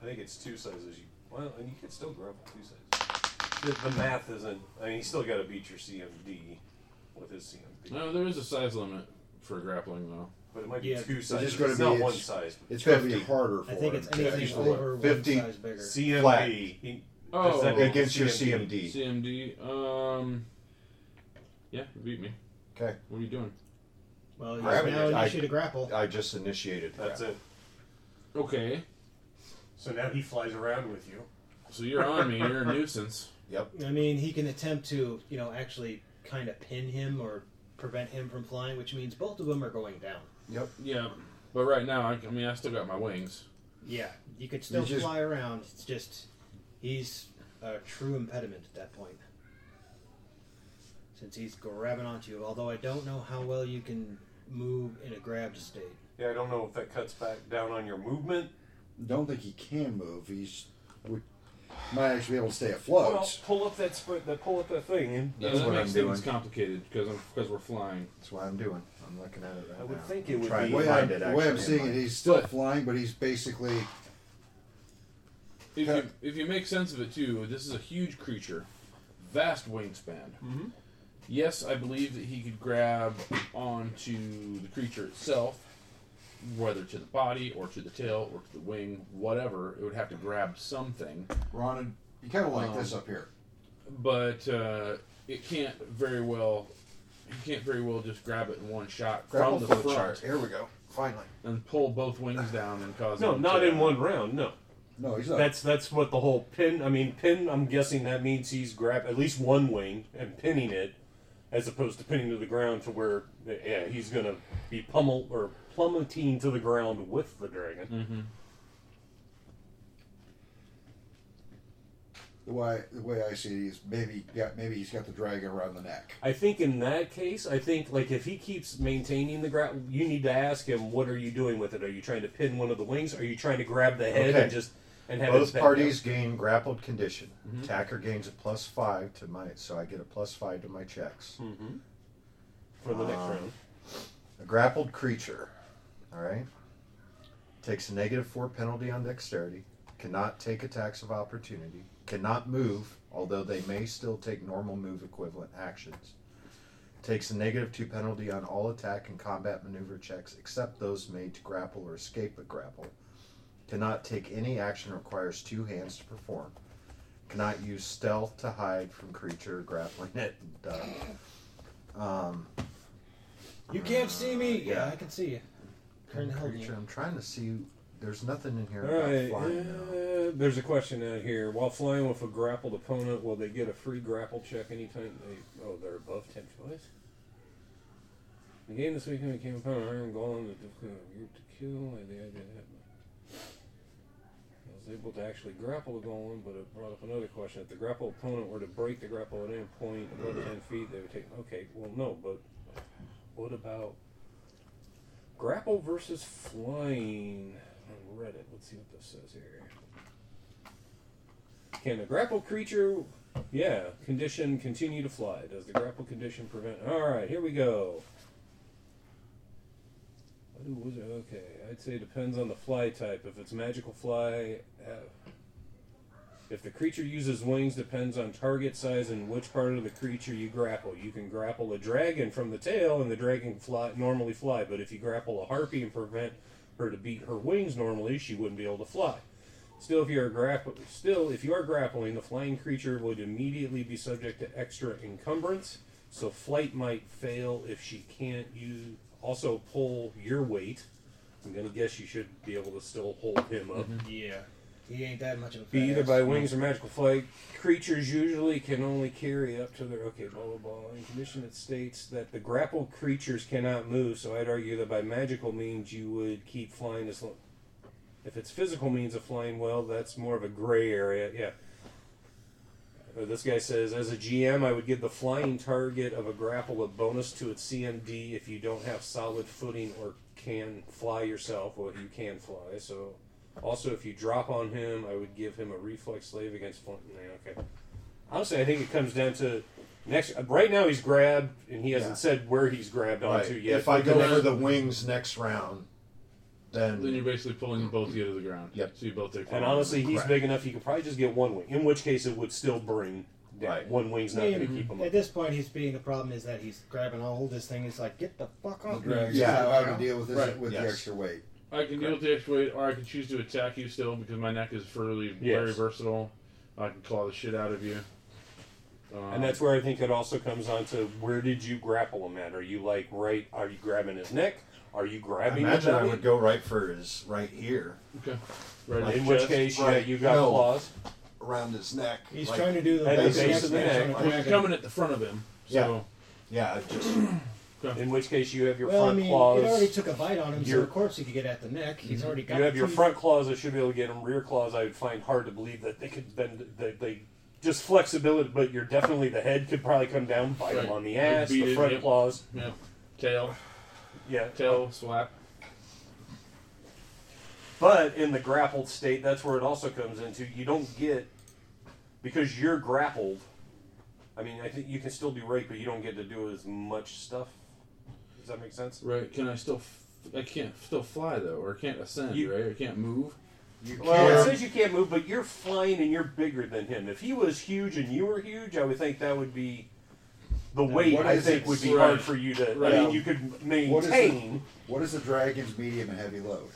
Speaker 13: I think it's two sizes. You, well, and you can still grow up with two sizes. The, the math isn't. I mean, you still got to beat your CMD with his CMD.
Speaker 8: No, there is a size limit for grappling, though.
Speaker 13: But it might be
Speaker 4: Yeah.
Speaker 13: two
Speaker 4: It's
Speaker 13: sizes.
Speaker 11: just gonna
Speaker 13: it's
Speaker 11: be-
Speaker 13: not
Speaker 11: it's-
Speaker 13: one size.
Speaker 11: it's gonna be harder
Speaker 4: I think it's anything over one size bigger.
Speaker 13: CMD.
Speaker 9: Flat.
Speaker 13: He,
Speaker 8: Oh.
Speaker 13: does that make
Speaker 9: Against
Speaker 13: it
Speaker 9: your
Speaker 8: CMD. Um. Yeah, you beat me.
Speaker 9: Okay.
Speaker 8: What are you doing?
Speaker 4: Well, he's
Speaker 9: Grabbing
Speaker 4: now
Speaker 9: it.
Speaker 4: initiate a grapple.
Speaker 9: I just initiated.
Speaker 13: That's it.
Speaker 8: Okay.
Speaker 13: So now he flies around with you.
Speaker 8: So you're on me. You're a nuisance.
Speaker 9: Yep.
Speaker 4: I mean, he can attempt to, you know, actually kind of pin him or prevent him from flying, which means both of them are going down.
Speaker 9: Yep.
Speaker 8: Yeah. But right now, I, I mean, I still got my wings.
Speaker 4: Yeah, you could still
Speaker 9: You just-
Speaker 4: fly around. It's just he's a true impediment at that point, since he's grabbing onto you. Although I don't know how well you can move in a grabbed state.
Speaker 13: Yeah, I don't know if that cuts back down on your movement.
Speaker 11: Don't think he can move. He's we might actually be able to stay afloat.
Speaker 13: Well, pull up that sp- that pull up that thing. And
Speaker 8: Yeah,
Speaker 9: That's
Speaker 8: that
Speaker 9: what
Speaker 8: makes
Speaker 9: I'm
Speaker 8: things
Speaker 9: doing.
Speaker 8: complicated because because we're flying.
Speaker 9: That's what I'm doing. I'm looking at it right
Speaker 13: I would
Speaker 9: now.
Speaker 13: think it would
Speaker 9: Trying to
Speaker 13: be-
Speaker 11: the way, I'm,
Speaker 9: find it
Speaker 11: the way I'm
Speaker 9: actually in
Speaker 11: seeing
Speaker 9: my-
Speaker 11: it, he's still flying, but he's basically
Speaker 8: If you, if you make sense of it too, this is a huge creature, vast wingspan.
Speaker 23: Mhm.
Speaker 8: Yes, I believe that he could grab onto the creature itself, whether to the body or to the tail or to the wing, whatever. It would have to grab something,
Speaker 11: Ron. and- You kind of like this
Speaker 8: Um,
Speaker 11: up here.
Speaker 8: but uh, it can't very well. He can't very well just grab it in one shot
Speaker 9: Grapple
Speaker 8: from the
Speaker 9: foot
Speaker 8: front
Speaker 9: charge. Here we go. Finally.
Speaker 8: and pull both wings down and cause.
Speaker 13: No,
Speaker 8: him
Speaker 13: not
Speaker 8: to-
Speaker 13: in one round. No.
Speaker 11: No, he's not.
Speaker 13: That's that's what the whole pin. I mean, pin. I'm guessing that means he's grabbed at least one wing and pinning it, as opposed to pinning to the ground to where yeah he's gonna be pummel or plummeting to the ground with the dragon.
Speaker 4: Mm-hmm.
Speaker 8: Mhm.
Speaker 11: the way the way I see it is maybe yeah, maybe he's got the dragon around the neck.
Speaker 13: I think in that case, I think like if he keeps maintaining the grapple, you need to ask him, what are you doing with it? Are you trying to pin one of the wings? Are you trying to grab the head
Speaker 9: Okay.
Speaker 13: and just and have it Mm-hmm.
Speaker 9: Both
Speaker 13: bend
Speaker 9: parties
Speaker 13: down?
Speaker 9: gain grappled condition. Attacker gains a plus five to my, so I get a plus five to my checks.
Speaker 13: Mhm. for the next
Speaker 9: Um,
Speaker 13: round?
Speaker 9: A grappled creature, all right, takes a negative four penalty on dexterity, cannot take attacks of opportunity, cannot move, although they may still take normal move equivalent actions, takes a negative two penalty on all attack and combat maneuver checks except those made to grapple or escape a grapple, cannot take any action requires two hands to perform, cannot use stealth to hide from creature grappling it. And, uh, um,
Speaker 4: You can't see me. Yeah,
Speaker 9: Yeah.
Speaker 4: I can see you. Turn
Speaker 9: kind of
Speaker 4: the hell
Speaker 9: creature. I'm trying to see. There's nothing in here
Speaker 13: All
Speaker 9: about
Speaker 13: right.
Speaker 9: flying.
Speaker 13: uh, there's a question out here. While flying with a grappled opponent, will they get a free grapple check anytime they? Oh, they're above ten twice. The game this weekend became upon an iron golem that took a group to kill. and the idea that- I was able to actually grapple the golem, but it brought up another question. If the grapple opponent were to break the grapple at any point above ten feet, they would take. Okay, well, no, but what about grapple versus flying on Reddit? Let's see what this says here. Can the grapple creature, yeah, condition continue to fly? Does the grapple condition prevent? All right, here we go. What do- was it? Okay, I'd say depends on the fly type. If it's magical fly, uh, if the creature uses wings, depends on target size and which part of the creature you grapple. You can grapple a dragon from the tail, and the dragon can fly, normally fly. But if you grapple a harpy and prevent her to beat her wings normally, she wouldn't be able to fly. Still, if you are grapp- still if you are grappling, the flying creature would immediately be subject to extra encumbrance. So flight might fail if she can't use. Also, pull your weight. I'm gonna guess you should be able to still hold him up.
Speaker 4: Yeah. He ain't that much of a
Speaker 13: Be either by
Speaker 4: badass.
Speaker 13: wings or magical flight. Creatures usually can only carry up to their okay, blah blah blah. In condition it states that the grapple creatures cannot move, so I'd argue that by magical means you would keep flying as long. If it's physical means of flying, well, that's more of a gray area. Yeah. Uh, This guy says, as a GM, I would give the flying target of a grapple a bonus to its CMD if you don't have solid footing or can fly yourself. Well, you can fly, so. Also, if you drop on him, I would give him a reflex save against Flint. Nah, okay. Honestly, I think it comes down to next. uh, Right now, he's grabbed, and he hasn't
Speaker 9: Yeah.
Speaker 13: said where he's grabbed
Speaker 9: Right.
Speaker 13: onto yet.
Speaker 9: If I
Speaker 13: But
Speaker 9: go
Speaker 13: then-
Speaker 9: for the wings next round, then
Speaker 8: Then you're basically pulling them both to the ground. Yep. So you both take.
Speaker 13: and honestly, he's
Speaker 8: Correct.
Speaker 13: big enough. He could probably just get one wing. In which case, it would still bring down. One wing's not going to
Speaker 4: Mhm.
Speaker 13: keep him up.
Speaker 4: At this point, he's being the problem is that he's grabbing a hold of this thing. He's like, get the fuck off me.
Speaker 15: Dragon's not allowed to deal with this with the extra weight.
Speaker 8: I can deal with the extra weight, or I can choose to attack you still because my neck is fairly very
Speaker 13: Yes.
Speaker 8: versatile. I can claw the shit out of you.
Speaker 13: And that's where I think it also comes on to where did you grapple him at? Are you like right? Are you grabbing his neck? Are you
Speaker 9: I
Speaker 13: grabbing? the
Speaker 9: imagine I
Speaker 13: belly?
Speaker 9: would go right for his right ear.
Speaker 8: Uh, Okay.
Speaker 13: Right, in which case, yeah, you got claws.
Speaker 9: around his neck.
Speaker 4: He's
Speaker 9: like-
Speaker 4: trying to do the
Speaker 13: At the
Speaker 4: base,
Speaker 13: base of the neck.
Speaker 8: He's coming at the front of him. So
Speaker 9: Yeah, just.
Speaker 13: In which case, you have your
Speaker 4: well, I
Speaker 13: front
Speaker 4: mean,
Speaker 13: claws.
Speaker 4: it already took a bite on him, so
Speaker 13: Your-
Speaker 4: of course he could get at the neck. He's already got.
Speaker 13: You have your
Speaker 4: two-
Speaker 13: front claws that should be able to get them. Rear claws, I would find hard to believe that they could bend. They, they just flexibility, but you're definitely the head could probably come down, bite
Speaker 8: Right.
Speaker 13: them on the
Speaker 8: Like
Speaker 13: ass,
Speaker 8: beat
Speaker 13: the
Speaker 8: it,
Speaker 13: front
Speaker 8: yep.
Speaker 13: claws.
Speaker 8: Yeah. Tail.
Speaker 13: Yeah.
Speaker 8: Tail slap.
Speaker 13: But in the grappled state, that's where it also comes into. You don't get because you're grappled. I mean, I think you can still do rape, but you don't get to do as much stuff. Does that make sense?
Speaker 8: Right? Can I still? F- I can't still fly though, or I can't ascend.
Speaker 13: You-
Speaker 8: right? I can't move.
Speaker 13: Well, it says you can't move, but you're flying and you're bigger than him. If he was huge and you were huge, I would think that would be the
Speaker 15: Now,
Speaker 13: weight.
Speaker 15: what
Speaker 13: I
Speaker 15: is
Speaker 13: think
Speaker 15: it-
Speaker 13: would be
Speaker 15: Right.
Speaker 13: hard for you to.
Speaker 15: Right.
Speaker 13: I mean, you could maintain.
Speaker 15: What is, the, what is the dragon's medium and heavy load?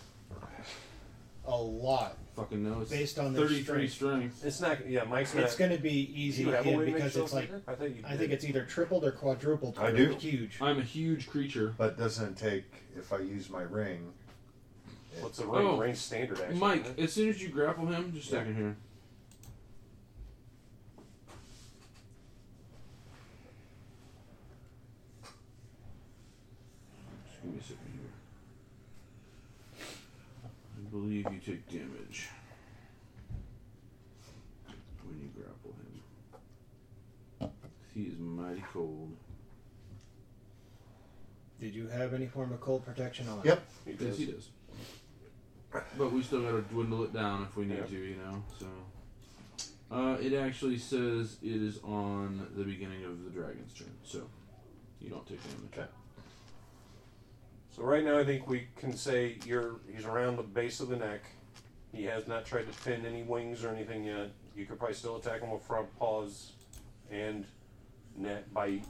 Speaker 4: a lot.
Speaker 8: Fucking knows.
Speaker 4: Based on their 33 strength.
Speaker 13: It's not. Yeah, Mike's not.
Speaker 4: It's going to be easy
Speaker 13: You
Speaker 4: to
Speaker 13: have a
Speaker 4: hit
Speaker 13: way to make
Speaker 4: because it's
Speaker 13: yourself
Speaker 4: like
Speaker 13: bigger? I think you
Speaker 4: I
Speaker 13: did.
Speaker 4: think it's either tripled or quadrupled.
Speaker 9: I
Speaker 4: or
Speaker 9: do.
Speaker 4: Huge.
Speaker 8: I'm a huge creature.
Speaker 9: But doesn't take if I use my ring.
Speaker 13: What's
Speaker 9: the
Speaker 8: Oh, Mike, as soon as you grapple him, just a second here. Just give me a second here. I believe you take damage when you grapple him. He is mighty cold.
Speaker 4: Did you have any form of cold protection on?
Speaker 8: yes, he does. But we still gotta dwindle it down if we need
Speaker 4: Yeah.
Speaker 8: to, you know. So, uh, it actually says it is on the beginning of the dragon's turn, so you don't take damage. Okay.
Speaker 13: So right now, I think we can say you're. He's around the base of the neck. He has not tried to pin any wings or anything yet. You could probably still attack him with front paws and net bite.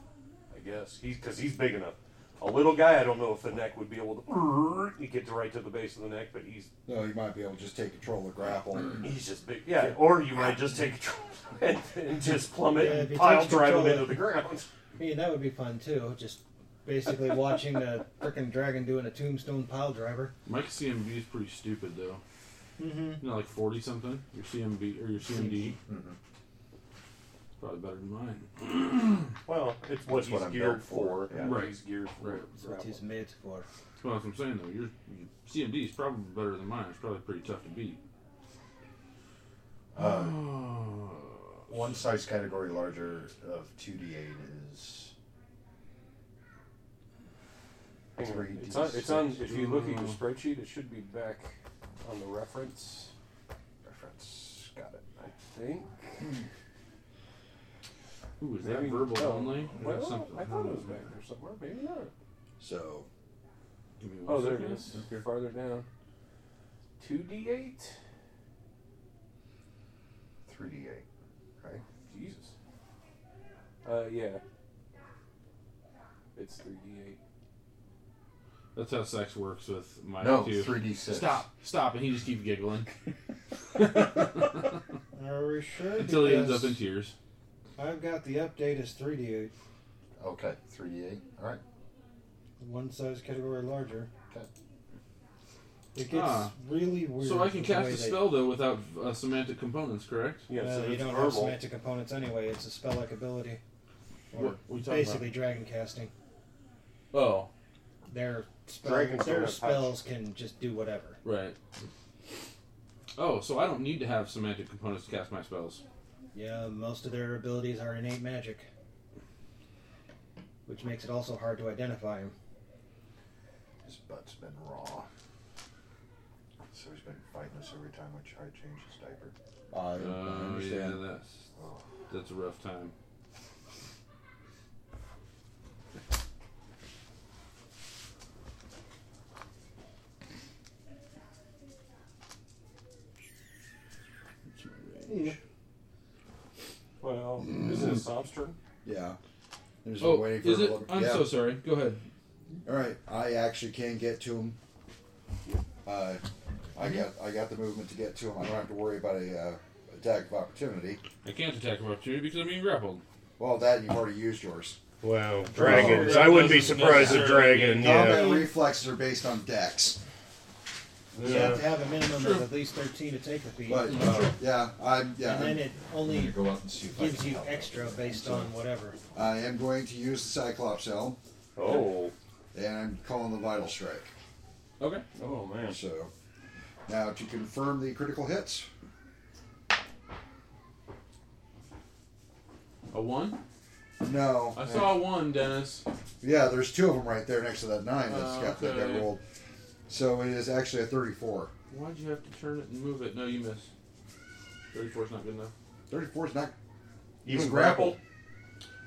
Speaker 13: I guess he's because he's big enough. A little guy, I don't know if the neck would be able to you get to right to the base of the neck, but he's
Speaker 15: No, you might be able to just take control of grapple.
Speaker 13: He's just big, yeah. Or you might just take control and, and just plummet
Speaker 4: Yeah, if
Speaker 13: and
Speaker 4: he
Speaker 13: pile
Speaker 4: takes
Speaker 13: drive him
Speaker 4: control,
Speaker 13: into the ground.
Speaker 4: I mean, that would be fun too. Just basically watching a freaking dragon doing a tombstone pile driver.
Speaker 11: My CMV is pretty stupid though.
Speaker 4: Mhm.
Speaker 11: You know, like forty something. Your CMV or your CMD. Mm-hmm. Probably better than mine.
Speaker 24: Well, it's what he's geared for.
Speaker 11: Right.
Speaker 24: He's geared for.
Speaker 11: Right.
Speaker 24: It's what he's
Speaker 4: made for.
Speaker 11: Well, that's what I'm saying though. Your, your CMD is probably better than mine. It's probably pretty tough to beat.
Speaker 8: Uh, one size category larger of 2d8 is.
Speaker 13: Hang on.
Speaker 8: 3D6.
Speaker 13: It's on, it's on. If you look at
Speaker 11: Mm.
Speaker 13: your spreadsheet, it should be back on the reference.
Speaker 8: Reference. Got it.
Speaker 13: I think.
Speaker 11: Hmm. Ooh, is that
Speaker 13: Maybe-
Speaker 11: verbal
Speaker 13: no.
Speaker 11: only? Or
Speaker 13: Well,
Speaker 11: something?
Speaker 13: I thought it was back there somewhere. Maybe not.
Speaker 9: So.
Speaker 11: Give me one
Speaker 13: Oh, there it
Speaker 11: second.
Speaker 13: is. Farther down. Two D eight.
Speaker 8: 3d8, right?
Speaker 13: Jesus. Uh, yeah. It's three D eight.
Speaker 11: That's how sex works with my
Speaker 8: No,
Speaker 11: two.
Speaker 8: 3D6.
Speaker 11: Stop, stop, and he just keeps giggling.
Speaker 4: Are Uh, we sure?
Speaker 11: Until he ends
Speaker 4: Because
Speaker 11: up in tears.
Speaker 4: I've got the update as 3D8.
Speaker 8: Okay, 3d8. All right.
Speaker 4: One size category larger.
Speaker 8: Okay.
Speaker 4: It gets
Speaker 11: Ah.
Speaker 4: really weird.
Speaker 11: So I can
Speaker 4: with the
Speaker 11: cast
Speaker 4: way
Speaker 11: a
Speaker 4: they-
Speaker 11: spell though without uh, semantic components, correct?
Speaker 4: Well, Uh, you don't have semantic components anyway. It's a spell-like ability. Or
Speaker 11: What- what you talking
Speaker 4: basically dragon casting.
Speaker 11: Oh,
Speaker 4: Their
Speaker 11: Dragons don't
Speaker 4: spells, their
Speaker 11: have
Speaker 4: spells can just do whatever.
Speaker 11: right. Oh, so I don't need to have semantic components to cast my spells.
Speaker 4: Yeah, most of their abilities are innate magic, which makes it also hard to identify them.
Speaker 8: His butt's been raw. So he's been fighting us every time I try to change his diaper.
Speaker 9: Uh,
Speaker 11: Oh yeah,
Speaker 8: understand.
Speaker 11: that's that's a rough time.
Speaker 13: Well, isn't it Sob's turn?
Speaker 9: Yeah. There's
Speaker 11: Oh,
Speaker 9: no waiting for
Speaker 11: is
Speaker 9: him
Speaker 11: it?
Speaker 9: to look-
Speaker 11: I'm
Speaker 9: yeah.
Speaker 11: so sorry. Go ahead.
Speaker 9: All right, I actually can get to him. Uh, I got I got the movement to get to him. I don't have to worry about a uh, attack of opportunity.
Speaker 11: I can't attack of opportunity because I'm being grappled.
Speaker 9: Well, that you've already used yours.
Speaker 4: Oh,
Speaker 24: Wow,
Speaker 11: dragons. I wouldn't be surprised if dragon,
Speaker 9: Combat
Speaker 11: yeah.
Speaker 9: reflexes are based on dex.
Speaker 4: You have to have a minimum of at least 13 to take the feat.
Speaker 9: But uh, yeah, I'm yeah.
Speaker 4: And then
Speaker 9: I'm-
Speaker 4: it only
Speaker 9: I'm gonna go out and see if I
Speaker 4: gives
Speaker 9: can
Speaker 4: you
Speaker 9: help.
Speaker 4: extra based on whatever.
Speaker 9: I am going to use the Cyclops Helm.
Speaker 13: Oh.
Speaker 9: And I'm calling the Vital Strike.
Speaker 11: Okay.
Speaker 13: Oh man.
Speaker 9: So now to confirm the critical hits.
Speaker 11: A one?
Speaker 9: No.
Speaker 11: I saw one, Dennis.
Speaker 9: Yeah, there's two of them right there next to that nine that's
Speaker 11: Oh,
Speaker 9: got that
Speaker 11: okay.
Speaker 9: got rolled. So it is actually a 34.
Speaker 11: Why'd you have to turn it and move it? No, you miss. 34 is not good enough.
Speaker 9: 34 is not
Speaker 11: Even
Speaker 9: it's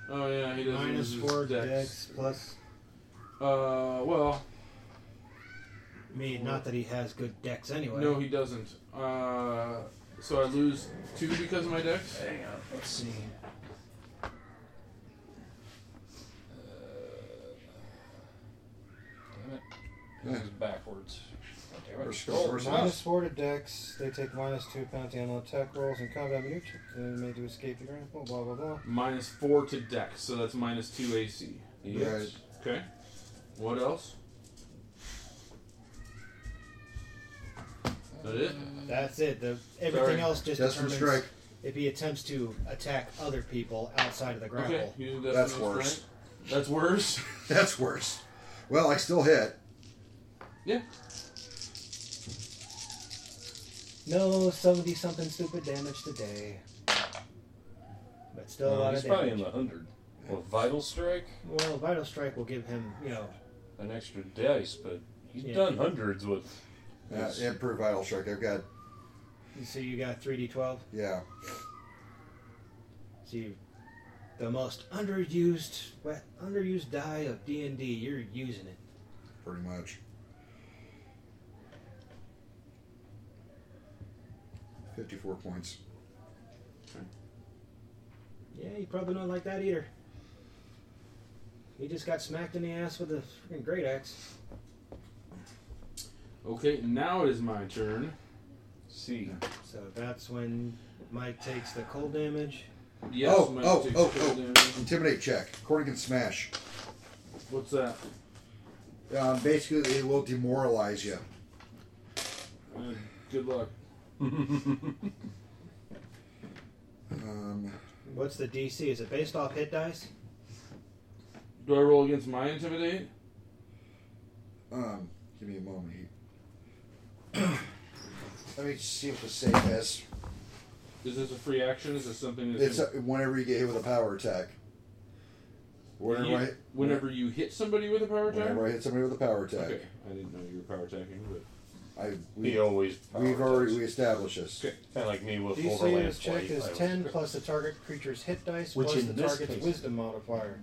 Speaker 11: Oh yeah, he doesn't.
Speaker 4: Minus
Speaker 11: use his
Speaker 4: four
Speaker 11: dex.
Speaker 4: dex plus.
Speaker 11: Uh, well.
Speaker 4: I mean, not that he has good dex anyway.
Speaker 11: No, he doesn't. Uh, so I lose two because of my dex. Hang on,
Speaker 4: let's see.
Speaker 13: Damn it. This is backwards. Damn it.
Speaker 4: minus four to dex. They take minus two penalty on all attack rolls and combat maneuver. They may do escape the grapple. Blah blah blah.
Speaker 11: Minus four to dex, so that's minus two AC.
Speaker 9: Yes.
Speaker 11: Okay. What else? That it?
Speaker 4: That's it. The everything
Speaker 11: Sorry.
Speaker 4: else just
Speaker 11: Desperate
Speaker 4: determines
Speaker 11: strike.
Speaker 4: if he attempts to attack other people outside of the grapple.
Speaker 11: Okay. Using
Speaker 9: That's
Speaker 11: Destiny's
Speaker 9: worse.
Speaker 11: Strike. That's worse.
Speaker 9: That's worse. Well, I still hit.
Speaker 11: Yeah.
Speaker 4: No, seventy something stupid damage today. But still a
Speaker 13: No,
Speaker 4: lot
Speaker 13: he's
Speaker 4: of
Speaker 13: probably
Speaker 4: damage.
Speaker 13: in the hundred. Well, vital strike,
Speaker 4: Well, vital strike will give him, you know,
Speaker 13: an extra dice, but he's
Speaker 4: Yeah.
Speaker 13: done hundreds with.
Speaker 9: Yeah, improved Uh, Vital Strike. I've got,
Speaker 4: So you got three d twelve.
Speaker 9: yeah.
Speaker 4: So you, the most underused, wet, underused die of D and D. You're using it.
Speaker 9: Pretty much. 54 points.
Speaker 4: Yeah, you probably don't like that either. He just got smacked in the ass with a freaking great axe.
Speaker 11: Okay, now it is my turn.
Speaker 13: See.
Speaker 4: So that's when Mike takes the cold damage.
Speaker 11: Yes,
Speaker 9: oh,
Speaker 11: Mike
Speaker 9: oh,
Speaker 11: takes
Speaker 9: oh,
Speaker 11: cold
Speaker 9: oh.
Speaker 11: damage.
Speaker 9: Intimidate check. Cornigan smash.
Speaker 8: What's that?
Speaker 9: Um, basically, it will demoralize you.
Speaker 8: Uh, good luck.
Speaker 9: Um,
Speaker 25: What's the DC? Is it based off hit dice?
Speaker 8: Do I roll against my intimidate?
Speaker 9: um, give me a moment here. Let me see if the save is.
Speaker 8: Is this a free action? Is this something that's
Speaker 9: It's uh whenever you get hit with a power attack. Whenever
Speaker 8: You-
Speaker 9: I,
Speaker 8: whenever you hit somebody with a power
Speaker 4: Mm-hmm.
Speaker 8: attack?
Speaker 9: whenever I hit somebody with a power attack,
Speaker 8: Okay, I didn't know you were power attacking, but
Speaker 9: I
Speaker 8: He always
Speaker 9: we've
Speaker 8: power
Speaker 9: already we established this.
Speaker 8: Okay.
Speaker 13: Kind of uh, like me with
Speaker 4: DC
Speaker 13: Overland
Speaker 4: is check
Speaker 13: Flight.
Speaker 4: is
Speaker 13: I-
Speaker 4: 10 plus the target creature's hit dice
Speaker 13: Which
Speaker 4: plus
Speaker 13: in
Speaker 4: the
Speaker 13: this
Speaker 4: target's
Speaker 13: case-
Speaker 4: wisdom modifier.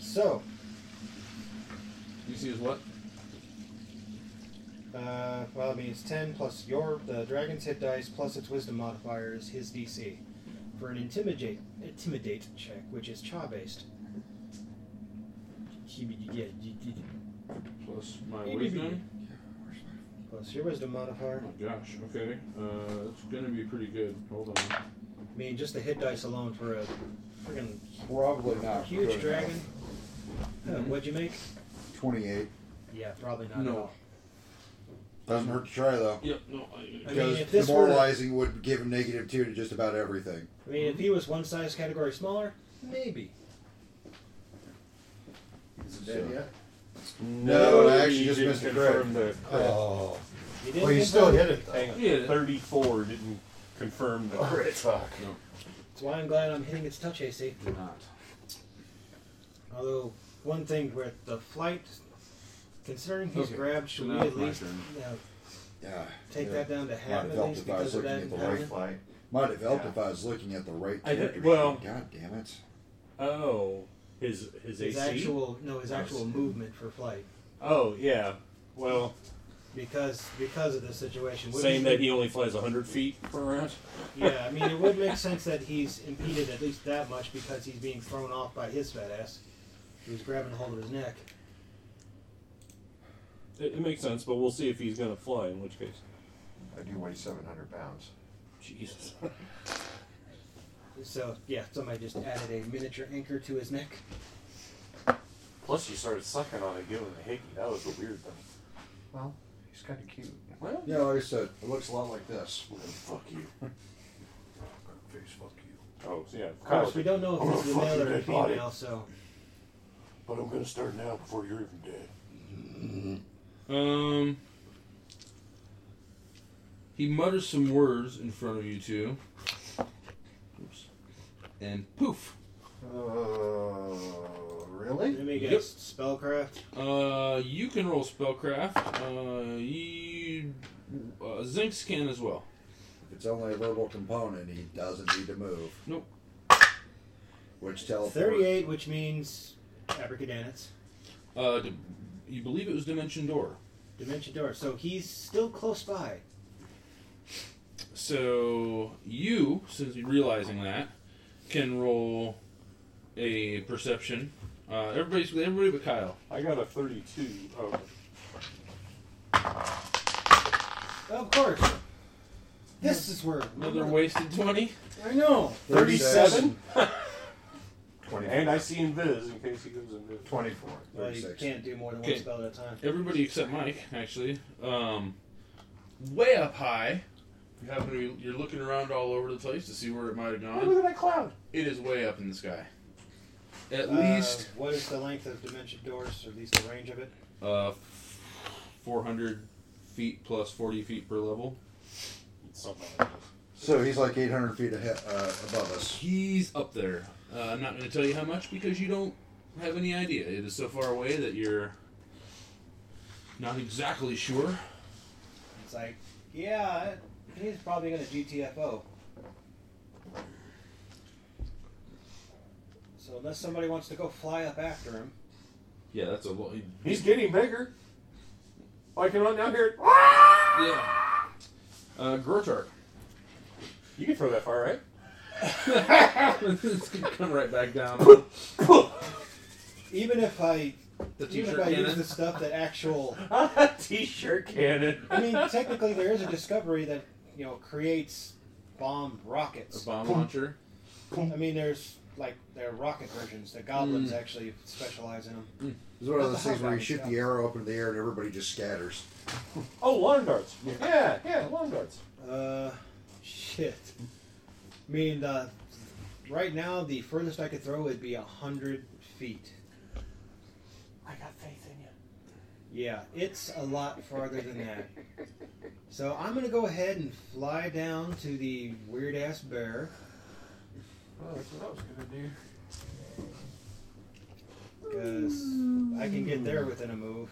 Speaker 4: So,
Speaker 8: you see is what?
Speaker 4: uh, well, I mean, it's 10 plus your the dragon's hit dice plus its wisdom modifier is his DC for an intimidate intimidate check, which is cha based.
Speaker 8: plus my wisdom.
Speaker 4: Plus your wisdom modifier.
Speaker 8: Oh gosh, okay. Uh, it's gonna be pretty good. Hold on.
Speaker 4: I mean, just the hit dice alone for a freaking
Speaker 9: Probably not good
Speaker 4: huge
Speaker 9: enough.
Speaker 4: dragon. Uh, what'd you make?
Speaker 9: Twenty-eight
Speaker 4: Yeah, probably not.
Speaker 9: No.
Speaker 4: at all.
Speaker 9: doesn't hurt to try though.
Speaker 8: Yep, no,
Speaker 4: I
Speaker 9: Because
Speaker 4: mean, if this were-
Speaker 9: demoralizing would give a negative two to just about everything.
Speaker 4: I mean, if he was one size category smaller, maybe.
Speaker 9: Is
Speaker 4: it
Speaker 9: dead So-
Speaker 4: yet?
Speaker 9: No,
Speaker 13: No,
Speaker 9: I actually
Speaker 13: you
Speaker 9: just
Speaker 13: didn't
Speaker 9: missed the crit.
Speaker 13: confirm the crit.
Speaker 9: Oh.
Speaker 4: You didn't Well, you still confirm- hit it, though.
Speaker 13: Hang on.
Speaker 4: You hit it.
Speaker 13: 34 didn't confirm the crit. Fuck.
Speaker 4: That's why I'm glad I'm hitting its touch AC.
Speaker 8: You're not.
Speaker 4: Although one thing with the flight, considering he's
Speaker 8: Okay,
Speaker 4: grabbed,
Speaker 8: so
Speaker 4: should
Speaker 8: now
Speaker 4: we
Speaker 8: it's
Speaker 4: at
Speaker 8: my
Speaker 4: least
Speaker 8: turn.
Speaker 4: you know,
Speaker 9: Yeah.
Speaker 4: take
Speaker 9: yeah.
Speaker 4: that down to half
Speaker 9: Might have
Speaker 4: at
Speaker 9: helped
Speaker 4: least
Speaker 9: if I was
Speaker 4: because of
Speaker 9: looking
Speaker 4: that uh,
Speaker 9: at the right
Speaker 4: encounter?
Speaker 9: flight. Might have helped
Speaker 13: Yeah.
Speaker 9: if I was looking at the right
Speaker 13: I did-
Speaker 9: character.
Speaker 13: well-
Speaker 9: God damn it.
Speaker 13: Oh, his his,
Speaker 4: His
Speaker 13: AC.
Speaker 4: actual no, his actual movement for flight
Speaker 13: Oh yeah. Well,
Speaker 4: because because of the situation. wouldn't
Speaker 13: saying
Speaker 4: it-
Speaker 13: that he only flies 100 feet per round.
Speaker 4: Yeah, I mean, it would make sense that he's impeded at least that much because he's being thrown off by his fat ass. He was grabbing hold of his neck.
Speaker 13: It, it makes sense, but we'll see if he's gonna fly. In which case,
Speaker 11: I do weigh 700 pounds.
Speaker 13: Jesus.
Speaker 4: So, yeah, somebody just added a miniature anchor to his neck.
Speaker 13: Plus, you started sucking on it, giving it a hickey. That was a weird thing.
Speaker 11: Well, he's kind of cute.
Speaker 13: Well,
Speaker 9: Yeah, like I said, it looks a lot like this.
Speaker 13: fuck you.
Speaker 11: Face, fuck you.
Speaker 13: Oh, so yeah.
Speaker 4: Of course, we don't know if this is a male or a female, so.
Speaker 13: But I'm gonna start now before you're even dead.
Speaker 8: Um. He mutters some words in front of you two. Oops. And poof.
Speaker 11: Uh, really?
Speaker 4: Let me guess.
Speaker 8: Yep.
Speaker 4: Spellcraft.
Speaker 8: Uh, you can roll spellcraft. Uh, you, uh, Zinx can as well.
Speaker 9: If it's only a verbal component, he doesn't need to move.
Speaker 8: Nope.
Speaker 9: Which teleport.
Speaker 4: 38, which means Abracadance.
Speaker 8: Uh, d- you believe it was Dimension Door.
Speaker 4: Dimension Door. So he's still close by.
Speaker 8: So you, since you're realizing that, can roll a perception. Uh, everybody's everybody but Kyle.
Speaker 13: I got a 32. Oh,
Speaker 4: Of course. This is where.
Speaker 8: Another wasted twenty.
Speaker 4: I know.
Speaker 13: 37?
Speaker 11: 24.
Speaker 13: And I see Invis in case he goes Invis.
Speaker 11: 24.
Speaker 4: Well, you can't do more than one
Speaker 8: Okay.
Speaker 4: spell at a time.
Speaker 8: Everybody except Mike, actually. Um, way up high. You happen to be, you're looking around all over the place to see where it might have gone.
Speaker 13: look at that cloud.
Speaker 8: It is way up in the sky. At
Speaker 4: Uh,
Speaker 8: least
Speaker 4: What is the length of Dimension Doors, or at least the range of it?
Speaker 8: uh, 400 feet plus 40 feet per level.
Speaker 13: Something like that.
Speaker 9: So he's like 800 feet ahead, uh, above us.
Speaker 8: He's up there. Uh, I'm not going to tell you how much because you don't have any idea. It is so far away that you're not exactly sure.
Speaker 4: It's like, yeah, he's probably going to GTFO. So unless somebody wants to go fly up after him,
Speaker 8: Yeah, that's a lot.
Speaker 13: He's getting bigger. I can run down here.
Speaker 8: Yeah. Uh, Grotark.
Speaker 13: You can throw that far, right?
Speaker 8: it's gonna come right back down.
Speaker 4: even if I,
Speaker 8: The
Speaker 4: even
Speaker 8: t-shirt
Speaker 4: if I use
Speaker 8: cannon.
Speaker 4: the stuff that actual,
Speaker 13: T-shirt cannon.
Speaker 4: I mean, technically there is a discovery that you know creates bomb
Speaker 8: A
Speaker 4: rockets.
Speaker 8: bomb launcher.
Speaker 4: I mean, there's like they're rocket versions. The goblins
Speaker 8: Hmm.
Speaker 4: actually specialize in them.
Speaker 15: It's one of those things where you shoot the arrow up into the air and everybody just scatters.
Speaker 16: Oh, lawn darts. Yeah, yeah, lawn darts.
Speaker 4: Uh, shit. I mean, uh, right now the furthest I could throw would be a hundred feet.
Speaker 26: I got faith in you.
Speaker 4: Yeah, it's a lot farther than that. So I'm gonna go ahead and fly down to the weird ass bear.
Speaker 26: Oh, that's what I was gonna do.
Speaker 4: Because I can get there within a move.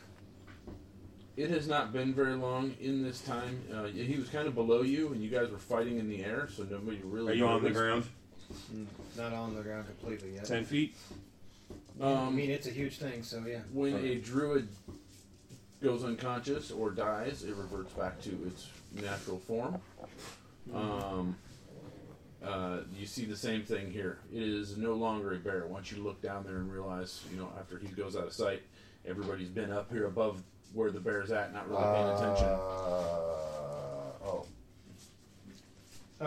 Speaker 8: It has not been very long in this time. Uh, y- he was kind of below you, and you guys were fighting in the air, so nobody really.
Speaker 16: Are you on the
Speaker 8: noticed.
Speaker 16: ground?
Speaker 4: Mm, Not on the ground completely yet.
Speaker 16: Ten feet.
Speaker 4: I mean, it's a huge thing, so yeah.
Speaker 8: When a druid goes unconscious or dies, it reverts back to its natural form. Um, uh, you see the same thing here. It is no longer a bear. Once you look down there and realize, you know, after he goes out of sight, everybody's been up here above where the bear's at, not really paying attention.
Speaker 4: oh. All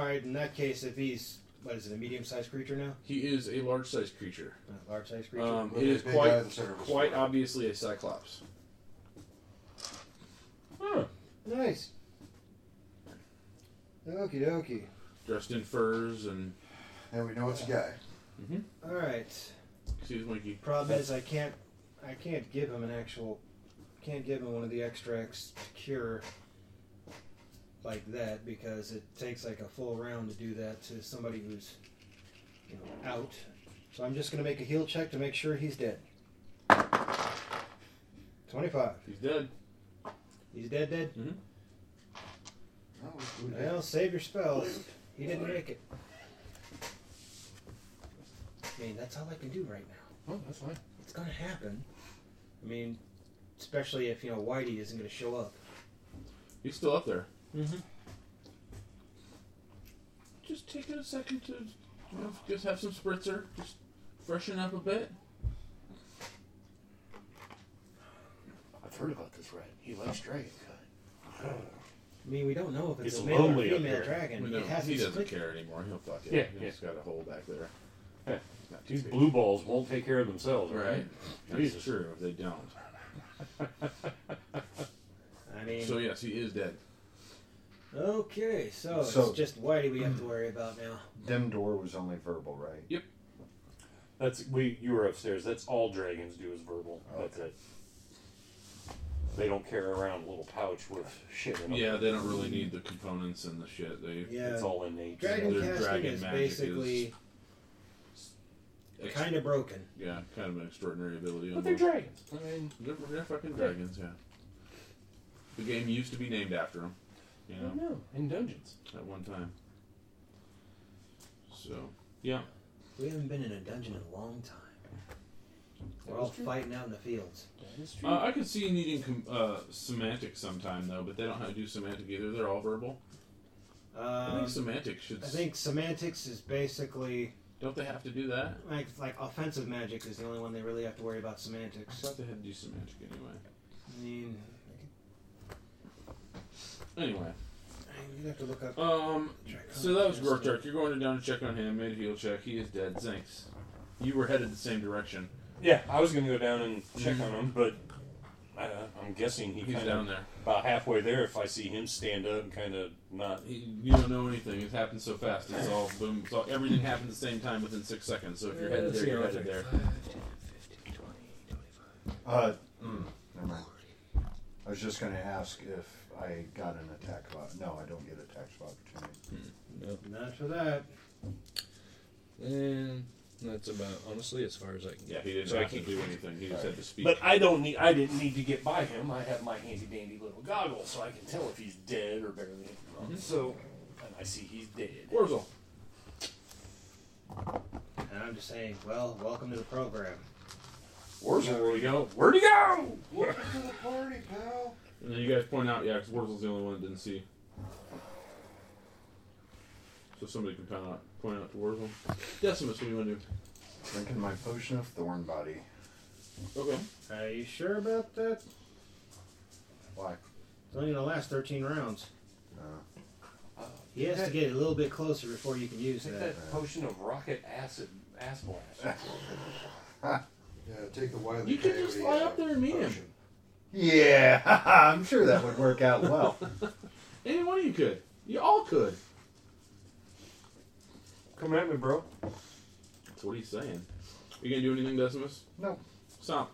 Speaker 4: right. In that case, if he's what is it, a medium-sized creature now?
Speaker 8: He is a large-sized creature.
Speaker 4: A large-sized creature.
Speaker 8: Um,
Speaker 4: With
Speaker 8: it
Speaker 4: a
Speaker 8: is
Speaker 4: big eye
Speaker 8: quite
Speaker 4: that serves.
Speaker 8: quite obviously a cyclops.
Speaker 4: Nice. Okie dokie.
Speaker 8: dressed in furs and.
Speaker 15: And we know it's a guy.
Speaker 8: Mm-hmm.
Speaker 4: All right.
Speaker 8: Excuse me.
Speaker 4: Problem is, I can't, I can't give him an actual, can't give him one of the extracts to cure like that because it takes like a full round to do that to somebody who's, you know, out. So I'm just gonna make a heal check to make sure he's dead. Twenty-five.
Speaker 8: He's dead.
Speaker 4: He's dead. Dead.
Speaker 8: Mm-hmm.
Speaker 4: Well, save your spells. He didn't make it. I mean, that's all I can do right now.
Speaker 16: Oh, that's fine.
Speaker 4: It's gonna happen. I mean, especially if you know Whitey isn't gonna show up.
Speaker 8: He's still up there.
Speaker 4: Mm-hmm.
Speaker 8: Just take it a second to, you know, just have some spritzer, just freshen up a bit.
Speaker 21: I've heard about this rat. He likes dragon.
Speaker 4: I mean, we don't know if it's
Speaker 8: He's
Speaker 4: a male or
Speaker 8: lonely up
Speaker 4: female
Speaker 8: there.
Speaker 4: dragon.
Speaker 8: We know.
Speaker 4: It has
Speaker 8: He
Speaker 4: to
Speaker 8: doesn't
Speaker 4: split-
Speaker 8: care anymore. He'll fuck it.
Speaker 16: Yeah,
Speaker 8: He's
Speaker 16: yeah.
Speaker 8: just got a hole back there.
Speaker 16: Yeah.
Speaker 8: Not
Speaker 16: These
Speaker 8: too
Speaker 16: blue
Speaker 8: big.
Speaker 16: balls won't take care of themselves, right?
Speaker 8: Right. That's true. They don't.
Speaker 4: I mean,
Speaker 8: So yes, he is dead.
Speaker 4: okay, so,
Speaker 9: So-
Speaker 4: it's just Whitey we have to worry about now.
Speaker 9: Dim door was only verbal, right?
Speaker 8: Yep.
Speaker 16: That's we. You were upstairs. That's all dragons do is verbal. That's it. They don't carry around a little pouch with shit. In them.
Speaker 8: Yeah, they don't really need the components and the shit. They
Speaker 4: Yeah.
Speaker 16: It's all innate.
Speaker 4: Dragon
Speaker 8: Their
Speaker 4: casting
Speaker 8: dragon
Speaker 4: is
Speaker 8: magic is-
Speaker 4: basically
Speaker 8: Ex-
Speaker 4: kind of broken.
Speaker 8: Yeah, kind of an extraordinary ability.
Speaker 16: But they're
Speaker 8: almost.
Speaker 16: dragons. I mean,
Speaker 8: they're, they're fucking dragons. Yeah. The game used to be named after them. You
Speaker 16: I
Speaker 8: know,
Speaker 16: know. In dungeons.
Speaker 8: at one time. So yeah,
Speaker 4: We haven't been in a dungeon in a long time. We're all fighting out in the fields.
Speaker 8: uh, I could see needing com- uh, semantic sometime though, but they don't have to do semantic either. They're all verbal. I
Speaker 4: Um,
Speaker 8: think semantic should.
Speaker 4: I
Speaker 8: s-
Speaker 4: think semantics is basically
Speaker 8: Don't they have to do that?
Speaker 4: like like offensive magic is the only one they really have to worry about semantics.
Speaker 8: I thought they had to do semantic anyway.
Speaker 4: I mean,
Speaker 8: Anyway.
Speaker 4: you'd have to look up.
Speaker 8: Um, so that was
Speaker 4: Yes.
Speaker 8: Gortark. You're going down to check on him. Made a heal check. He is dead. Zinks. You were headed the same direction.
Speaker 16: Yeah, I was gonna go down and check on him, but I, I'm guessing he
Speaker 8: He's
Speaker 16: kinda,
Speaker 8: down there.
Speaker 16: about halfway there. If I see him stand up and kind of not,
Speaker 8: You don't know anything. It happened so fast. It's all boom. It's all, everything happened at the same time within six seconds. So if you're
Speaker 9: Yeah,
Speaker 8: headed
Speaker 9: let's
Speaker 8: there,
Speaker 9: see
Speaker 8: you're
Speaker 9: how
Speaker 8: headed
Speaker 9: I Uh,
Speaker 8: there.
Speaker 9: mm, never mind. I was just going to ask if I got an attack of op- No, I don't get attacks of opportunity.
Speaker 4: Not for that.
Speaker 11: And that's about honestly as far as I can
Speaker 8: Yeah,
Speaker 11: get.
Speaker 8: he didn't
Speaker 11: So I
Speaker 8: have to
Speaker 11: can't-
Speaker 8: do anything. He just had to speak.
Speaker 16: but I don't need. I didn't need to get by him. I have my handy dandy little goggles, so I can tell if he's dead or barely.
Speaker 8: Mhm.
Speaker 16: So, and I see he's dead.
Speaker 8: Wurzel.
Speaker 4: And I'm just saying, well, welcome to the program.
Speaker 16: Wurzel, where'd he go? Where'd he go?
Speaker 15: Welcome to the party, pal.
Speaker 8: And then you guys point out, yeah, because Wurzel's the only one that didn't see. So somebody can point out, point out to Wurzel. Decimus, what do you want to do?
Speaker 9: Drinking my potion of thorn body.
Speaker 8: Okay.
Speaker 4: Are you sure about that?
Speaker 9: Why?
Speaker 4: It's only gonna last 13 rounds.
Speaker 9: Uh,
Speaker 4: He has to get a little bit closer before you can use
Speaker 16: Take
Speaker 4: that.
Speaker 16: that potion of rocket acid
Speaker 27: ass blast.
Speaker 11: yeah, take the wily
Speaker 8: You could just
Speaker 11: coyote,
Speaker 8: fly
Speaker 11: uh,
Speaker 8: up there and meet him.
Speaker 11: potion.
Speaker 9: Yeah, I'm sure that would work out well.
Speaker 8: Any one of you could. You all could.
Speaker 13: Come at me, bro.
Speaker 8: That's what he's saying. You gonna do anything, Decimus?
Speaker 9: No.
Speaker 8: Stop.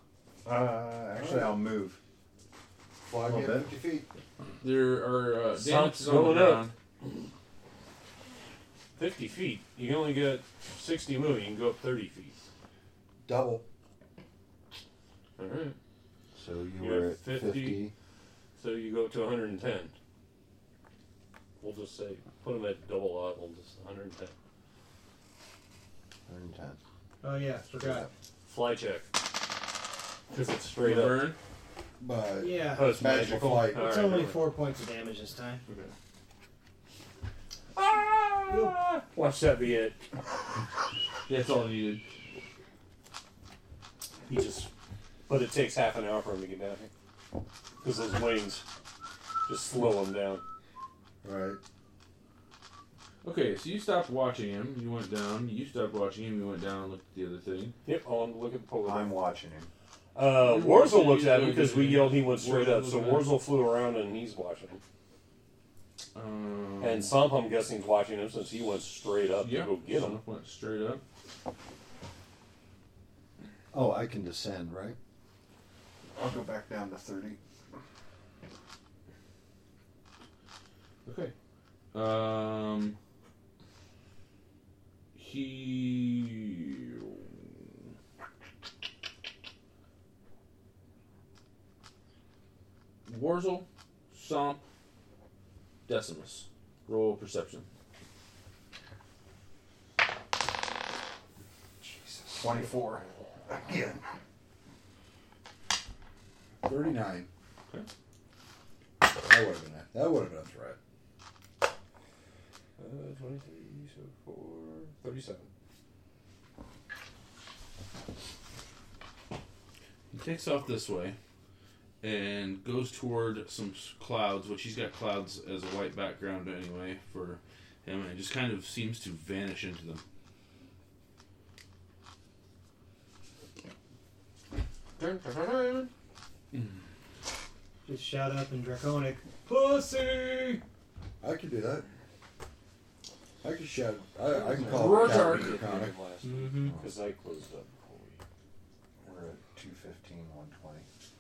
Speaker 9: Uh, actually, I'll move.
Speaker 11: Fly
Speaker 9: A
Speaker 11: me
Speaker 9: little
Speaker 11: at 50 feet.
Speaker 8: There are uh, damage
Speaker 13: Something's
Speaker 8: is on the
Speaker 13: going up.
Speaker 8: ground.
Speaker 13: 50 feet. You can only get 60 moving. You can go up 30 feet.
Speaker 11: Double.
Speaker 13: All right.
Speaker 11: So you
Speaker 13: You're
Speaker 11: were at 50.
Speaker 13: So you go up to 110. We'll just say, put them at double odd. We'll just 110.
Speaker 9: 110.
Speaker 4: Oh yeah, forgot.
Speaker 13: Fly check. Because it's straight up.
Speaker 8: Burn.
Speaker 11: But
Speaker 4: Yeah.
Speaker 13: Oh, it's magical.
Speaker 11: flight.
Speaker 13: All
Speaker 4: It's
Speaker 13: right,
Speaker 4: only
Speaker 13: never
Speaker 4: four points of damage this time.
Speaker 13: Watch that be it.
Speaker 8: That's all needed.
Speaker 13: He just, but it takes half an hour for him to get down here because those wings just slow him down.
Speaker 11: Right.
Speaker 8: Okay, so you stopped watching him. You went down. You stopped watching him. You went down and looked at the other thing.
Speaker 13: Yep, I'll look at the polar.
Speaker 9: I'm watching him.
Speaker 13: Uh,
Speaker 8: You're
Speaker 13: Warzel
Speaker 8: watching
Speaker 13: looks
Speaker 8: you
Speaker 13: at him
Speaker 8: doing
Speaker 13: because we
Speaker 8: your
Speaker 13: yelled. He
Speaker 8: thing.
Speaker 13: went straight up, so
Speaker 8: Warzel's
Speaker 13: Warzel flew around and he's watching him.
Speaker 8: Um,
Speaker 13: And Sump, I'm guessing, is watching him since he went straight up
Speaker 8: yeah,
Speaker 13: to go get him.
Speaker 8: Sump Went straight up.
Speaker 11: Oh, I can descend, right?
Speaker 9: I'll go back down to 30.
Speaker 8: Okay. Um. He. Warzel, Sump, Decimus. Roll perception.
Speaker 9: 24. Again.
Speaker 11: 39.
Speaker 8: Okay.
Speaker 11: That would have been a, that would have been a threat.
Speaker 13: Uh, 23, so 4, 37.
Speaker 8: He takes off this way and goes toward some s- clouds, which he's got clouds as a white background anyway for him, and it just kind of seems to vanish into them.
Speaker 4: Just shout up in draconic. Pussy.
Speaker 11: I could do that. I could shout. I, I can call
Speaker 13: Roar
Speaker 11: it Captain
Speaker 13: Dark.
Speaker 11: Draconic.
Speaker 4: Mhm.
Speaker 13: Because I closed up before we.
Speaker 9: We're at 215, 120.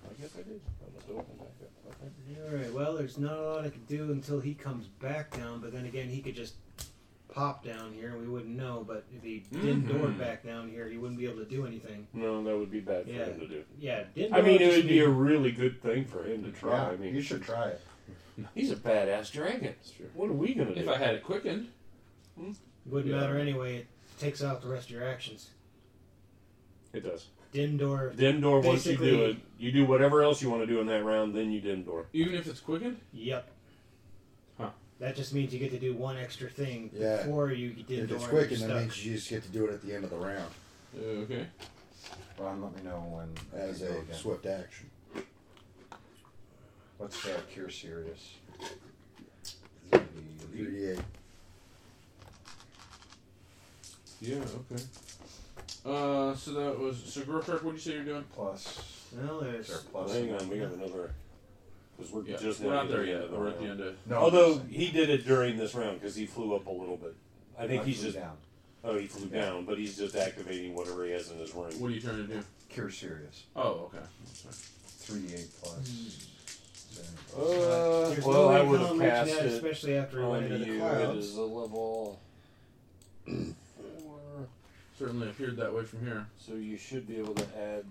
Speaker 13: I guess I did. I must open back up. Okay.
Speaker 4: All right. Well, there's not a lot I could do until he comes back down. But then again, he could just pop down here, and we wouldn't know. But if he didn't door
Speaker 13: Mhm.
Speaker 4: back down here, he wouldn't be able to do anything.
Speaker 13: No, that would be bad for
Speaker 4: Yeah.
Speaker 13: him to do.
Speaker 4: Yeah, didn't
Speaker 13: I mean,
Speaker 4: know
Speaker 13: it
Speaker 4: just
Speaker 13: would be a
Speaker 4: mean-
Speaker 13: really good thing for him to try.
Speaker 9: Yeah,
Speaker 13: I mean,
Speaker 9: you should try it.
Speaker 13: He's a badass dragon. What are we gonna do?
Speaker 8: If I had it quickened,
Speaker 4: Wouldn't
Speaker 13: Yeah.
Speaker 4: matter anyway. It takes out the rest of your actions.
Speaker 13: It does.
Speaker 4: Dim door.
Speaker 13: Dim door. Once you do
Speaker 4: Basically-
Speaker 13: it, you do whatever else you want to do in that round. Then you dim door.
Speaker 8: even if it's quickened,
Speaker 4: Yep.
Speaker 8: Huh.
Speaker 4: That just means you get to do one extra thing
Speaker 11: Yeah.
Speaker 4: before you did
Speaker 11: If
Speaker 4: door
Speaker 11: it's quick,
Speaker 4: your
Speaker 11: and that
Speaker 4: stuff.
Speaker 11: means you just get to do it at the end of the round
Speaker 8: uh, okay.
Speaker 9: Ron, let me know when.
Speaker 11: as
Speaker 9: you
Speaker 11: a
Speaker 9: go again.
Speaker 11: swift action.
Speaker 9: What's that? Cure Serious.
Speaker 11: 38.
Speaker 8: Yeah, okay. Uh, so that was so Grotrek. What do you say you're doing?
Speaker 9: Plus.
Speaker 4: Well, there's.
Speaker 9: Is there a plus?
Speaker 13: Hang on, we have another. Because we're
Speaker 8: Yeah,
Speaker 13: just
Speaker 8: we're
Speaker 13: not
Speaker 8: not there
Speaker 13: the
Speaker 8: yet.
Speaker 13: end of the
Speaker 8: We're at the
Speaker 13: round.
Speaker 8: end of-
Speaker 9: No,
Speaker 13: Although
Speaker 9: I'm saying-
Speaker 13: he did it during this round because he flew up a little bit. I think
Speaker 9: I
Speaker 13: he's
Speaker 9: flew
Speaker 13: just.
Speaker 9: down.
Speaker 13: Oh, he flew down, but he's just activating whatever he has in his ring.
Speaker 8: What are you trying to do?
Speaker 9: Cure Serious.
Speaker 8: Oh, okay. That's
Speaker 9: 38 plus. seven.
Speaker 13: Uh,
Speaker 4: There's
Speaker 13: well,
Speaker 4: no way
Speaker 13: I would have
Speaker 4: Colin reached
Speaker 13: passed
Speaker 4: that,
Speaker 13: it.
Speaker 4: especially after he went
Speaker 13: onto
Speaker 4: into the
Speaker 13: you. It
Speaker 4: clouds.
Speaker 13: is a level four,
Speaker 8: Certainly appeared that way from here.
Speaker 13: so you should be able to add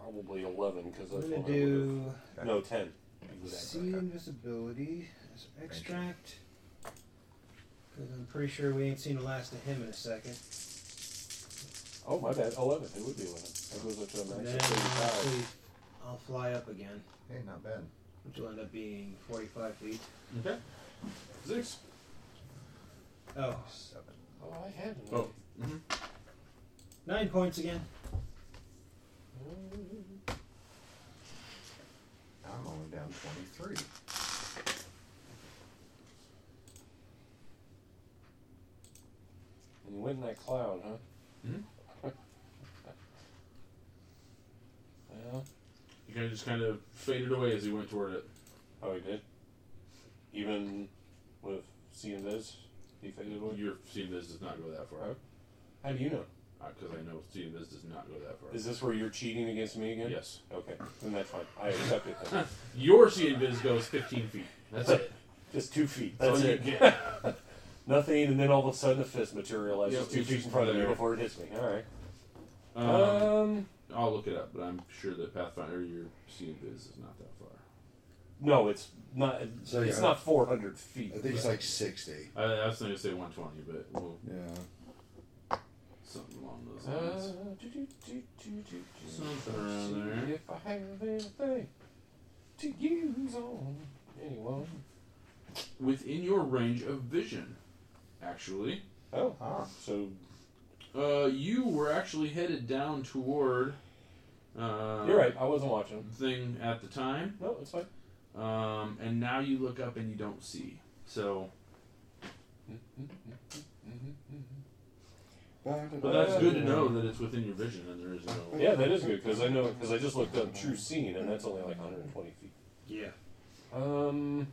Speaker 13: probably eleven because
Speaker 4: I'm
Speaker 13: that's
Speaker 4: gonna
Speaker 13: what I would've-
Speaker 4: do
Speaker 13: no ten.
Speaker 4: see invisibility as an extract. Because I'm pretty sure we ain't seen the last of him in a second.
Speaker 13: Oh my bad, eleven. It would be eleven. That goes up to a
Speaker 4: And
Speaker 13: max
Speaker 4: then
Speaker 13: of
Speaker 4: I'll,
Speaker 13: thirty-five.
Speaker 4: actually- I'll fly up again,
Speaker 9: Hey, not bad.
Speaker 4: which will end up being 45 feet.
Speaker 8: Okay. Six.
Speaker 4: Oh,
Speaker 9: Seven.
Speaker 13: Oh, I had one.
Speaker 8: Oh.
Speaker 4: nine points again.
Speaker 9: I'm only down 23.
Speaker 13: And you went in that cloud, huh? Well,
Speaker 11: The guy just kind of faded away as he went toward it.
Speaker 13: Oh, he did? Even with seeing this, he faded away?
Speaker 11: Your seeing this does not go that far.
Speaker 13: How do you know?
Speaker 11: Because I know seeing this does not go that far.
Speaker 13: Is this where you're cheating against me again?
Speaker 11: Yes.
Speaker 13: Okay, then that's fine. I accept it. Then.
Speaker 11: Your seeing this goes 15 feet. That's it.
Speaker 13: Just two feet.
Speaker 11: That's
Speaker 13: That's
Speaker 11: all you
Speaker 13: it.
Speaker 11: get.
Speaker 13: Nothing, and then all of a sudden a fist materializes
Speaker 11: Yep,
Speaker 13: two
Speaker 11: it's
Speaker 13: feet
Speaker 11: just
Speaker 13: in front of me
Speaker 11: there.
Speaker 13: before it hits me. All right.
Speaker 11: Um,
Speaker 13: Um,
Speaker 11: I'll look it up, but I'm sure that Pathfinder your seeing this is not that far.
Speaker 13: No, it's not.
Speaker 9: So,
Speaker 13: it's
Speaker 9: yeah.
Speaker 13: not 400 feet.
Speaker 9: I think it's like 60.
Speaker 11: I, I was going to say 120, but we'll
Speaker 9: Yeah.
Speaker 11: something along those
Speaker 13: Uh,
Speaker 11: lines.
Speaker 13: do, do, do, do, do, do.
Speaker 11: Something around
Speaker 13: See
Speaker 11: there.
Speaker 13: If I have anything to use on anyone.
Speaker 11: Within your range of vision, actually.
Speaker 13: Oh, so
Speaker 11: Uh, you were actually headed down toward. Uh,
Speaker 13: You're right, I wasn't watching.
Speaker 11: Thing at the time.
Speaker 13: No, it's fine.
Speaker 11: Um, and now you look up and you don't see. So. But that's good to know that it's within your vision and there is no.
Speaker 13: Uh, Yeah, that is good because I know because I just looked up true scene and that's only like 120 feet.
Speaker 11: Yeah.
Speaker 13: Um,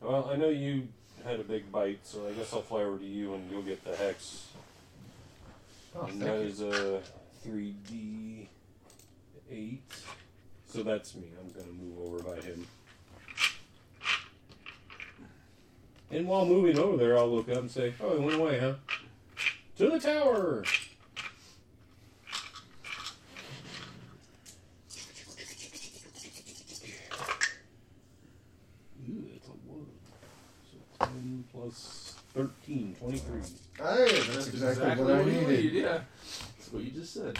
Speaker 13: well, I know you had a big bite, so I guess I'll fly over to you and you'll get the hex.
Speaker 28: Oh,
Speaker 13: and
Speaker 28: thank
Speaker 13: that
Speaker 28: you.
Speaker 13: is a 3D 8. So that's me. I'm going to move over by him. And while moving over there, I'll look up and say, Oh, he went away, huh? To the tower! Ooh, that's a one. So 10 plus 13, 23.
Speaker 9: Hey, that's exactly what I
Speaker 11: you
Speaker 9: needed.
Speaker 11: needed, Yeah, that's what you just said.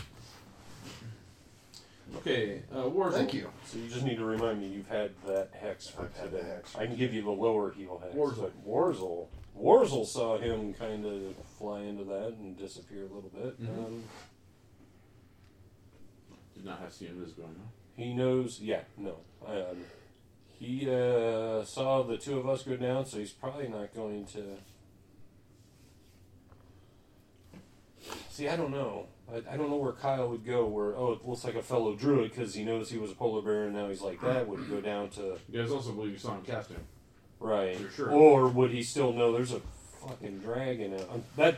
Speaker 11: Okay, uh, Warzel.
Speaker 9: Thank you.
Speaker 13: So you just need to remind me you've had that hex for
Speaker 9: had
Speaker 13: today.
Speaker 9: the hex for
Speaker 13: I can give you the lower heel hex.
Speaker 11: Warzel.
Speaker 13: but Warzel. Warzel saw him kind of fly into that and disappear a little bit.
Speaker 11: Mhm.
Speaker 13: Um,
Speaker 11: Did not have seen this going on.
Speaker 13: he knows. Yeah, no. Um, he uh, saw the two of us go down, so he's probably not going to. See, I don't know. I, I don't know where Kyle would go. Where oh, it looks like a fellow druid because he knows he was a polar bear, and now he's like that. Would he go down to?
Speaker 11: You guys also believe you saw him casting.
Speaker 13: Right.
Speaker 11: For sure.
Speaker 13: Or would he still know there's a fucking dragon out? um, That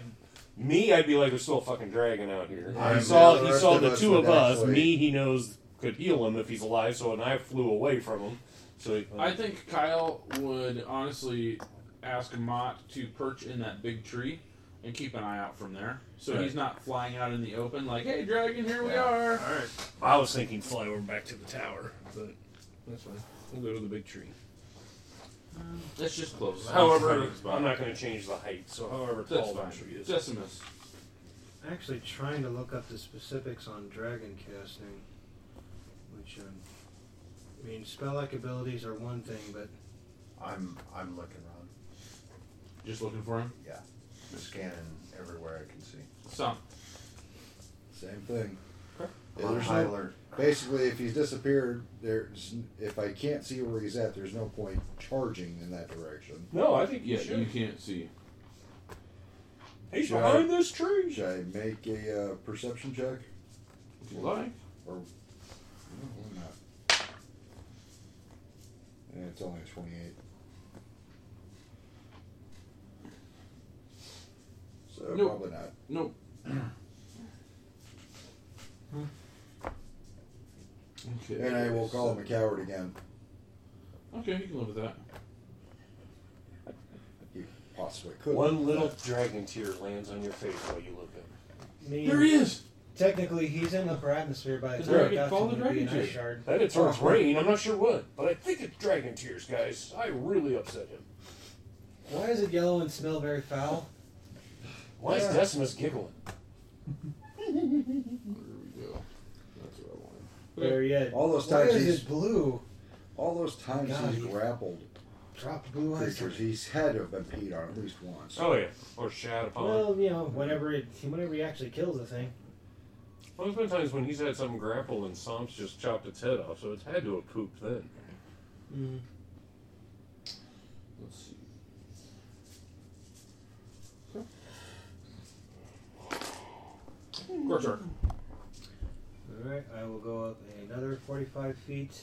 Speaker 13: me, I'd be like, there's still a fucking dragon out here.
Speaker 9: I'm-
Speaker 13: he saw
Speaker 9: the
Speaker 13: he
Speaker 9: rest
Speaker 13: saw
Speaker 9: of
Speaker 13: the
Speaker 9: us
Speaker 13: two
Speaker 9: would
Speaker 13: of us.
Speaker 9: actually-
Speaker 13: Me, he knows could heal him if he's alive. So and I flew away from him. So he, uh,
Speaker 11: I think Kyle would honestly ask Mott to perch in that big tree and keep an eye out from there, so
Speaker 13: Right.
Speaker 11: he's not flying out in the open like, "Hey, dragon, here we are." All right.
Speaker 13: I was thinking fly over back to the tower, but that's fine. We'll go to the big tree.
Speaker 11: That's just close.
Speaker 13: However, I'm not going to change the height. So however
Speaker 11: That's
Speaker 13: tall that
Speaker 11: fine.
Speaker 13: tree is.
Speaker 11: Decimus.
Speaker 4: I'm actually trying to look up the specifics on dragon casting, which um, I mean, spell-like abilities are one thing, but
Speaker 28: I'm I'm looking around.
Speaker 11: Just looking for him.
Speaker 28: Yeah, just scanning everywhere I can see.
Speaker 11: Some.
Speaker 9: Same thing.
Speaker 28: I'm on
Speaker 9: there's
Speaker 28: high
Speaker 9: no-
Speaker 28: alert.
Speaker 9: basically, if he's disappeared, there's n- if I can't see where he's at, there's no point charging in that direction.
Speaker 13: No, I think you
Speaker 11: Yeah,
Speaker 13: should.
Speaker 11: you can't see.
Speaker 13: He's
Speaker 9: Should I-
Speaker 13: behind this tree.
Speaker 9: Should I make a uh, perception check?
Speaker 11: If you like.
Speaker 9: Or no, why not? Yeah, it's only a twenty-eight. So
Speaker 11: Nope.
Speaker 9: probably not.
Speaker 11: Nope. okay.
Speaker 9: And I will call him a coward again.
Speaker 11: Okay, you can live with that.
Speaker 9: You possibly could.
Speaker 13: One little dragon tear lands on your face while you look at. him.
Speaker 4: I mean,
Speaker 11: There he is.
Speaker 4: Technically, he's in the upper atmosphere by the
Speaker 11: Does
Speaker 4: time
Speaker 11: it
Speaker 4: I got
Speaker 11: follow the
Speaker 4: to the
Speaker 11: dragon
Speaker 4: be an ice
Speaker 11: too?
Speaker 4: shard.
Speaker 13: That it's Earth rain. I'm not sure what, but I think it's dragon tears, guys. I really upset him.
Speaker 4: Why is it yellow and smell very foul?
Speaker 13: Why is Decimus giggling?
Speaker 11: There we go. That's what I wanted.
Speaker 4: There he is.
Speaker 9: All those
Speaker 4: Why
Speaker 9: times
Speaker 4: is
Speaker 9: he's-
Speaker 4: it blue?
Speaker 9: All those times
Speaker 4: God,
Speaker 9: he's
Speaker 4: he-
Speaker 9: grappled
Speaker 4: Drop blue ice.
Speaker 9: creatures, he's had to have been peed on at least once.
Speaker 13: Oh yeah, or shat upon.
Speaker 4: Well, you know, whenever it, whenever he actually kills the thing,
Speaker 13: Well, there's been times when he's had some grapple and Somps just chopped its head off, so it's had to have pooped then.
Speaker 11: Let's see.
Speaker 29: Grocer.
Speaker 30: Alright, I will go up another 45 feet.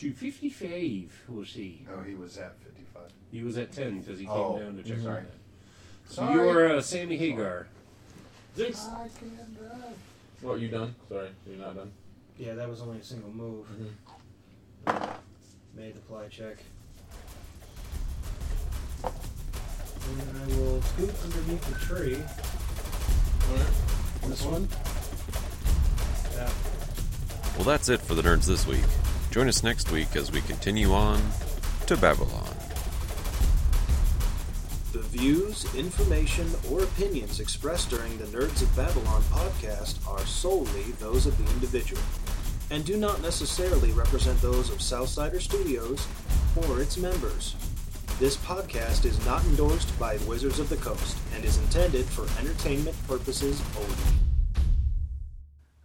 Speaker 13: To 55, we'll see.
Speaker 9: No, he was at 55.
Speaker 13: He was at 10 because he came
Speaker 9: Oh,
Speaker 13: down to check
Speaker 9: sorry.
Speaker 13: on that. So
Speaker 9: Sorry.
Speaker 13: you're uh, Sammy Hagar.
Speaker 11: Thanks.
Speaker 9: I can drive.
Speaker 11: What, you done? Sorry, you're not done.
Speaker 30: Yeah, that was only a single move. Mm-hmm. Made the ply check. And I will scoot underneath the tree. This one? Yeah.
Speaker 31: Well, that's it for the nerds this week. Join us next week as we continue on to Babylon.
Speaker 4: The views, information, or opinions expressed during the Nerds of Babylon podcast are solely those of the individual and do not necessarily represent those of Southsider Studios or its members. This podcast is not endorsed by Wizards of the Coast and is intended for entertainment purposes only.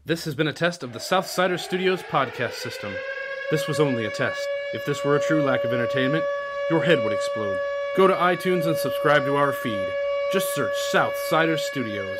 Speaker 32: This has been a test of the Southsider Studios podcast system. This was only a test. If this were a true lack of entertainment, your head would explode. Go to iTunes and subscribe to our feed. Just search Southsider Studios.